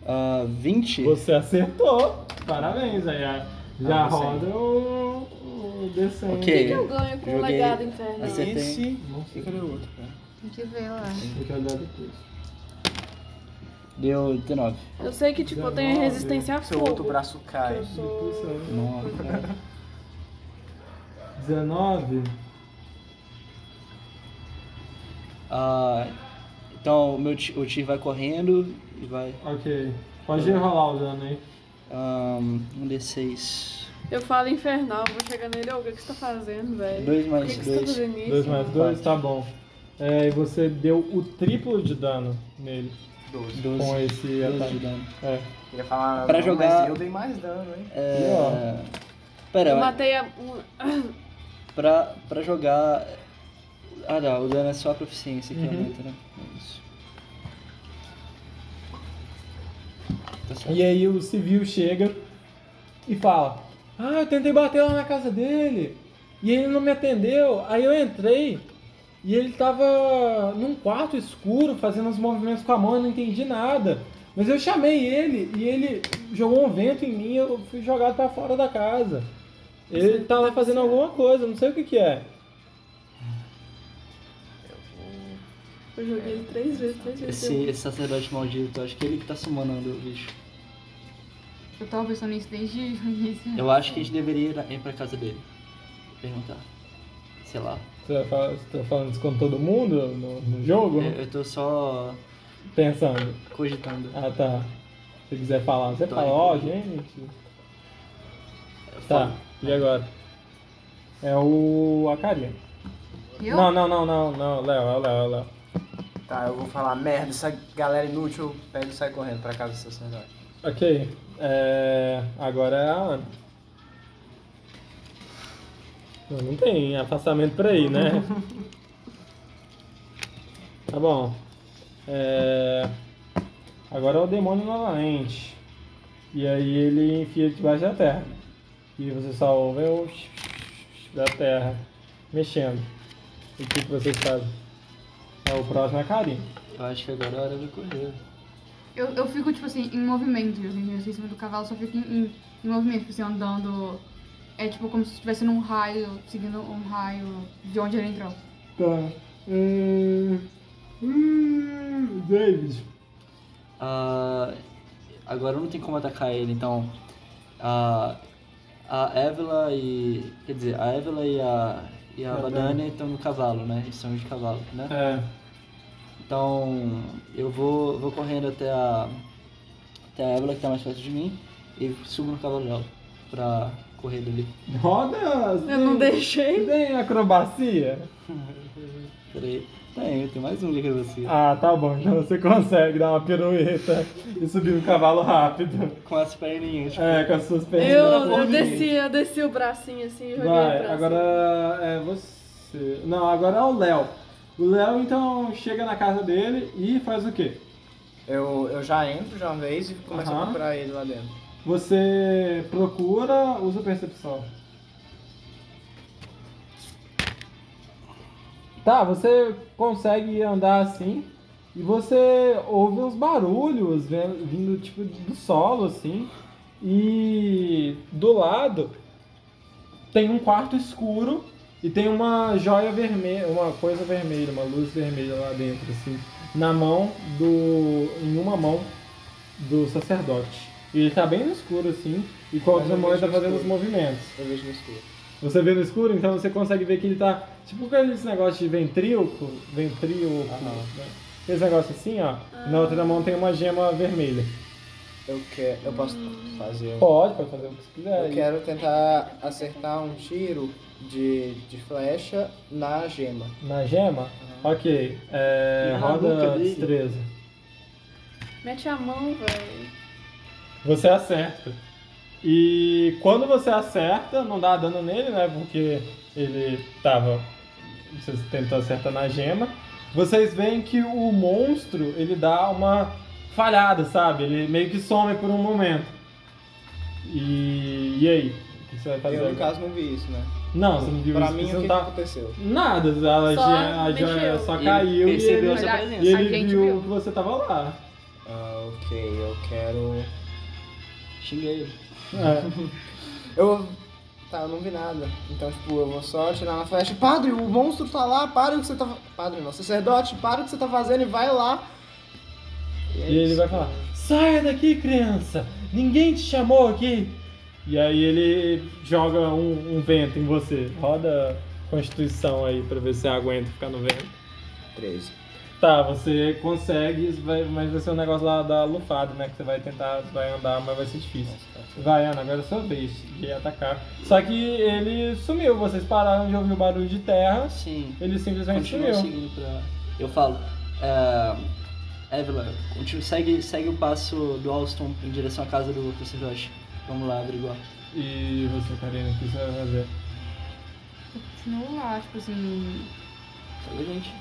Speaker 2: Ah, 20?
Speaker 1: Você acertou. Parabéns, aí já- Já
Speaker 2: Ah, você.
Speaker 1: roda o, o D100.
Speaker 2: Ok.
Speaker 4: Eu ganho com o
Speaker 2: Joguei.
Speaker 4: legado infernal.
Speaker 2: Acertei.
Speaker 9: Esse.
Speaker 1: Não sei.
Speaker 9: E cadê o outro, cara?
Speaker 7: Tem que ver lá.
Speaker 1: Tem que olhar depois.
Speaker 2: Deu 19.
Speaker 4: Eu sei que, tipo, eu tenho resistência a
Speaker 9: Seu outro
Speaker 4: fogo.
Speaker 9: braço cai.
Speaker 4: Eu sou...
Speaker 1: Depois você olha.
Speaker 2: Nossa, cara.
Speaker 1: 19.
Speaker 2: Ah, então o meu ti- o tiro vai correndo e vai.
Speaker 1: Ok. Pode rolar o dano aí.
Speaker 2: ah, um D6.
Speaker 4: Eu falo infernal, vou chegar nele. Ô, o que que você tá fazendo, velho?
Speaker 2: Dois
Speaker 4: Por
Speaker 2: mais
Speaker 4: que, que você tá
Speaker 2: dois.
Speaker 4: fazendo isso?
Speaker 1: 2 mais
Speaker 2: Quatro.
Speaker 1: 2, tá bom. É, e você deu o triplo de dano nele
Speaker 9: Doze.
Speaker 2: Doze.
Speaker 1: com esse
Speaker 2: Doze de
Speaker 1: ataque.
Speaker 2: dano.
Speaker 1: É.
Speaker 9: Eu Ia falar,
Speaker 2: Pra
Speaker 9: não,
Speaker 2: jogar-
Speaker 9: mas eu dei mais dano, hein?
Speaker 2: É.
Speaker 4: Eu
Speaker 2: Pera,
Speaker 4: matei a... um-
Speaker 2: pra, pra jogar. Ah, não, o dano é só a proficiência que
Speaker 1: Uhum.
Speaker 2: aumenta, né? É Isso. Tá certo.
Speaker 1: E aí o civil chega e fala: Ah, eu tentei bater lá na casa dele. E ele não me atendeu. Aí eu entrei e ele tava num quarto escuro fazendo uns movimentos com a mão, eu não entendi nada. Mas eu chamei ele e ele jogou um vento em mim, eu fui jogado pra fora da casa. Ele tá lá fazendo alguma coisa, não sei o que que é.
Speaker 4: Eu joguei ele três vezes, três vezes.
Speaker 2: Esse, esse sacerdote maldito, eu acho que ele que tá summonando o bicho.
Speaker 7: Eu tava pensando nisso desde o início.
Speaker 2: Eu acho que a gente deveria ir na- ir pra casa dele. Perguntar. Sei lá.
Speaker 1: Você vai falar- você tá falando isso com todo mundo no, no jogo?
Speaker 2: Eu, eu tô só
Speaker 1: Pensando.
Speaker 2: cogitando.
Speaker 1: Ah, tá. Se quiser falar, você
Speaker 2: Tá,
Speaker 1: fala, ó,
Speaker 2: entendi.
Speaker 1: gente. Tá, e agora? É o Acaria.
Speaker 7: Eu?
Speaker 1: Não, não, não, não, não, Léo, é o Léo, é o Léo.
Speaker 9: Tá, eu vou falar, merda, essa galera inútil, pega e sai correndo pra casa do sacerdote.
Speaker 1: Ok, é... agora é a Ana. Não, não tem afastamento pra ir, né? tá bom. É... Agora é o demônio novamente. E aí ele enfia debaixo da terra. E você só ouve o da terra mexendo. E o que que vocês fazem? É o próximo é a Karine.
Speaker 2: Eu acho que agora é hora de correr.
Speaker 7: Eu, eu fico, tipo assim, em movimento. Eu assim, eu sei em cima do cavalo, só fico em, em- em movimento, tipo assim, andando. É tipo como se estivesse num raio, seguindo um raio de onde ele entrou.
Speaker 1: Tá. Hum, hum, David.
Speaker 2: Ah, agora não tem como atacar ele, então. ah, a Evela e. Quer dizer, a Evela e a. E a
Speaker 1: Badania.
Speaker 2: Badania estão no cavalo, né? Estão de cavalo, né?
Speaker 1: É.
Speaker 2: Então eu vou, vou correndo até a. Até a Evela que tá mais perto de mim e subo no cavalo dela pra correr dali.
Speaker 1: Roda!
Speaker 4: Eu não deixei.
Speaker 1: Tem acrobacia?
Speaker 2: Peraí. Tem, tem mais um livro você.
Speaker 1: Ah, tá bom. Então você consegue dar uma pirueta e subir no cavalo rápido.
Speaker 2: Com as perninhas. tipo,
Speaker 1: É, com as suas pernas.
Speaker 4: Eu,
Speaker 1: na
Speaker 4: eu
Speaker 1: frente.
Speaker 4: desci, eu desci o bracinho assim e joguei o
Speaker 1: Vai,
Speaker 4: braço.
Speaker 1: agora é você. Não, agora é o Léo. O Léo então chega na casa dele e faz o quê?
Speaker 9: Eu, eu já entro de uma vez e começo
Speaker 1: Aham.
Speaker 9: a procurar ele lá dentro.
Speaker 1: Você procura, usa percepção. Tá, você consegue andar assim e você ouve uns barulhos vendo- vindo tipo do solo assim. E do lado tem um quarto escuro e tem uma joia vermelha, uma coisa vermelha, uma luz vermelha lá dentro assim, na mão do em uma mão do sacerdote. E ele tá bem no escuro, assim, e com o
Speaker 9: Mas eu
Speaker 1: demônio
Speaker 9: vejo
Speaker 1: tá
Speaker 9: no
Speaker 1: fazendo os
Speaker 9: escuro.
Speaker 1: movimentos.
Speaker 9: Eu vejo no escuro.
Speaker 1: Você vê no escuro, então você consegue ver que ele tá. Tipo aqueles negócios de ventríloco. Ventríloco.
Speaker 9: Aham.
Speaker 1: né? Esse negócio assim, ó. Na outra mão tem uma gema vermelha.
Speaker 5: Eu quero. Eu posso fazer um.
Speaker 1: Pode, pode fazer o que você quiser.
Speaker 5: Eu quero tentar acertar um tiro de, de flecha na gema.
Speaker 1: Na gema? Ok. É,
Speaker 9: Ah, nunca
Speaker 1: roda
Speaker 9: dei.
Speaker 1: destreza.
Speaker 4: Mete a mão, velho.
Speaker 1: Você acerta. E quando você acerta, não dá dano nele, né? Porque ele tava. Você tentou acertar na gema. Vocês veem que o monstro ele dá uma falhada, sabe? Ele meio que some por um momento. E, e aí? O que você vai fazer?
Speaker 5: Eu, no
Speaker 1: agora?
Speaker 5: caso, não vi isso, né?
Speaker 1: Não, você não viu
Speaker 5: pra
Speaker 1: isso.
Speaker 5: mim,
Speaker 1: porque
Speaker 5: o
Speaker 1: você
Speaker 5: que,
Speaker 1: não
Speaker 5: que
Speaker 1: tá.
Speaker 5: aconteceu?
Speaker 1: Nada, a,
Speaker 4: Só
Speaker 1: Joia- a joia
Speaker 4: mexeu.
Speaker 1: só
Speaker 2: Ele
Speaker 1: Ah, caiu e
Speaker 2: percebeu
Speaker 1: ele,
Speaker 2: essa
Speaker 7: Verdade.
Speaker 1: e
Speaker 2: presença.
Speaker 7: A
Speaker 1: ele
Speaker 7: gente
Speaker 1: viu,
Speaker 7: viu.
Speaker 1: que você tava lá.
Speaker 5: Ah, ok. Eu quero.
Speaker 2: Xinguei ele.
Speaker 1: É.
Speaker 5: Eu. Tá, eu não vi nada. Então, tipo, eu vou só tirar na flecha. Padre, o monstro tá lá, para o que você tá. Padre, não, sacerdote, para o que você tá fazendo e vai lá. E é
Speaker 1: E ele
Speaker 5: isso.
Speaker 1: vai falar: Saia daqui, criança! Ninguém te chamou aqui! E aí ele joga um, um vento em você. Roda Constituição aí pra ver se você aguenta ficar no vento.
Speaker 5: 13.
Speaker 1: Tá, você consegue, isso vai- mas vai ser um negócio lá da lufada, né? Que você vai tentar, você vai andar, mas vai ser difícil. Vai, Ana, agora é sua vez de atacar. Só que ele sumiu, vocês pararam de ouvir o barulho de terra,
Speaker 2: Sim.
Speaker 1: ele simplesmente
Speaker 2: Continua assim.
Speaker 1: sumiu.
Speaker 2: seguindo pra. Eu falo. É... Evelyn, continua, segue, segue o passo do Alston em direção à casa do sacerdote. Vamos lá, averiguar.
Speaker 1: E você, Karina, o que você vai fazer?
Speaker 7: Continuo lá, tipo assim.
Speaker 2: Segue a gente.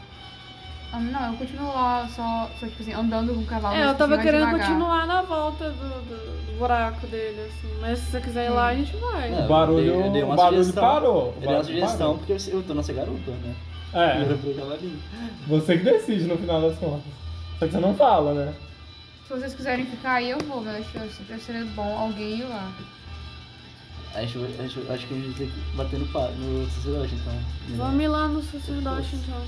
Speaker 7: ah, Não, eu continuo lá, só, só tipo assim, andando com o cavalo.
Speaker 4: É,
Speaker 7: mas,
Speaker 4: eu
Speaker 7: tipo,
Speaker 4: tava
Speaker 7: mais
Speaker 4: querendo
Speaker 7: devagar.
Speaker 4: continuar na volta do, do- do buraco dele, assim. Mas se você quiser ir lá, a gente vai.
Speaker 2: É,
Speaker 1: O barulho,
Speaker 2: eu dei- eu dei uma
Speaker 1: o barulho
Speaker 2: sugestão.
Speaker 1: parou. O
Speaker 2: Eu dei uma
Speaker 1: barulho
Speaker 2: sugestão, porque eu, eu tô nessa garupa, né?
Speaker 1: parou. É,
Speaker 2: Eu falei, tava ali.
Speaker 1: Você que decide no final das contas. Só que você não fala, né?
Speaker 7: Se vocês quiserem ficar aí, eu vou, mas eu acho que seria bom alguém ir lá.
Speaker 2: Acho, acho, acho que a gente tem que bater no, pa- no sacerdote, então.
Speaker 4: Vamos ir lá no sacerdote, então.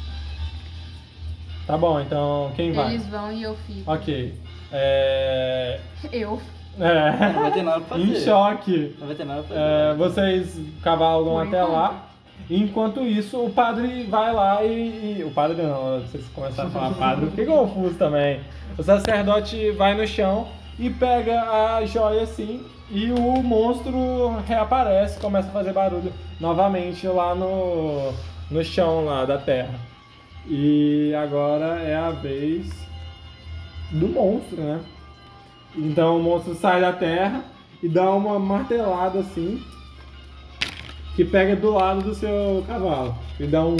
Speaker 1: Tá bom, então quem vai?
Speaker 7: Eles vão e eu fico.
Speaker 1: Ok. É.
Speaker 7: Eu.
Speaker 1: É.
Speaker 2: Não vai ter nada pra
Speaker 1: em
Speaker 2: fazer.
Speaker 1: choque.
Speaker 2: Não vai ter nada pra
Speaker 1: É,
Speaker 2: fazer.
Speaker 1: vocês cavalgam
Speaker 7: Por
Speaker 1: até
Speaker 7: enquanto.
Speaker 1: lá. Enquanto isso, o padre vai lá e, e- O padre não, vocês começaram a falar padre, eu fiquei confuso também. O sacerdote vai no chão e pega a joia assim. E o monstro reaparece, começa a fazer barulho novamente lá no, no chão lá da terra. E agora é a vez do monstro, né? Então o monstro sai da terra e dá uma martelada assim, que pega do lado do seu cavalo. E dá um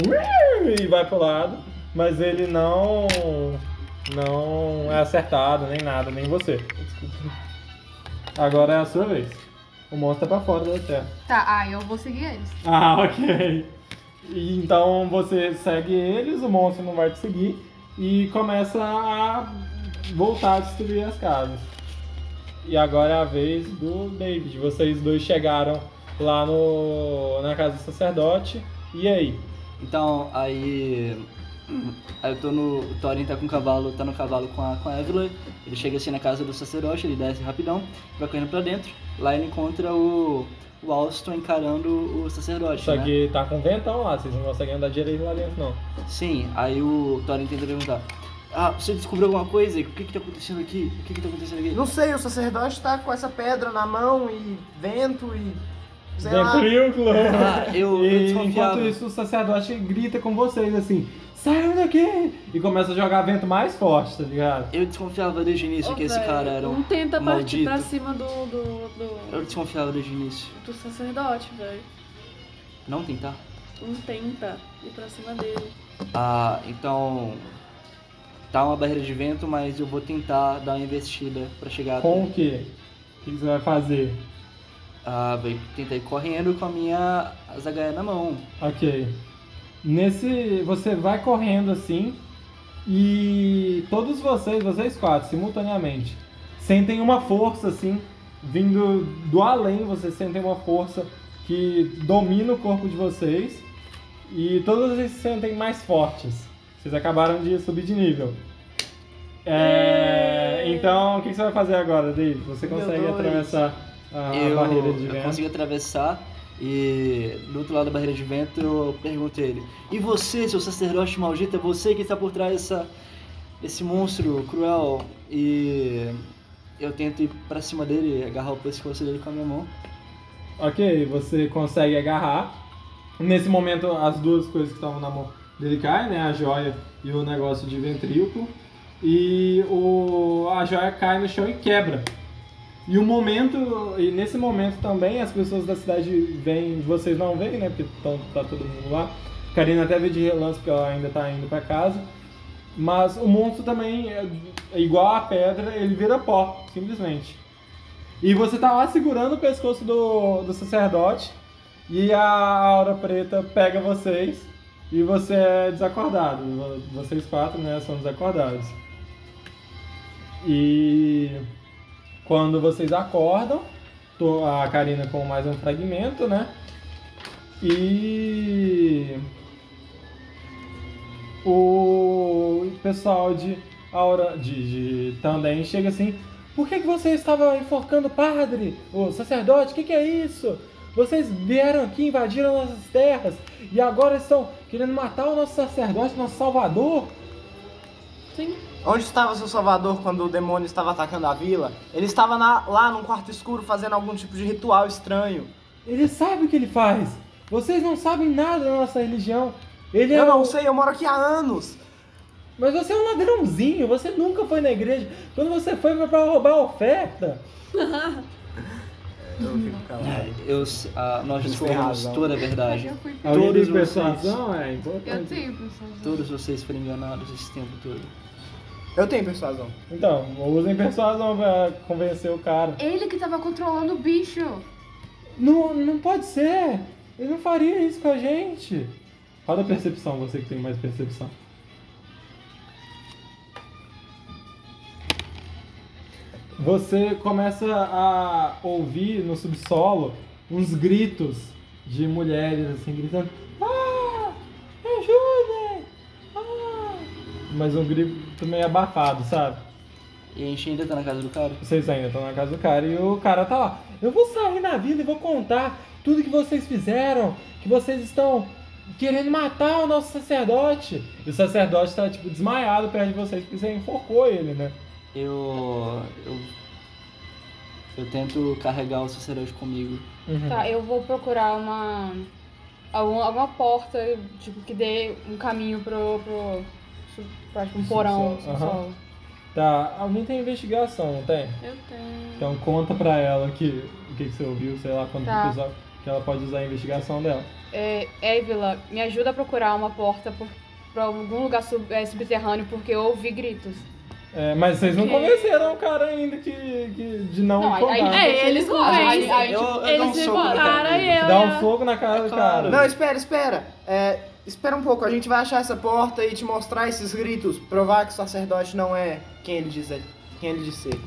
Speaker 1: e vai pro lado, mas ele não não é acertado nem nada, nem você. Agora é a sua vez. O monstro tá pra fora da terra.
Speaker 7: Tá, ah, eu vou seguir eles.
Speaker 1: Ah, ok. E Então você segue eles, o monstro não vai te seguir e começa a voltar a destruir as casas. E agora é a vez do David. Vocês dois chegaram lá no na casa do sacerdote. E aí?
Speaker 2: Então, aí. Aí eu tô no. O Thorin tá com o cavalo, tá no cavalo com a, com a Evelyn. Ele chega assim na casa do sacerdote, ele desce rapidão, vai correndo pra dentro. Lá ele encontra o. O Alston encarando o sacerdote.
Speaker 1: Só
Speaker 2: né?
Speaker 1: que tá com ventão lá, vocês não conseguem andar direito lá dentro, não.
Speaker 2: Sim, aí o Thorin tenta perguntar. Ah, você descobriu alguma coisa? O que que tá acontecendo aqui? O que que tá acontecendo aqui?
Speaker 9: Não sei, o sacerdote tá com essa pedra na mão e vento e. Sei lá.
Speaker 1: Ventrículo!
Speaker 2: Ah, eu, eu
Speaker 1: E
Speaker 2: desconfiava.
Speaker 1: enquanto isso, o sacerdote grita com vocês assim: saiam daqui! E começa a jogar vento mais forte, tá ligado?
Speaker 2: Eu desconfiava desde o início
Speaker 4: Ô,
Speaker 2: que esse
Speaker 4: velho,
Speaker 2: cara era um.
Speaker 4: Não tenta
Speaker 2: maldito.
Speaker 4: partir pra cima do, do, do,
Speaker 2: Eu desconfiava desde o início.
Speaker 4: do sacerdote, velho.
Speaker 2: Não tentar.
Speaker 4: Não tenta ir pra cima dele.
Speaker 2: Ah, então. Tá uma barreira de vento, mas eu vou tentar dar uma investida pra chegar até-
Speaker 1: Com o quê? O que você vai fazer?
Speaker 2: Ah, vai tentar ir correndo com a minha zagaia na mão.
Speaker 1: Ok. Nesse. Você vai correndo assim. E todos vocês, vocês quatro, simultaneamente, sentem uma força assim, vindo do além, vocês sentem uma força que domina o corpo de vocês. E todos vocês se sentem mais fortes. Vocês acabaram de subir de nível. É, então, o que que você vai fazer agora, David? Você
Speaker 9: Nível
Speaker 1: consegue
Speaker 9: dois.
Speaker 1: atravessar a
Speaker 2: eu,
Speaker 1: Ah, barreira de
Speaker 2: eu
Speaker 1: vento?
Speaker 2: consegui atravessar e do outro lado da barreira de vento eu pergunto a ele. E você, seu sacerdote maldito, é você que está por trás dessa, desse monstro cruel e. eu tento ir pra cima dele e agarrar o pescoço dele com a minha mão.
Speaker 1: Ok, você consegue agarrar. Nesse momento, as duas coisas que estavam na mão dele caem, né? A joia e o negócio de ventrículo. E o, a joia cai no chão e quebra. E o momento, e nesse momento também, as pessoas da cidade vêm, vocês não vêm, né? Porque tão, tá todo mundo lá. Karina até vê de relance, porque ela ainda tá indo pra casa. Mas o monstro também, é é igual a pedra, ele vira pó, simplesmente. E você tá lá segurando o pescoço do, do sacerdote e a aura preta pega vocês e você é desacordado. Vo- Vocês quatro, né, são desacordados. E quando vocês acordam, tô- a Karina com mais um fragmento, né? E o pessoal de Aura de, de Tandem chega assim: Por que, que você estava enforcando o padre? O sacerdote, o que, que é isso? Vocês vieram aqui, invadiram nossas terras e agora estão querendo matar o nosso sacerdote, nosso salvador?
Speaker 9: Onde estava seu salvador quando o demônio estava atacando a vila? Ele estava na- lá num quarto escuro fazendo algum tipo de ritual estranho.
Speaker 1: Ele sabe o que ele faz. Vocês não sabem nada da nossa religião. Ele é
Speaker 9: Eu
Speaker 1: o-
Speaker 9: não sei, eu moro aqui há anos.
Speaker 1: Mas você é um ladrãozinho, você nunca foi na igreja. Quando você foi foi pra roubar a oferta.
Speaker 9: Eu fico calado.
Speaker 2: Eu, s- ah, nós
Speaker 1: é
Speaker 9: Eles têm
Speaker 2: descobrimos
Speaker 9: razão.
Speaker 2: toda a
Speaker 1: Tá,
Speaker 2: verdade.
Speaker 7: Eu fui
Speaker 1: A orelha
Speaker 2: Todos
Speaker 1: de
Speaker 2: vocês.
Speaker 1: persuasão é
Speaker 7: Eu
Speaker 1: importante.
Speaker 7: tenho pessoas.
Speaker 2: Todos vocês foram enganados esse tempo todo.
Speaker 9: Eu tenho persuasão.
Speaker 1: Então, usem persuasão pra convencer o cara.
Speaker 7: Ele que tava controlando o bicho.
Speaker 1: Não, não pode ser! Ele não faria isso com a gente! Roda a percepção, você que tem mais percepção. Você começa a ouvir no subsolo uns gritos de mulheres assim, gritando: Ah! Me ajudem! Ah! Mas um grito meio abafado, sabe?
Speaker 2: E a gente ainda tá na casa do cara?
Speaker 1: Vocês ainda estão na casa do cara e o cara tá lá. Eu vou sair na vila e vou contar tudo que vocês fizeram, que vocês estão querendo matar o nosso sacerdote. E o sacerdote tá, tipo, desmaiado perto de vocês, porque você enforcou ele, né?
Speaker 2: Eu. Eu. Eu tento carregar o sacerdote comigo.
Speaker 3: Tá, eu vou procurar uma. Alguma, alguma porta, tipo, que dê um caminho pro. pro sub- pra, tipo, um porão.
Speaker 1: Subsolo,
Speaker 3: subsolo.
Speaker 1: Tá, alguém tem investigação, não tem?
Speaker 4: Eu tenho.
Speaker 1: Então conta pra ela que, o que, que você ouviu, sei lá, quando
Speaker 3: Tá.
Speaker 1: que, usar, que ela pode usar a investigação dela.
Speaker 3: É, Évila, me ajuda a procurar uma porta por, pra algum lugar sub- é, subterrâneo, porque eu ouvi gritos.
Speaker 1: É, mas vocês não
Speaker 3: Ok.
Speaker 1: convenceram o cara ainda que, que- de não,
Speaker 3: Não, aí-
Speaker 1: encontrar.
Speaker 3: aí-
Speaker 4: É, eles
Speaker 3: A gente-
Speaker 4: convencem.
Speaker 3: a gente-
Speaker 4: tipo, Eles
Speaker 1: um
Speaker 4: levantaram e
Speaker 1: Dá
Speaker 4: eu. e a-
Speaker 1: um fogo na cara do cara.
Speaker 9: Não, espera, espera. É, espera um pouco, a gente vai achar essa porta e te mostrar esses gritos. Provar que o sacerdote não é quem ele diz, ele- quem ele diz ser.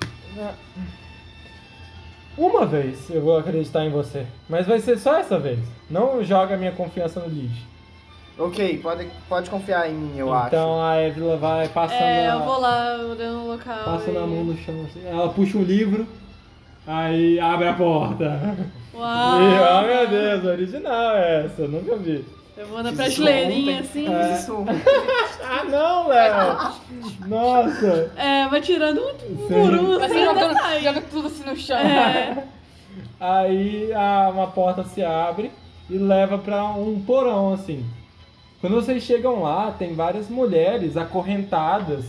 Speaker 1: Uma vez eu vou acreditar em você, mas vai ser só essa vez. Não joga minha confiança no lixo.
Speaker 9: Ok, pode, pode confiar em mim, eu
Speaker 1: então a Evila vai passando,
Speaker 4: É,
Speaker 1: a,
Speaker 4: eu vou lá, eu dei um local.
Speaker 1: passando
Speaker 4: e-
Speaker 1: a mão no chão assim. Ela puxa um livro, aí abre a porta.
Speaker 4: Uau!
Speaker 1: E, ah, meu Deus, original é essa, nunca vi.
Speaker 4: Eu vou na
Speaker 9: Fiz isso
Speaker 4: prateleirinha
Speaker 9: ontem.
Speaker 4: assim.
Speaker 9: acho. Isso.
Speaker 1: Ah não, Léo! Nossa!
Speaker 4: É, vai tirando um por
Speaker 1: Sim.
Speaker 4: um.
Speaker 3: Mas
Speaker 4: assim,
Speaker 3: você
Speaker 4: até
Speaker 3: joga,
Speaker 4: sair.
Speaker 3: joga tudo assim no chão.
Speaker 4: É.
Speaker 1: Aí a- uma porta se abre e leva pra um porão assim. Quando vocês chegam lá, tem várias mulheres acorrentadas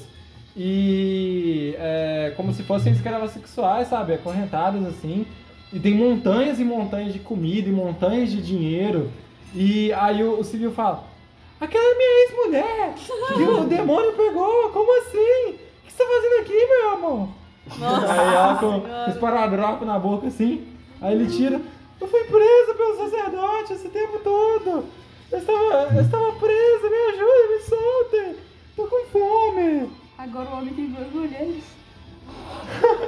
Speaker 1: e é, como se fossem escravas sexuais, sabe? Acorrentadas assim. E tem montanhas e montanhas de comida e montanhas de dinheiro. E aí o, o civil fala: Aquela é minha ex-mulher! que o demônio pegou! Como assim? O que você tá fazendo aqui, meu amor? Aí ela com
Speaker 4: Senhora.
Speaker 1: com esparadrapo na boca assim. Aí ele tira. Eu fui presa pelo sacerdote esse tempo todo. Eu estava, eu estava presa, me ajuda, me soltem. Tô com fome.
Speaker 7: Agora o homem tem duas mulheres.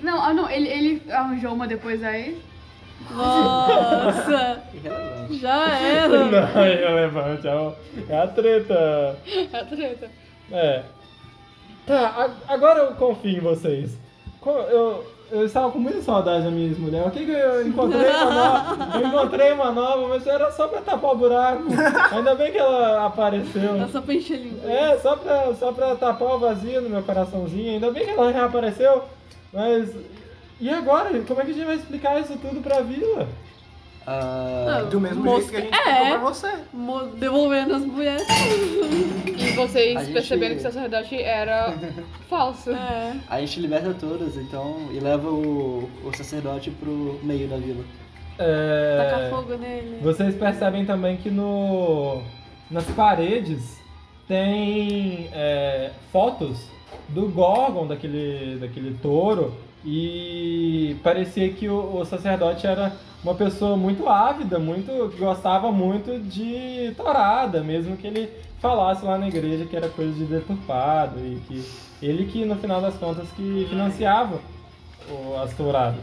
Speaker 7: Não, ah não, ele, ele arranjou uma depois aí.
Speaker 4: Nossa!
Speaker 2: Irrelevante.
Speaker 4: Já era!
Speaker 1: Não, é relevante, é, o- é a treta.
Speaker 3: É a treta.
Speaker 1: É. Tá, a- agora eu confio em vocês. Co- Eu, Eu estava com muita saudade da minha ex-mulher. O que, que eu encontrei uma nova? Eu encontrei uma nova, mas era só pra tapar o buraco. Ainda bem que ela apareceu.
Speaker 4: Tá só pra encher linguiça.
Speaker 1: É, só pra, só pra tapar o vazio no meu coraçãozinho. Ainda bem que ela reapareceu. Mas. E agora? Como é que a gente vai explicar isso tudo pra vila?
Speaker 2: Ah,
Speaker 9: Do mesmo
Speaker 4: Mosca-
Speaker 9: jeito que a gente tá
Speaker 4: é.
Speaker 9: explicou pra você.
Speaker 4: Mo- Devolvendo as mulheres.
Speaker 3: E
Speaker 2: A
Speaker 3: vocês
Speaker 2: gente-
Speaker 3: perceberam que o sacerdote era falso.
Speaker 4: É.
Speaker 2: a gente liberta todas, então, e leva o, o sacerdote pro meio da vila.
Speaker 1: É...
Speaker 4: Tacar fogo nele.
Speaker 1: Vocês percebem também que no, nas paredes tem é, fotos do Gorgon, daquele, daquele touro, e parecia que o, o sacerdote era uma pessoa muito ávida, muito que gostava muito de torada, mesmo que ele falasse lá na igreja que era coisa de deturpado e que ele que no final das contas que financiava o- as touradas.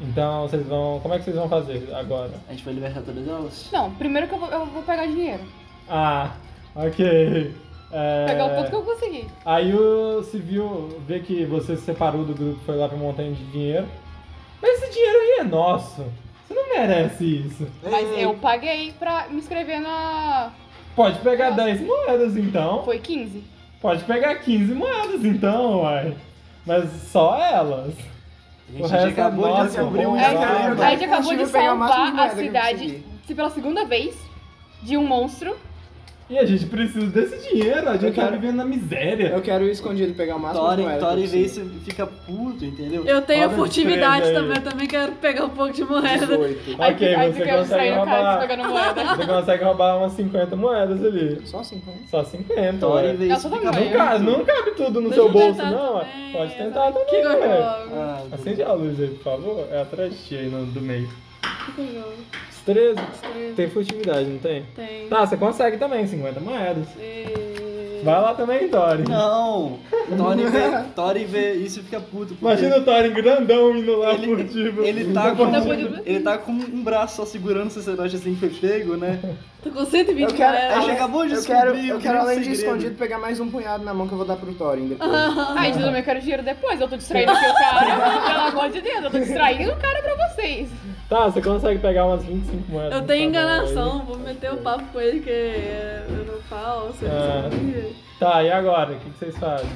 Speaker 1: Então vocês vão, como é que vocês vão fazer agora?
Speaker 2: A gente vai libertar todas elas?
Speaker 3: Não, primeiro que eu vou, eu vou pegar dinheiro.
Speaker 1: Ah, ok. É,
Speaker 3: Pegar o tanto que eu conseguir.
Speaker 1: Aí o civil vê que você se separou do grupo, foi lá pra montanha de dinheiro. Mas esse dinheiro aí é nosso. Você não merece isso.
Speaker 3: Mas eu paguei pra me inscrever na.
Speaker 1: Pode pegar
Speaker 3: Nossa.
Speaker 1: 10 moedas então.
Speaker 3: Foi 15?
Speaker 1: Pode pegar 15 moedas então, uai. Mas só elas.
Speaker 2: A
Speaker 1: O
Speaker 2: gente
Speaker 1: resto é
Speaker 2: acabou de
Speaker 1: nosso,
Speaker 2: descobrir um
Speaker 1: vamos
Speaker 3: É,
Speaker 1: lá.
Speaker 3: a gente acabou de
Speaker 9: Eu peguei o máximo de
Speaker 3: salvar a
Speaker 9: moeda que eu
Speaker 3: cidade se pela segunda vez de um monstro.
Speaker 1: E a gente precisa desse dinheiro, a gente
Speaker 5: Eu
Speaker 1: tá
Speaker 5: quero-
Speaker 1: vivendo na miséria.
Speaker 5: Eu quero ir escondido, pegar o máximo de
Speaker 2: Thorin,
Speaker 5: moeda
Speaker 2: Thorin
Speaker 5: que
Speaker 2: vê
Speaker 5: eu
Speaker 2: isso e fica puto, entendeu?
Speaker 4: Eu tenho
Speaker 1: Roda de
Speaker 4: furtividade
Speaker 1: três aí.
Speaker 4: também, eu também quero pegar um pouco de
Speaker 5: consigo.
Speaker 4: moeda.
Speaker 5: 18.
Speaker 3: Aí
Speaker 1: Ok,
Speaker 3: fica- aí
Speaker 1: você
Speaker 3: fica
Speaker 1: consegue
Speaker 3: distraindo o cara
Speaker 1: roubar.
Speaker 3: pegando moeda.
Speaker 1: Você consegue roubar umas 50 moedas ali.
Speaker 5: Só assim, tá? 50.
Speaker 1: Só 50. ué.
Speaker 2: Thorin vê
Speaker 3: Eu
Speaker 2: isso
Speaker 3: sou
Speaker 2: e fica
Speaker 3: também.
Speaker 1: Não cabe, não cabe tudo no
Speaker 4: Deixa
Speaker 1: seu
Speaker 4: eu
Speaker 1: bolso,
Speaker 4: tentar
Speaker 1: não. ué.
Speaker 4: também,
Speaker 1: Pode
Speaker 4: essa-
Speaker 1: tentar também.
Speaker 4: Que
Speaker 1: ué.
Speaker 4: gostoso.
Speaker 2: Ah,
Speaker 1: Acende a luz aí, por favor. É atrás de ti aí no- do meio.
Speaker 4: Que gostoso.
Speaker 1: 13.
Speaker 4: Estranho.
Speaker 1: Tem furtividade, não tem?
Speaker 4: Tem.
Speaker 1: Tá, você consegue também, 50 moedas.
Speaker 4: E-
Speaker 1: Vai lá também, Thorin.
Speaker 2: Não! Thorin vê, Thorin vê isso e fica puto. porque
Speaker 1: Imagina o Thorin grandão indo lá
Speaker 2: Ele-
Speaker 1: furtivo.
Speaker 5: Uhum.
Speaker 2: Ele tá, com,
Speaker 4: Não, pode-
Speaker 2: ele tá com um braço só segurando o sacerdote assim que foi pego, né?
Speaker 4: Tô com 120
Speaker 5: Eu quero-
Speaker 2: A
Speaker 4: moedas.
Speaker 2: gente acabou de
Speaker 5: Eu
Speaker 2: descobrir
Speaker 5: quero,
Speaker 2: o
Speaker 5: eu quero
Speaker 2: grande
Speaker 5: além de
Speaker 2: segredo.
Speaker 5: escondido, pegar mais um punhado na mão que eu vou dar pro Thorin depois.
Speaker 3: Ai, Dudu, mas eu quero dinheiro depois. Eu tô distraindo aqui o cara. Pelo amor de Deus, eu tô distraindo o cara pra vocês.
Speaker 1: Tá, você consegue pegar umas 25 moedas.
Speaker 4: Eu tenho
Speaker 1: Tá bom, aí.
Speaker 4: enganação, vou meter o papo com ele que é- eu não falo, você
Speaker 1: Ah.
Speaker 4: não sabia.
Speaker 1: Tá, e agora? O que que vocês fazem?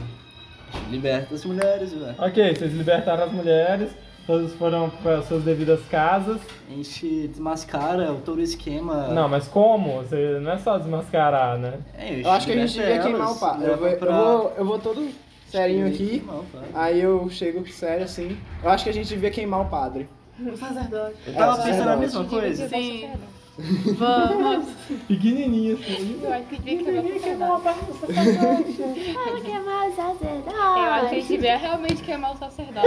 Speaker 2: Liberta as mulheres, velho.
Speaker 1: Ok, vocês libertaram as mulheres. Todos foram para suas devidas casas.
Speaker 2: A gente desmascara o todo o esquema.
Speaker 1: Não, mas como? Você não é só desmascarar, né?
Speaker 2: É,
Speaker 5: Eu acho que a gente devia
Speaker 2: liberta
Speaker 5: queimar o
Speaker 2: elas,
Speaker 5: pau. Eu
Speaker 2: leva
Speaker 5: vou, eu
Speaker 2: pra-
Speaker 5: vou, eu vou todo serinho aqui. Ah,
Speaker 2: Queimar o pau.
Speaker 5: Aí eu chego sério assim. Eu acho que a gente devia queimar o padre.
Speaker 4: O sacerdote.
Speaker 2: Eu tava pensando a
Speaker 5: verdade.
Speaker 2: mesma coisa.
Speaker 4: Sim. Vamos.
Speaker 1: Pequenininha assim.
Speaker 3: Eu acho que devia quebrar o sacerdote.
Speaker 8: Para queimar o sacerdote.
Speaker 3: Eu acho que a gente devia realmente queimar o sacerdote.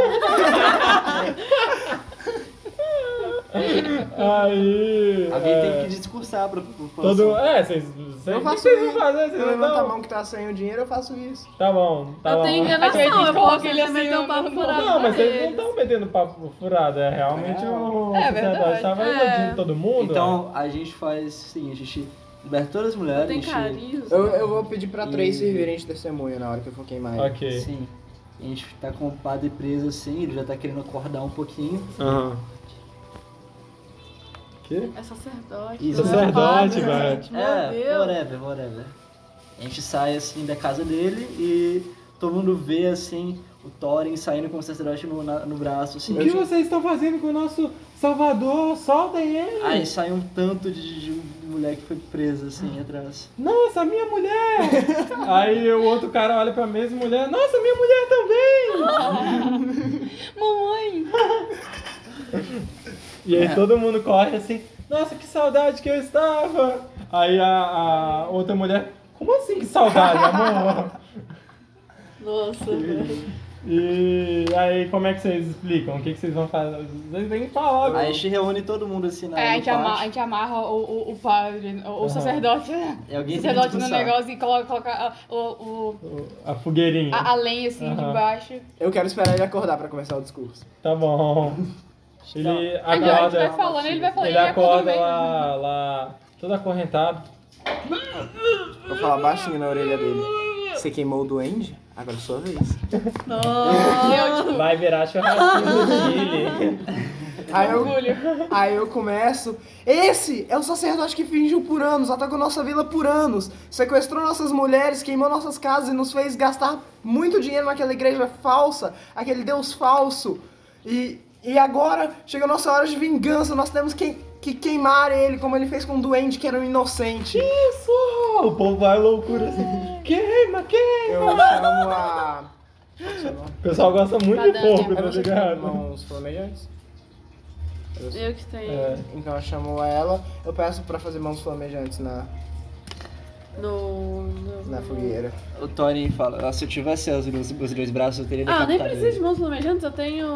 Speaker 1: Aí.
Speaker 2: Alguém
Speaker 1: é,
Speaker 2: tem que discursar pra população.
Speaker 1: Todo... É, vocês. vocês-
Speaker 5: Eu
Speaker 1: o que
Speaker 5: faço
Speaker 1: vocês vão
Speaker 5: isso.
Speaker 1: fazer?
Speaker 5: Eu
Speaker 1: Vocês
Speaker 5: levanto a
Speaker 1: não...
Speaker 5: mão que tá sem o dinheiro, eu faço isso.
Speaker 1: Tá bom, tá
Speaker 4: Eu
Speaker 1: bom.
Speaker 4: tenho
Speaker 3: Aí a
Speaker 4: enganação,
Speaker 3: gente
Speaker 4: eu
Speaker 3: coloca
Speaker 4: posso
Speaker 3: ele assim
Speaker 4: meter o
Speaker 3: no-
Speaker 4: papo furado.
Speaker 1: Não, mas
Speaker 4: pra
Speaker 1: vocês não tá
Speaker 4: eles.
Speaker 1: estão metendo papo furado, é realmente
Speaker 5: É.
Speaker 1: o
Speaker 3: É
Speaker 1: sacerdote
Speaker 3: verdade.
Speaker 1: tava
Speaker 4: É.
Speaker 1: invadindo todo mundo.
Speaker 2: Então a gente faz o seguinte: a gente liberta todas as
Speaker 4: Eu
Speaker 2: mulheres.
Speaker 4: tenho
Speaker 2: a gente...
Speaker 4: carisma.
Speaker 5: Eu, eu vou pedir pra três
Speaker 2: E-
Speaker 5: servirem de testemunha na hora que eu for queimar ele.
Speaker 1: Ok.
Speaker 2: Sim. A gente tá com o padre preso assim, ele já tá querendo acordar um pouquinho.
Speaker 1: Aham. Que?
Speaker 4: É sacerdote.
Speaker 2: Isso,
Speaker 4: não é padre,
Speaker 1: sacerdote, velho.
Speaker 4: gente,
Speaker 2: é,
Speaker 4: Meu Deus.
Speaker 2: whatever, whatever. A gente sai assim da casa dele e todo mundo vê assim o Thorin saindo com o sacerdote no, na- no braço, assim.
Speaker 1: O que vocês estão fazendo com o nosso salvador? Soltem ele!
Speaker 2: Aí sai um tanto de, de mulher que foi presa assim atrás.
Speaker 1: Nossa, minha mulher! Aí o outro cara olha pra mesma mulher, nossa, minha mulher também!
Speaker 3: Mamãe!
Speaker 1: E aí todo mundo corre assim, nossa, que saudade que eu estava! Aí a, a outra mulher, como assim que saudade, amor?
Speaker 4: Nossa, velho.
Speaker 1: E aí como é que vocês explicam? O que, que vocês vão fazer? Vocês têm que falar,
Speaker 2: Aí a gente reúne todo mundo assim na
Speaker 3: É, a
Speaker 2: no
Speaker 3: gente, ama- a
Speaker 2: pátio.
Speaker 3: gente amarra o, o, o padre, o, o
Speaker 1: Aham.
Speaker 3: sacerdote, né?
Speaker 2: E alguém tipo,
Speaker 3: o
Speaker 2: tem que
Speaker 3: sacerdote no
Speaker 2: discursar.
Speaker 3: negócio e coloca, coloca a, o, o-
Speaker 1: a fogueirinha.
Speaker 3: a, a lenha assim
Speaker 1: Aham.
Speaker 3: de baixo.
Speaker 5: Eu quero esperar ele acordar pra começar o discurso.
Speaker 1: Tá bom. Ele
Speaker 3: Aí Então, a gente
Speaker 1: acorda.
Speaker 3: vai falando, ele vai falando,
Speaker 1: Ele acorda
Speaker 3: mesmo.
Speaker 1: lá, lá, todo acorrentado.
Speaker 5: Vou falar baixinho na orelha dele. Você queimou o duende? Agora é sua vez.
Speaker 4: Nossa!
Speaker 3: tipo,
Speaker 1: Vai virar churrasquinho no Chile.
Speaker 5: Aí eu, aí eu começo. Esse é o sacerdote que fingiu por anos, atacou nossa vila por anos, sequestrou nossas mulheres, queimou nossas casas e nos fez gastar muito dinheiro naquela igreja falsa, aquele Deus falso. E, e agora chega a nossa hora de vingança, nós temos que, que queimar ele, como ele fez com um duende que era um inocente.
Speaker 1: Isso! O povo vai à loucura assim. Queima, queima!
Speaker 5: Eu chamo a.
Speaker 1: O pessoal gosta muito de
Speaker 3: Tá dando
Speaker 1: fogo,
Speaker 5: É
Speaker 1: tá
Speaker 5: você que tem
Speaker 3: um
Speaker 1: ligado?
Speaker 5: mãos flamejantes?
Speaker 4: Eu que tenho.
Speaker 1: É.
Speaker 5: Então eu chamo ela, eu peço pra fazer mãos flamejantes na,
Speaker 4: No, no-
Speaker 5: na fogueira.
Speaker 2: O Tony fala, "Ah, se eu tivesse os, meus- os dois braços, eu teria
Speaker 4: Ah, nem
Speaker 2: decapitado
Speaker 4: preciso de
Speaker 2: ele.
Speaker 4: mãos flamejantes, eu tenho.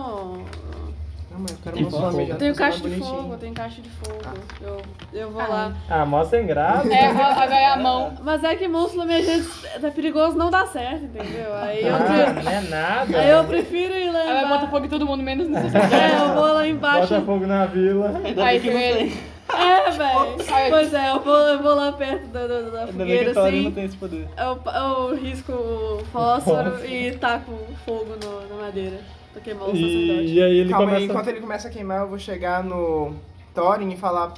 Speaker 5: Não, mas eu quero
Speaker 1: Tem
Speaker 5: mãos
Speaker 1: fogo?
Speaker 2: Então,
Speaker 5: flamejantes.
Speaker 4: Eu tenho
Speaker 5: pra
Speaker 4: um caixa
Speaker 5: ficar
Speaker 4: de
Speaker 5: bonitinho.
Speaker 4: fogo, eu tenho caixa de fogo.
Speaker 2: Tá.
Speaker 4: Eu, eu vou lá.
Speaker 1: Ah, mó sem graça.
Speaker 3: É, a- agora é a mão.
Speaker 4: Mas é que monstro flamejantes é perigoso, não dá certo, entendeu? Aí eu,
Speaker 1: Ah,
Speaker 4: pre-
Speaker 1: não é nada.
Speaker 4: aí eu prefiro ir lá
Speaker 3: Ela vai botar
Speaker 4: embaixo.
Speaker 3: fogo em todo mundo, menos nesse.
Speaker 4: É, eu vou lá embaixo.
Speaker 1: Bota fogo na vila.
Speaker 3: Aí tem ele.
Speaker 4: É, velho.
Speaker 3: Ai.
Speaker 4: Pois é, eu vou, eu vou lá perto da, da, da
Speaker 2: Ainda bem que
Speaker 4: fogueira
Speaker 2: o Tony não
Speaker 4: assim.
Speaker 2: tem esse poder.
Speaker 4: Eu, eu risco o fósforo e taco fogo no, na madeira pra queimar o sacerdote.
Speaker 1: E, e aí ele
Speaker 5: Calma aí,
Speaker 1: começa.
Speaker 5: enquanto ele começa a queimar, eu vou chegar no Thorin e falar: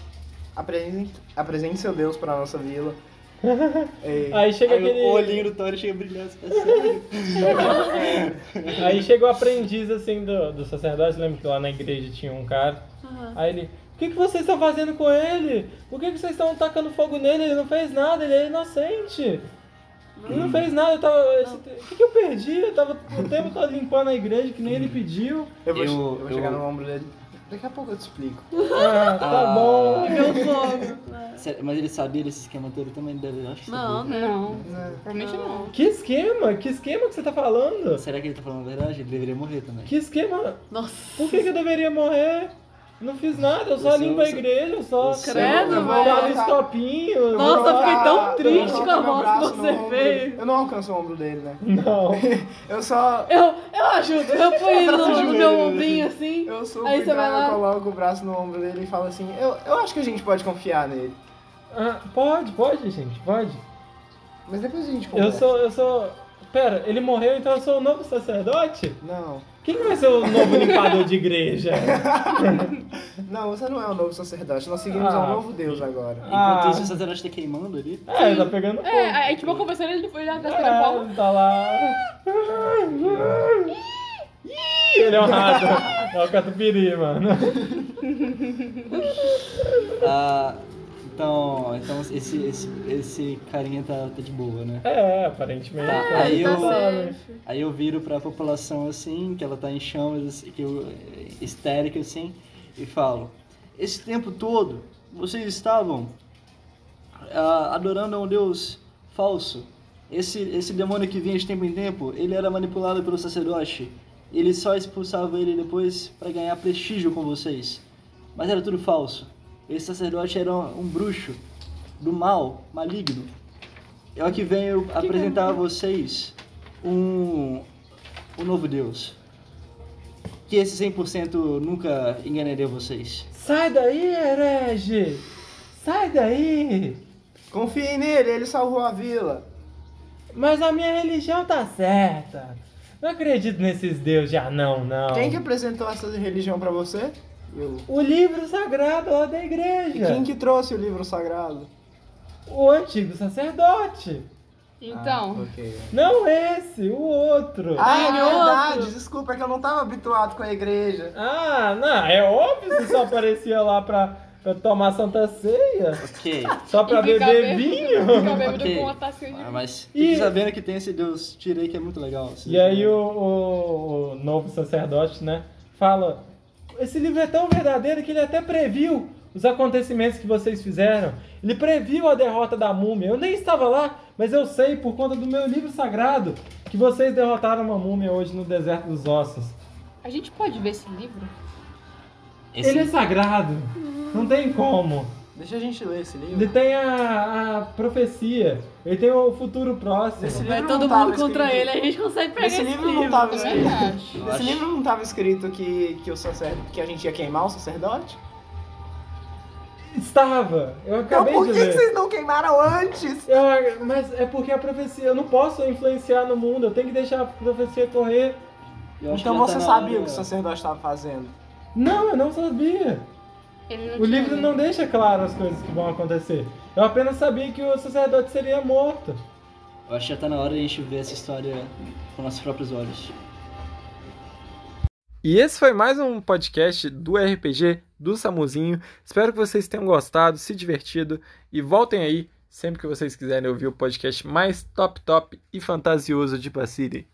Speaker 5: apresente, apresente seu Deus pra nossa vila. É,
Speaker 1: Aí chega
Speaker 2: Aí
Speaker 1: aquele.
Speaker 2: o olhinho do Tony chega brilhando. assim, assim.
Speaker 1: Aí chega o aprendiz assim do, do sacerdote, lembra que lá na igreja tinha um cara.
Speaker 4: Aham.
Speaker 1: Aí ele. O que, que vocês estão fazendo com ele? Por que, que vocês estão tacando fogo nele? Ele não fez nada, ele é inocente. Ele
Speaker 2: Hum.
Speaker 1: não fez nada, eu tava. esse- o que, que eu perdi? Eu tava o tempo todo limpando a igreja, que nem ele pediu.
Speaker 5: eu, vou,
Speaker 2: eu-
Speaker 5: eu vou chegar
Speaker 2: eu-
Speaker 5: no ombro dele. Daqui a pouco eu te explico.
Speaker 1: Ah, tá
Speaker 2: Ah.
Speaker 1: bom.
Speaker 4: Pegou fogo. né?
Speaker 2: Sério, Mas ele sabia desse esquema todo também, deve, eu acho que
Speaker 4: Não,
Speaker 2: sabia.
Speaker 3: Não,
Speaker 5: Né?
Speaker 3: provavelmente não.
Speaker 1: Que esquema? Que esquema que você tá falando?
Speaker 2: Será que ele tá falando a verdade? Ele deveria morrer também.
Speaker 1: Que esquema?
Speaker 4: Nossa.
Speaker 1: Por que, que eu deveria morrer? Não fiz nada, eu só
Speaker 2: Você-
Speaker 1: limpo a
Speaker 2: você-
Speaker 1: igreja, eu só.
Speaker 2: você-
Speaker 4: Credo,
Speaker 5: Eu
Speaker 1: Eu
Speaker 5: vou
Speaker 1: vou lá
Speaker 5: colocar-
Speaker 1: no estopinho. eu vou
Speaker 4: Nossa, eu
Speaker 1: lá-
Speaker 4: fiquei
Speaker 5: Ah,
Speaker 4: tão
Speaker 5: eu vou
Speaker 4: triste com
Speaker 5: colocar
Speaker 4: a
Speaker 5: meu
Speaker 4: voz que
Speaker 5: braço no
Speaker 4: você
Speaker 5: ombro dele.
Speaker 4: fez.
Speaker 5: Eu não alcanço o ombro dele, né?
Speaker 1: Não.
Speaker 5: Eu só.
Speaker 4: Eu, eu ajudo, eu ponho no, no meu ombrinho assim.
Speaker 5: Eu sou
Speaker 4: Aí você vai lá-
Speaker 5: eu coloco o braço no ombro dele e falo assim: eu, eu acho que a gente pode confiar nele.
Speaker 1: Ah, pode, pode, gente, pode.
Speaker 5: Mas depois a gente
Speaker 1: Eu
Speaker 5: conversa.
Speaker 1: sou, eu sou. Pera, ele morreu, então eu sou o novo sacerdote?
Speaker 5: Não.
Speaker 1: Quem que vai ser o novo limpador de igreja?
Speaker 5: Não, você não é o novo sacerdote. Nós seguimos
Speaker 1: Ah,
Speaker 5: um novo Deus agora.
Speaker 1: Ah.
Speaker 2: Enquanto isso, o sacerdote tá queimando ali.
Speaker 1: É, ele tá pegando fogo.
Speaker 3: É, aí tipo, eu conversando, ele foi lá atrás pegando fogo.
Speaker 1: É, tá lá. Ih, Ele é um rato. É o catupiry, mano.
Speaker 2: Ah, então, então esse, esse, esse carinha tá, tá de boa, né?
Speaker 1: É, aparentemente. É.
Speaker 2: Tá, aí
Speaker 4: tá
Speaker 2: eu,
Speaker 4: safe.
Speaker 2: aí eu viro pra população assim, que ela tá em chamas, assim, que eu, histérica assim, e falo: Esse tempo todo vocês estavam ah, adorando a um deus falso. Esse, esse demônio que vinha de tempo em tempo, ele era manipulado pelo sacerdote. Ele só expulsava ele depois pra ganhar prestígio com vocês. Mas era tudo falso. Esse sacerdote era um um bruxo do mal, maligno. Eu aqui venho apresentar a vocês um, um novo Deus. Que esse 100% nunca enganaria vocês.
Speaker 1: Sai daí, herege! Sai daí!
Speaker 5: Confiem nele, ele salvou a vila.
Speaker 1: Mas a minha religião tá certa. Não acredito nesses deuses de anão, não.
Speaker 5: Quem que apresentou essa religião pra você? Eu.
Speaker 1: O livro sagrado lá da
Speaker 5: E
Speaker 1: igreja.
Speaker 5: quem que trouxe o livro sagrado?
Speaker 1: O antigo sacerdote.
Speaker 3: Então,
Speaker 1: Ah,
Speaker 5: ok.
Speaker 1: Não esse, o outro.
Speaker 5: Ah, é
Speaker 4: outro.
Speaker 5: verdade, desculpa, é que eu não tava habituado com a igreja.
Speaker 1: Ah, não, é óbvio que só aparecia lá pra, pra tomar Santa Ceia.
Speaker 2: Ok.
Speaker 1: Só pra
Speaker 3: E ficar
Speaker 1: beber
Speaker 3: bêbado.
Speaker 1: vinho.
Speaker 3: fica bêbado
Speaker 2: Ok.
Speaker 3: Tá com uma tacinha de
Speaker 2: Ah, Mas
Speaker 1: E-
Speaker 2: fique sabendo que tem esse Deus tirei que é muito legal.
Speaker 5: assim.
Speaker 1: E aí o, o- o novo sacerdote, né, fala: Esse livro é tão verdadeiro que ele até previu os acontecimentos que vocês fizeram. Ele previu a derrota da múmia. Eu nem estava lá, mas eu sei por conta do meu livro sagrado que vocês derrotaram uma múmia hoje no deserto dos ossos.
Speaker 3: A gente pode ver esse livro?
Speaker 2: Esse-
Speaker 1: Ele é sagrado. Não tem como.
Speaker 5: Deixa a gente ler esse livro.
Speaker 1: Ele tem a, a profecia. Ele tem o futuro
Speaker 5: Esse
Speaker 1: próximo.
Speaker 5: livro
Speaker 4: Vai
Speaker 5: não
Speaker 4: todo
Speaker 5: tava
Speaker 4: mundo contra
Speaker 5: escrito-
Speaker 4: ele, a gente consegue pegar
Speaker 5: Esse livro não
Speaker 4: tá
Speaker 5: tava
Speaker 3: Também
Speaker 5: escrito.
Speaker 3: acho.
Speaker 2: Eu
Speaker 5: Esse
Speaker 2: acho-
Speaker 5: livro não tava escrito que, que, o sacer... que a gente ia queimar o sacerdote?
Speaker 1: Estava! Eu
Speaker 5: Então
Speaker 1: acabei
Speaker 5: por
Speaker 1: de
Speaker 5: que,
Speaker 1: ler.
Speaker 5: que vocês não queimaram antes?
Speaker 1: Eu- mas é porque a profecia, eu não posso influenciar no mundo, eu tenho que deixar a profecia correr.
Speaker 2: Eu acho
Speaker 5: Então
Speaker 2: que já tá
Speaker 5: você
Speaker 2: na
Speaker 5: sabia
Speaker 1: hora.
Speaker 5: o que o sacerdote estava fazendo.
Speaker 1: Não, eu não sabia.
Speaker 3: Ele não
Speaker 1: O
Speaker 3: tinha
Speaker 1: livro
Speaker 3: lido.
Speaker 1: não deixa claro as coisas que vão acontecer. Eu apenas sabia que o sacerdote seria morto.
Speaker 2: Eu acho que já tá na hora de a gente ver essa história com nossos próprios olhos.
Speaker 13: E esse foi mais um podcast do RPG do Samuzinho. Espero que vocês tenham gostado, se divertido e voltem aí sempre que vocês quiserem ouvir o podcast mais top, top e fantasioso de Bacille.